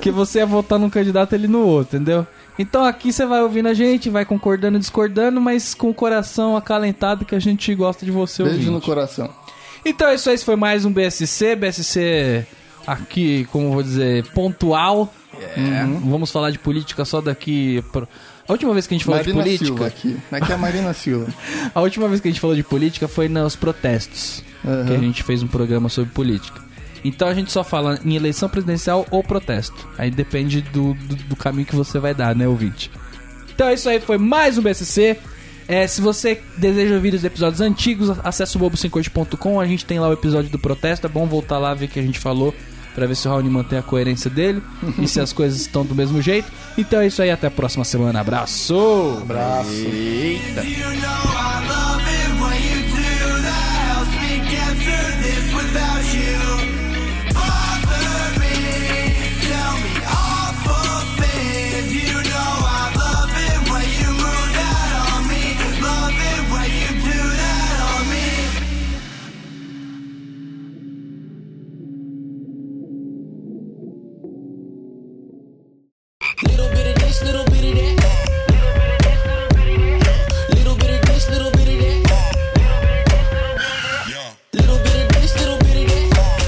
Speaker 1: que você ia votar num candidato ele no outro, entendeu? Então aqui você vai ouvindo a gente, vai concordando e discordando, mas com o coração acalentado que a gente gosta de você
Speaker 4: Beijo
Speaker 1: ouvinte.
Speaker 4: no coração.
Speaker 1: Então é isso aí, esse foi mais um BSC, BSC aqui, como eu vou dizer, pontual. É,
Speaker 4: Uhum.
Speaker 1: Vamos falar de política só daqui. pro- A última vez que a gente falou
Speaker 4: Marina
Speaker 1: de política,
Speaker 4: Silva aqui. Aqui é a
Speaker 1: <laughs>
Speaker 4: Marina Silva.
Speaker 1: a última vez que a gente falou de política foi nos protestos,
Speaker 4: Aham.
Speaker 1: que a gente fez um programa sobre política. Então a gente só fala em eleição presidencial ou protesto. Aí depende do, do, do caminho que você vai dar, né, ouvinte? Então é isso aí, foi mais um BSC. É, se você deseja ouvir os episódios antigos, acesse o bobo58.com, a gente tem lá o episódio do protesto, é bom voltar lá ver o que a gente falou, pra ver se o Raoni mantém a coerência dele e se as coisas estão do mesmo jeito. Então é isso aí, até a próxima semana. Abraço!
Speaker 5: You know I love it when you do that. Helps me get through this without you. Bother me, tell me awful things. You know I love it when you move that on me. Love it when you do that on me.
Speaker 7: Little bit of this, little bit of that. Little bit of this, little bit of that. Little bit of this, little bit of that.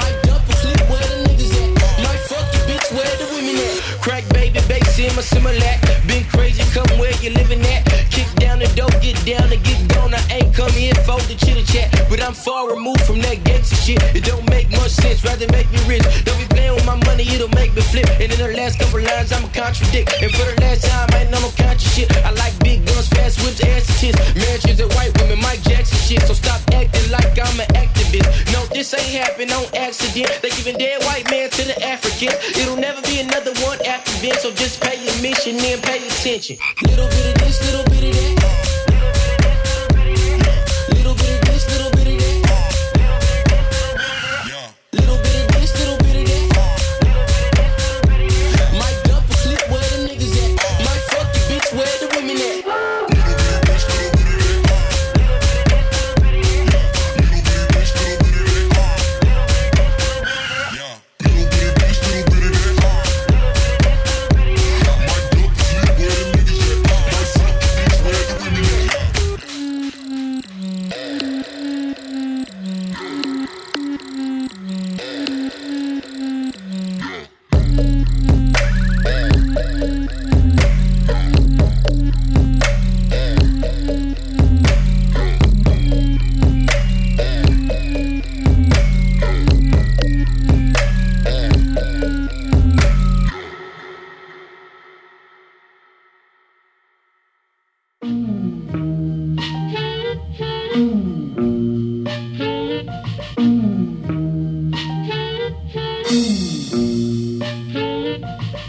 Speaker 7: Mic'd up and flip where the niggas at. Might fuck your bitch where the women at. Crack baby, baby, similar, similar. Been crazy, come where you living at. Kick down the door, get down and get gone. I ain't come here for the chitter chat, but I'm far removed from that gangster shit. It don't make much sense, rather make me rich. Don't be playing with my money, it'll make me flip. And in the last couple lines, I'ma contradict. And for the last time, I ain't on no conscious shit. I like big guns, fast whips, ass and tits. Mansions and white women, Mike Jackson shit. So stop acting like I'm an activist. No, this ain't happened on accident. They giving dead white man to the Africans. It'll never be another one after this, so just pay your mission and pay attention. Little bit of this, little bit of that. Little bit of this, little bit of that. Little bit of this, little bit of that. Might dump a clip where the niggas at. Might fuck your bitch where the women at.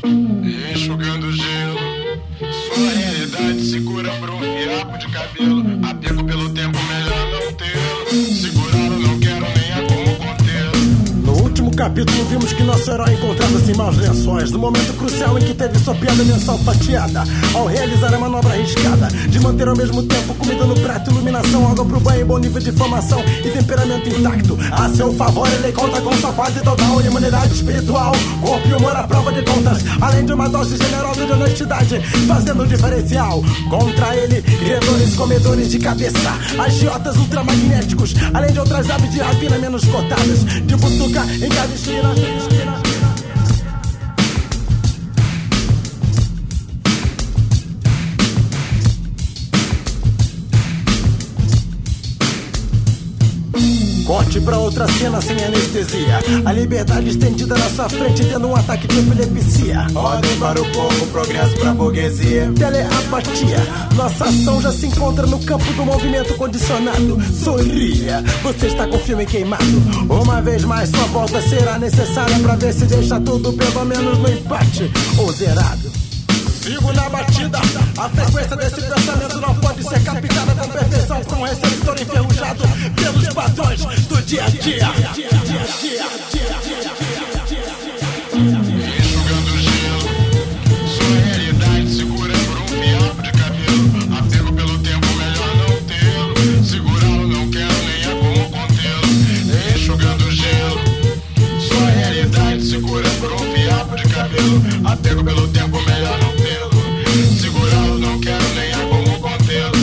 Speaker 8: enxugando gelo. Sua realidade segura por um fiapo de cabelo. Apego pelo tempo, melhor não tê-lo. Segurá-lo, não quero nem há como contê-lo.
Speaker 9: No último capítulo vimos que nosso herói encontrava se em maus lençóis No momento crucial em que teve sua piada mensal fatiada Ao realizar a manobra arriscada De manter ao mesmo tempo comida no prato Iluminação, água pro banho, bom nível de formação E temperamento intacto A seu favor ele conta com sua quase total imunidade espiritual Corpo e humor à prova de contas Além de uma dose generosa de honestidade Fazendo um diferencial Contra ele, credores, comedores de cabeça Agiotas ultramagnéticos Além de outras aves de rapina menos cotadas De butuca em cada esquina, esquina. Corte pra outra cena sem anestesia. A liberdade estendida na sua frente, tendo um ataque de epilepsia. Ordem para o povo, progresso pra burguesia. Teleapatia. Nossa ação já se encontra no campo do movimento condicionado. Sorria, você está com o filme queimado. Uma vez mais, sua volta será necessária pra ver se deixa tudo pelo menos no empate ou zerado. Sigo na batida, a frequência desse pensamento não pode ser captada com perfeição com um receptor enferrujado pelos padrões do dia a dia. Dia a dia, dia a dia.
Speaker 8: Enxugando gelo. Sua realidade segura por um fiapo de cabelo. Apego pelo tempo, melhor não tê-lo. Segurá-lo, não quero nem há como contê-lo. Enxugando gelo. Sua realidade segura por um fiapo de cabelo. Apego pelo tempo, melhor não tê-lo. Segurá-lo, não quero nem há como contê-lo.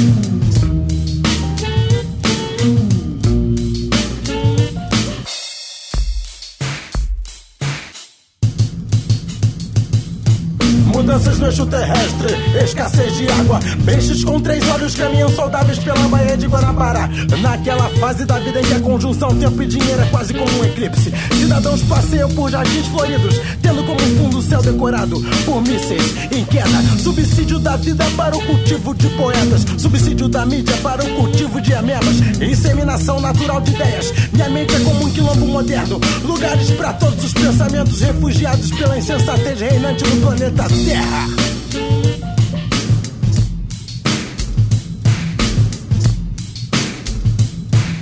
Speaker 9: Mudanças no eixo terrestre, escassez de água. Peixes com três olhos caminham saudáveis pela Baía de Guanabara. Naquela fase da vida em que a conjunção tempo e dinheiro é quase como um eclipse. Cidadãos passeiam por jardins floridos, tendo como fundo o céu decorado por mísseis em queda. Subsídio da vida para o cultivo de poetas, subsídio da mídia para o cultivo de amebas. Inseminação natural de ideias. Minha mente é como um quilombo moderno. Lugares para todos os pensamentos refugiados pela insensatez reinante no planeta Terra.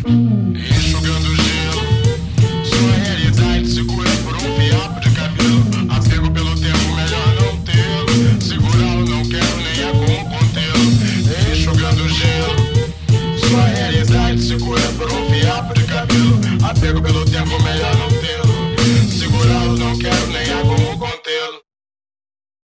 Speaker 7: um